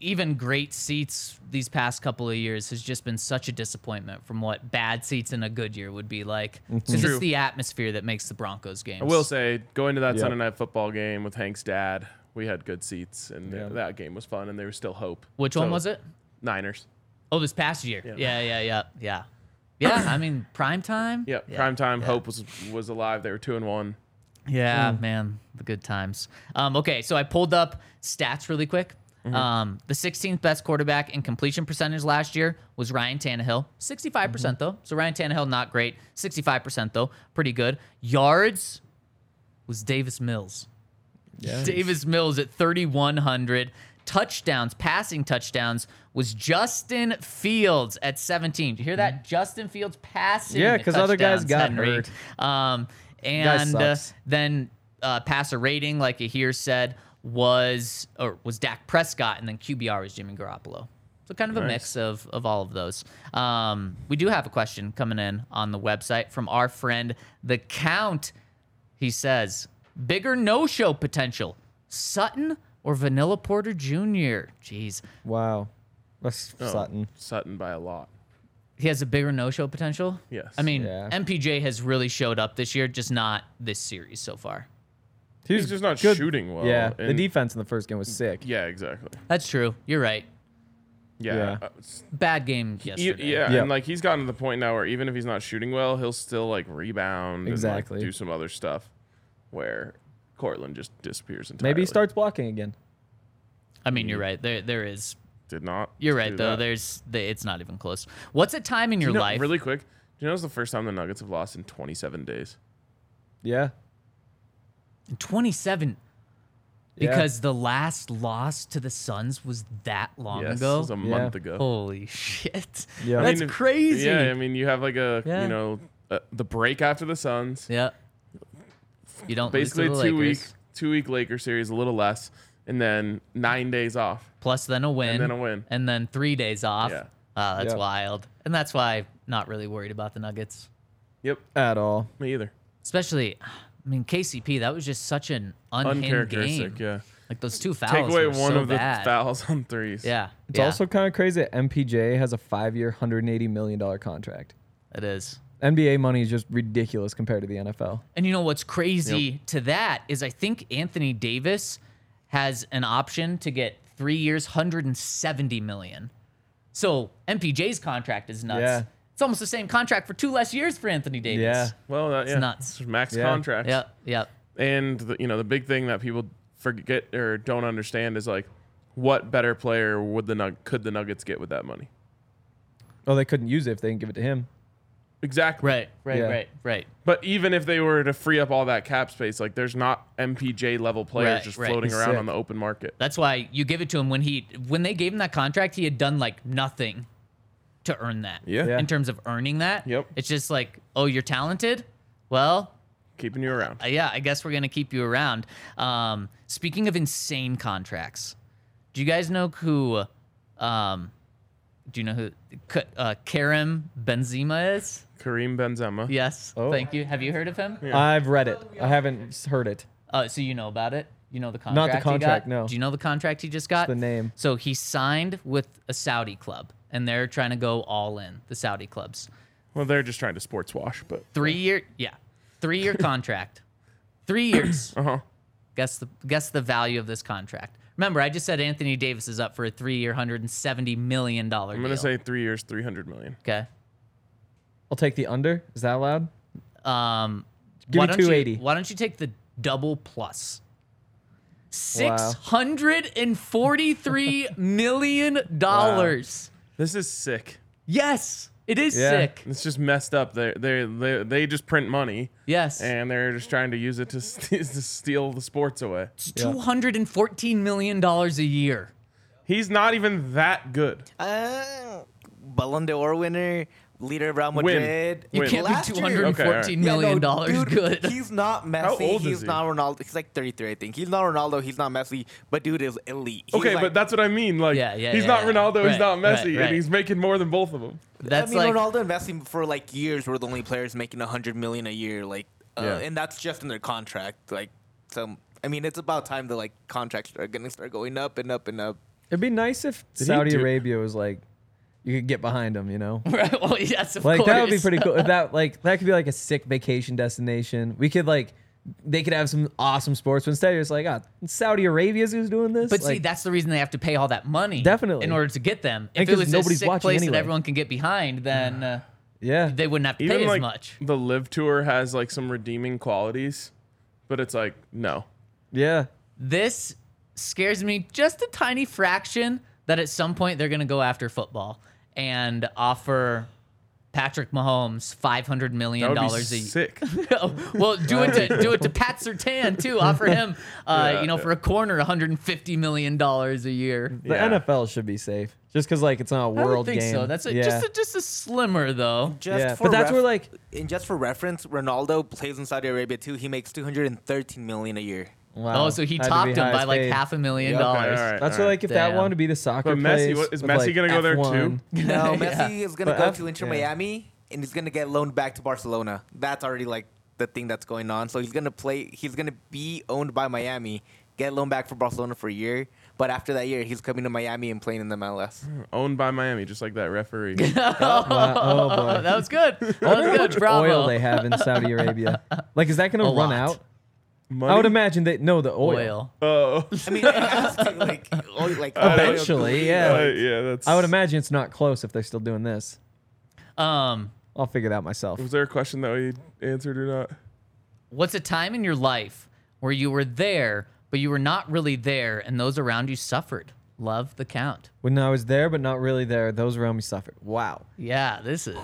[SPEAKER 3] even great seats these past couple of years has just been such a disappointment from what bad seats in a good year would be like. It's
[SPEAKER 2] Mhm. True.
[SPEAKER 3] just the atmosphere that makes the Broncos games.
[SPEAKER 2] I will say, going to that
[SPEAKER 4] Yep.
[SPEAKER 2] Sunday night football game with Hank's dad, we had good seats, and th- that game was fun, and there was still hope.
[SPEAKER 3] Which
[SPEAKER 2] So,
[SPEAKER 3] one was it?
[SPEAKER 2] Niners.
[SPEAKER 3] Oh, this past year. Yeah, yeah, yeah, yeah. Yeah, I mean, prime time.
[SPEAKER 2] Yep.
[SPEAKER 3] Yeah.
[SPEAKER 2] Prime time. Hope was was alive. They were two and one.
[SPEAKER 4] Hmm.
[SPEAKER 3] Yeah, man, the good times. Um, okay, so I pulled up stats really quick.
[SPEAKER 4] Mm-hmm.
[SPEAKER 3] Um, the 16th best quarterback in completion percentage last year was Ryan Tannehill, 65% percent
[SPEAKER 4] Mm-hmm.
[SPEAKER 3] though. So Ryan Tannehill not great, 65% though, pretty good. Yards was Davis Mills. Davis Mills at 3,100. Touchdowns, passing touchdowns, was Justin Fields at 17. Did you hear that? Justin Fields passing.
[SPEAKER 4] Mm-hmm. Yeah, 'cause other guys
[SPEAKER 3] touchdowns,
[SPEAKER 4] got
[SPEAKER 3] Henry.
[SPEAKER 4] hurt.
[SPEAKER 3] Um,
[SPEAKER 4] guy
[SPEAKER 3] and uh,
[SPEAKER 4] sucks.
[SPEAKER 3] then uh, passer rating, like you here said, was or was Dak Prescott, and then QBR was Jimmy Garoppolo. So kind of a mix of of all of those. Um, we do have a question coming in on the website from our friend the Count. He says, bigger no show potential, Sutton or Vanilla Porter Jr. Jeez,
[SPEAKER 4] Wow. That's
[SPEAKER 2] Oh.
[SPEAKER 4] Sutton.
[SPEAKER 2] Sutton by a lot.
[SPEAKER 3] he has a bigger no show potential.
[SPEAKER 2] Yes.
[SPEAKER 3] I mean
[SPEAKER 4] Yeah.
[SPEAKER 3] MPJ has really showed up this year, just not this series so far.
[SPEAKER 2] He's, just not
[SPEAKER 4] good-
[SPEAKER 2] shooting well.
[SPEAKER 4] yeah. The
[SPEAKER 2] and-
[SPEAKER 4] defense in the first game was sick.
[SPEAKER 2] Yeah, exactly.
[SPEAKER 3] That's true. You're right.
[SPEAKER 2] Yeah.
[SPEAKER 4] Yeah.
[SPEAKER 2] Uh, s-
[SPEAKER 3] Bad game
[SPEAKER 2] e-
[SPEAKER 3] yesterday.
[SPEAKER 2] yeah,
[SPEAKER 4] Yeah.
[SPEAKER 2] and like he's gotten to the point now where even if he's not shooting well, he'll still like rebound and
[SPEAKER 4] Exactly.
[SPEAKER 2] like, do some other stuff where Cortland just disappears entirely.
[SPEAKER 4] Maybe he starts blocking again.
[SPEAKER 3] I mean, you're right. There, there is.
[SPEAKER 2] Did not.
[SPEAKER 3] You're
[SPEAKER 2] do
[SPEAKER 3] right though.
[SPEAKER 2] that.
[SPEAKER 3] There's. The, it's not even close. What's a time in your
[SPEAKER 2] You know,
[SPEAKER 3] life?
[SPEAKER 2] Really quick. Do you know it's the first time the Nuggets have lost in 27 days?
[SPEAKER 4] Yeah.
[SPEAKER 3] 27.
[SPEAKER 4] Yeah.
[SPEAKER 3] Because the last loss to the Suns was that long
[SPEAKER 2] yes,
[SPEAKER 3] ago.
[SPEAKER 2] it was a month
[SPEAKER 4] Yeah.
[SPEAKER 2] ago.
[SPEAKER 3] Holy shit.
[SPEAKER 4] Yeah. I
[SPEAKER 3] That's
[SPEAKER 2] mean, if-
[SPEAKER 3] crazy.
[SPEAKER 2] Yeah, I mean, you have like a
[SPEAKER 3] Yeah.
[SPEAKER 2] you know uh, the break after the Suns,
[SPEAKER 3] Yeah. You don't
[SPEAKER 2] basically a
[SPEAKER 3] lose to the
[SPEAKER 2] two week
[SPEAKER 3] Lakers.
[SPEAKER 2] two week Laker series, a little less, and then nine days off.
[SPEAKER 3] plus then a win,
[SPEAKER 2] then a win.
[SPEAKER 3] and then three days off.
[SPEAKER 2] Yeah.
[SPEAKER 3] Wow, that's
[SPEAKER 4] Yeah.
[SPEAKER 3] wild, and that's why I'm not really worried about the Nuggets,
[SPEAKER 2] Yep,
[SPEAKER 4] At all.
[SPEAKER 2] me either.
[SPEAKER 3] especially. I mean, KCP, that was just such an unhinged game.
[SPEAKER 2] Uncharacteristic. Yeah,
[SPEAKER 3] Like those two fouls.
[SPEAKER 2] take away
[SPEAKER 3] were
[SPEAKER 2] one
[SPEAKER 3] so
[SPEAKER 2] of the
[SPEAKER 3] bad.
[SPEAKER 2] fouls on threes.
[SPEAKER 3] Yeah,
[SPEAKER 4] It's
[SPEAKER 3] yeah,
[SPEAKER 4] also kind of crazy that MPJ has a five year, $180 million contract.
[SPEAKER 3] it is.
[SPEAKER 4] NBA money is just ridiculous compared to the NFL.
[SPEAKER 3] And you know what's crazy to that is I think Anthony Davis has an option to get three years, 170 million. So MPJ's contract is nuts.
[SPEAKER 4] Yeah.
[SPEAKER 3] It's almost the same contract for two less years for Anthony Davis.
[SPEAKER 4] Yeah.
[SPEAKER 2] Well, that, yeah,
[SPEAKER 3] nuts.
[SPEAKER 2] it's max
[SPEAKER 4] Yeah.
[SPEAKER 2] contract.
[SPEAKER 3] Yep. Yep.
[SPEAKER 2] And the, you know the big thing that people forget or don't understand is like, what better player would the Nug- could the Nuggets get with that money?
[SPEAKER 4] Oh, they couldn't use it if they didn't give it to him.
[SPEAKER 2] Exactly.
[SPEAKER 3] Right. Right.
[SPEAKER 4] Yeah.
[SPEAKER 3] Right. Right.
[SPEAKER 2] But even if they were to free up all that cap space, like there's not MPJ level players
[SPEAKER 3] Right,
[SPEAKER 2] just
[SPEAKER 3] right.
[SPEAKER 2] floating
[SPEAKER 4] He's
[SPEAKER 2] around
[SPEAKER 4] sick.
[SPEAKER 2] on the open market.
[SPEAKER 3] That's why you give it to him when he when they gave him that contract, he had done like nothing to earn that.
[SPEAKER 2] Yeah.
[SPEAKER 4] Yeah.
[SPEAKER 3] In terms of earning that.
[SPEAKER 2] Yep.
[SPEAKER 3] It's just like, oh, you're talented. Well,
[SPEAKER 2] Keeping you around.
[SPEAKER 3] uh, yeah, I guess we're gonna keep you around. Um, speaking of insane contracts, do you guys know who? Um, do you know who K- uh, Karim Benzema is?
[SPEAKER 2] Kareem Benzema.
[SPEAKER 3] Yes.
[SPEAKER 4] Oh.
[SPEAKER 3] Thank you. Have you heard of him?
[SPEAKER 4] I've read it. I haven't s- heard it.
[SPEAKER 3] Uh, so you know about it? You know the contract?
[SPEAKER 4] Not the contract,
[SPEAKER 3] He got?
[SPEAKER 4] no.
[SPEAKER 3] Do you know the contract he just got?
[SPEAKER 4] the name.
[SPEAKER 3] So he signed with a Saudi club, and they're trying to go all in. The Saudi clubs,
[SPEAKER 2] Well, they're just trying to sports wash, but
[SPEAKER 3] three year, yeah, three year contract, three years. uh
[SPEAKER 4] Uh-huh.
[SPEAKER 3] huh. Guess the guess the value of this contract. Remember, I just said Anthony Davis is up for a three year, hundred and seventy million dollar.
[SPEAKER 2] I'm gonna say three years, three hundred million.
[SPEAKER 3] okay.
[SPEAKER 4] I'll take the under. Is that allowed?
[SPEAKER 3] Um,
[SPEAKER 4] Give
[SPEAKER 3] why
[SPEAKER 4] me
[SPEAKER 3] don't you-
[SPEAKER 4] 280.
[SPEAKER 3] Why don't you take the double plus? Six hundred and forty-three million dollars.
[SPEAKER 2] This is sick.
[SPEAKER 3] Yes, it is
[SPEAKER 4] Yeah.
[SPEAKER 3] sick.
[SPEAKER 2] It's just messed up. They they they they just print money,
[SPEAKER 3] Yes,
[SPEAKER 2] and they're just trying to use it to, st- to steal the sports away.
[SPEAKER 3] it's two hundred and fourteen million dollars a year.
[SPEAKER 2] He's not even that good.
[SPEAKER 3] Oh,
[SPEAKER 5] Uh, Ballon d'Or winner, leader of Real
[SPEAKER 2] Win.
[SPEAKER 5] Madrid.
[SPEAKER 3] You
[SPEAKER 2] Wait,
[SPEAKER 3] can't
[SPEAKER 5] last
[SPEAKER 3] be
[SPEAKER 5] year-
[SPEAKER 3] two hundred and fourteen
[SPEAKER 5] Yeah,
[SPEAKER 3] million
[SPEAKER 5] no,
[SPEAKER 3] dollars
[SPEAKER 5] dude,
[SPEAKER 3] good.
[SPEAKER 5] He's not Messi.
[SPEAKER 2] old
[SPEAKER 5] he's
[SPEAKER 2] is he?
[SPEAKER 5] not Ronaldo. He's like 33, I think. He's not Ronaldo. He's not Messi. But dude is elite. He's
[SPEAKER 2] Okay,
[SPEAKER 5] like-
[SPEAKER 2] but that's what I mean. Like,
[SPEAKER 3] Yeah, yeah,
[SPEAKER 2] he's
[SPEAKER 3] yeah,
[SPEAKER 2] not
[SPEAKER 3] yeah.
[SPEAKER 2] Ronaldo,
[SPEAKER 3] Right,
[SPEAKER 2] he's not
[SPEAKER 3] right,
[SPEAKER 2] Messi,
[SPEAKER 3] right.
[SPEAKER 2] and he's making more than both of them.
[SPEAKER 3] That's
[SPEAKER 5] I mean,
[SPEAKER 3] like
[SPEAKER 5] Ronaldo and Messi for like years were the only players making 100 million a year. Like, uh,
[SPEAKER 2] Yeah.
[SPEAKER 5] and that's just in their contract. Like, some. I mean, it's about time the like contracts are gonna start going up and up and up.
[SPEAKER 4] It'd be nice if Saudi
[SPEAKER 2] do-
[SPEAKER 4] Arabia was like, you could get behind them, you know?
[SPEAKER 3] right, well, yes, of
[SPEAKER 4] Like
[SPEAKER 3] course.
[SPEAKER 4] that would be pretty cool. If that like that could be like a sick vacation destination. We could like they could have some awesome sports. But instead, it's like, ah, Saudi Arabia's who's doing this.
[SPEAKER 3] But see,
[SPEAKER 4] Like,
[SPEAKER 3] that's the reason they have to pay all that money,
[SPEAKER 4] Definitely.
[SPEAKER 3] in order to get them. If it
[SPEAKER 4] Because
[SPEAKER 3] was
[SPEAKER 4] nobody's
[SPEAKER 3] a sick
[SPEAKER 4] watching
[SPEAKER 3] place that
[SPEAKER 4] anyway.
[SPEAKER 3] everyone can get behind, then uh,
[SPEAKER 4] yeah,
[SPEAKER 3] they wouldn't have to
[SPEAKER 2] Even
[SPEAKER 3] pay
[SPEAKER 2] like
[SPEAKER 3] as much.
[SPEAKER 2] the live tour has like some redeeming qualities, but it's like no.
[SPEAKER 4] yeah.
[SPEAKER 3] This scares me just a tiny fraction that at some point they're going to go after football and offer Patrick Mahomes five hundred million
[SPEAKER 2] That would be
[SPEAKER 3] dollars a year.
[SPEAKER 2] sick.
[SPEAKER 3] well, do it to do it to Pat Sertan too. Offer him, uh,
[SPEAKER 2] Yeah.
[SPEAKER 3] you know, for a corner, one hundred and fifty million dollars a year.
[SPEAKER 4] The
[SPEAKER 2] Yeah.
[SPEAKER 4] NFL should be safe, just because like it's not a
[SPEAKER 3] I
[SPEAKER 4] world
[SPEAKER 3] don't think
[SPEAKER 4] game.
[SPEAKER 3] so. That's a,
[SPEAKER 4] yeah.
[SPEAKER 3] just a, just a slimmer though.
[SPEAKER 5] Just
[SPEAKER 4] Yeah,
[SPEAKER 5] for
[SPEAKER 4] but that's
[SPEAKER 5] ref-
[SPEAKER 4] where, like-
[SPEAKER 5] and just for reference, Ronaldo plays in Saudi Arabia too. He makes 213 million a year.
[SPEAKER 4] Wow.
[SPEAKER 3] oh, so he
[SPEAKER 4] Had to be
[SPEAKER 3] topped him by
[SPEAKER 4] highest
[SPEAKER 3] like
[SPEAKER 4] paid.
[SPEAKER 3] half a million
[SPEAKER 5] Yeah, okay,
[SPEAKER 3] dollars.
[SPEAKER 2] all right.
[SPEAKER 4] That's where, like if that
[SPEAKER 3] Damn.
[SPEAKER 4] wanted to be the soccer.
[SPEAKER 2] But Messi,
[SPEAKER 4] place
[SPEAKER 2] what- is
[SPEAKER 4] with,
[SPEAKER 2] Messi
[SPEAKER 4] like,
[SPEAKER 2] gonna go there too?
[SPEAKER 4] F1.
[SPEAKER 5] No, Messi is gonna
[SPEAKER 4] But
[SPEAKER 5] go
[SPEAKER 4] I've-
[SPEAKER 5] to Inter
[SPEAKER 4] yeah.
[SPEAKER 5] Miami and he's gonna get loaned back to Barcelona. That's already like the thing that's going on. So he's gonna play. He's gonna be owned by Miami, get loaned back for Barcelona for a year. But after that year, he's coming to Miami and playing in the MLS.
[SPEAKER 4] Hmm.
[SPEAKER 2] Owned by Miami, just like that referee.
[SPEAKER 4] Wow, Oh boy.
[SPEAKER 3] That was good. That
[SPEAKER 4] I wonder
[SPEAKER 3] was
[SPEAKER 4] how
[SPEAKER 3] good.
[SPEAKER 4] much
[SPEAKER 3] Bravo.
[SPEAKER 4] oil they have in Saudi Arabia. Like, is that going
[SPEAKER 3] A
[SPEAKER 4] to run
[SPEAKER 3] lot.
[SPEAKER 4] out?
[SPEAKER 2] Money?
[SPEAKER 4] I would imagine they no the oil.
[SPEAKER 3] oil.
[SPEAKER 2] Oh,
[SPEAKER 5] I mean, it has to, like, all- like
[SPEAKER 4] Eventually, yeah.
[SPEAKER 2] uh, yeah. That's.
[SPEAKER 4] I would imagine it's not close if they're still doing this.
[SPEAKER 3] Um,
[SPEAKER 4] I'll figure it out myself.
[SPEAKER 2] Was there a question that we answered or not?
[SPEAKER 3] what's a time in your life where you were there, but you were not really there, and those around you suffered? Love the count.
[SPEAKER 4] When I was there, but not really there, those around me suffered. Wow.
[SPEAKER 3] Yeah, this is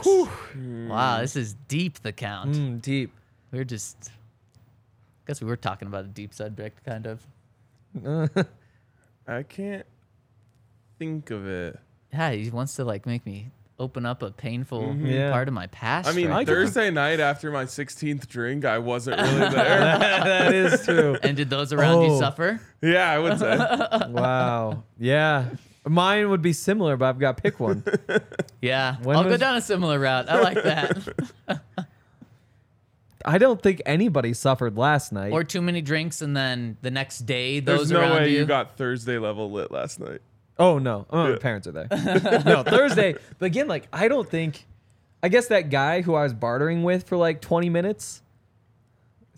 [SPEAKER 3] wow. This is deep. The count.
[SPEAKER 4] Mm, deep.
[SPEAKER 3] We We're just. I guess we were talking about a deep subject, kind of.
[SPEAKER 2] I can't think of it.
[SPEAKER 3] Yeah, he wants to like make me open up a painful
[SPEAKER 4] Yeah.
[SPEAKER 3] part of my past.
[SPEAKER 2] Mm-hmm. I mean,
[SPEAKER 3] right now.
[SPEAKER 2] Thursday night after my 16th drink, I wasn't really there.
[SPEAKER 4] that is true.
[SPEAKER 3] and did those around you
[SPEAKER 4] Oh.
[SPEAKER 3] suffer?
[SPEAKER 2] yeah, I would say.
[SPEAKER 4] Wow. Yeah. Mine would be similar, but I've got to pick one.
[SPEAKER 3] Yeah,
[SPEAKER 4] When
[SPEAKER 3] I'll go
[SPEAKER 4] was-
[SPEAKER 3] down a similar route. I like that.
[SPEAKER 4] I don't think anybody suffered last night.
[SPEAKER 3] or too many drinks, and then the next day, those
[SPEAKER 2] There's no
[SPEAKER 3] around
[SPEAKER 2] way
[SPEAKER 3] you.
[SPEAKER 2] you. got Thursday level lit last night.
[SPEAKER 4] Oh no, oh, my parents are there. no Thursday, but again, like I don't think. I guess that guy who I was bartering with for like 20 minutes,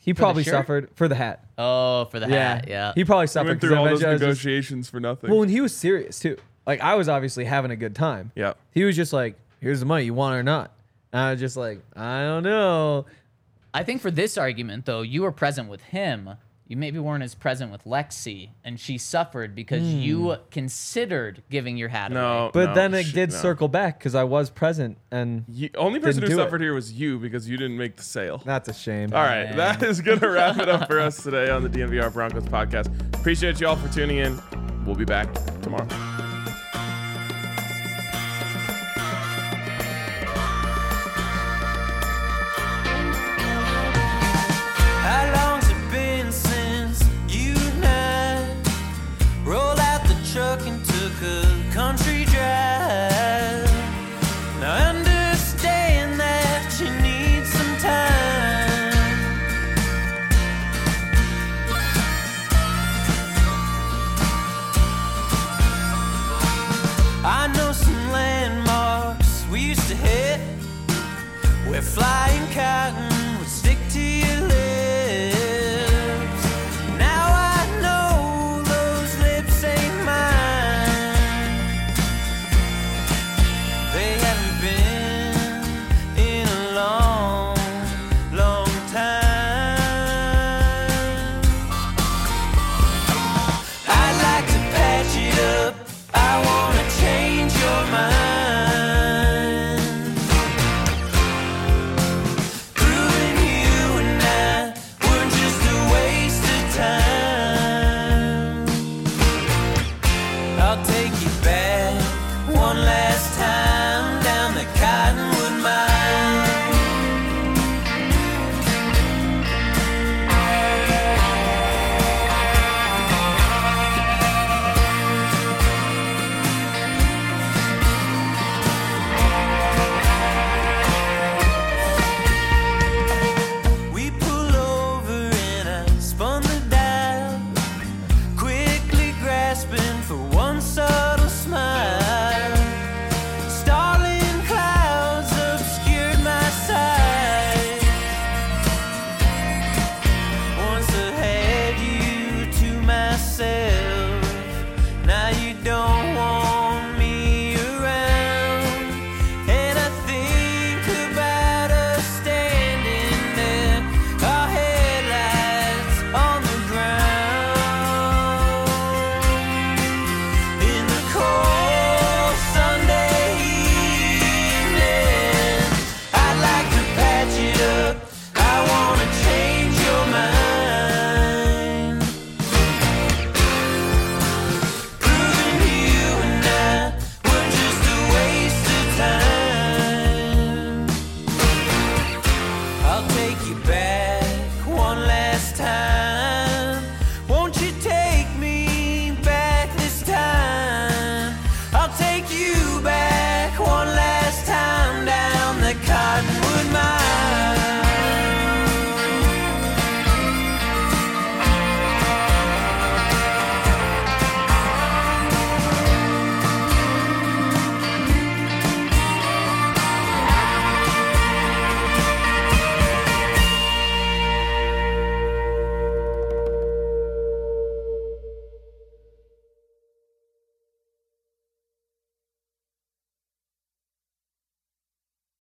[SPEAKER 4] he probably
[SPEAKER 3] shirt?
[SPEAKER 4] suffered for the hat.
[SPEAKER 3] oh, for the hat. Yeah,
[SPEAKER 4] he probably
[SPEAKER 2] I
[SPEAKER 4] suffered.
[SPEAKER 2] went
[SPEAKER 4] 'cause
[SPEAKER 2] through
[SPEAKER 4] I
[SPEAKER 2] all those
[SPEAKER 4] imagine I was just-
[SPEAKER 2] negotiations for nothing.
[SPEAKER 4] well, and he was serious too. Like I was obviously having a good time.
[SPEAKER 2] Yeah.
[SPEAKER 4] He was just like, "Here's the money. You want it or not?" And I was just like, "I don't know."
[SPEAKER 3] I think for this argument, though, you were present with him. You maybe weren't as present with Lexi, and she suffered because you considered giving your hat
[SPEAKER 2] no,
[SPEAKER 3] away.
[SPEAKER 4] But
[SPEAKER 2] no,
[SPEAKER 4] then it
[SPEAKER 2] shit,
[SPEAKER 4] did
[SPEAKER 2] no.
[SPEAKER 4] circle back because I was present, and
[SPEAKER 2] You, only person
[SPEAKER 4] Didn't
[SPEAKER 2] who
[SPEAKER 4] do it.
[SPEAKER 2] suffered here was you because you didn't make the sale.
[SPEAKER 4] that's a shame.
[SPEAKER 2] All right, that is going to wrap it up for us today on the DNVR Broncos podcast. Appreciate you all for tuning in. We'll be back tomorrow.
[SPEAKER 1] How long's it been since you and I rolled out the truck and took a country drive? Now I understand that you need some time. I know some landmarks we used to hit. We're flying cotton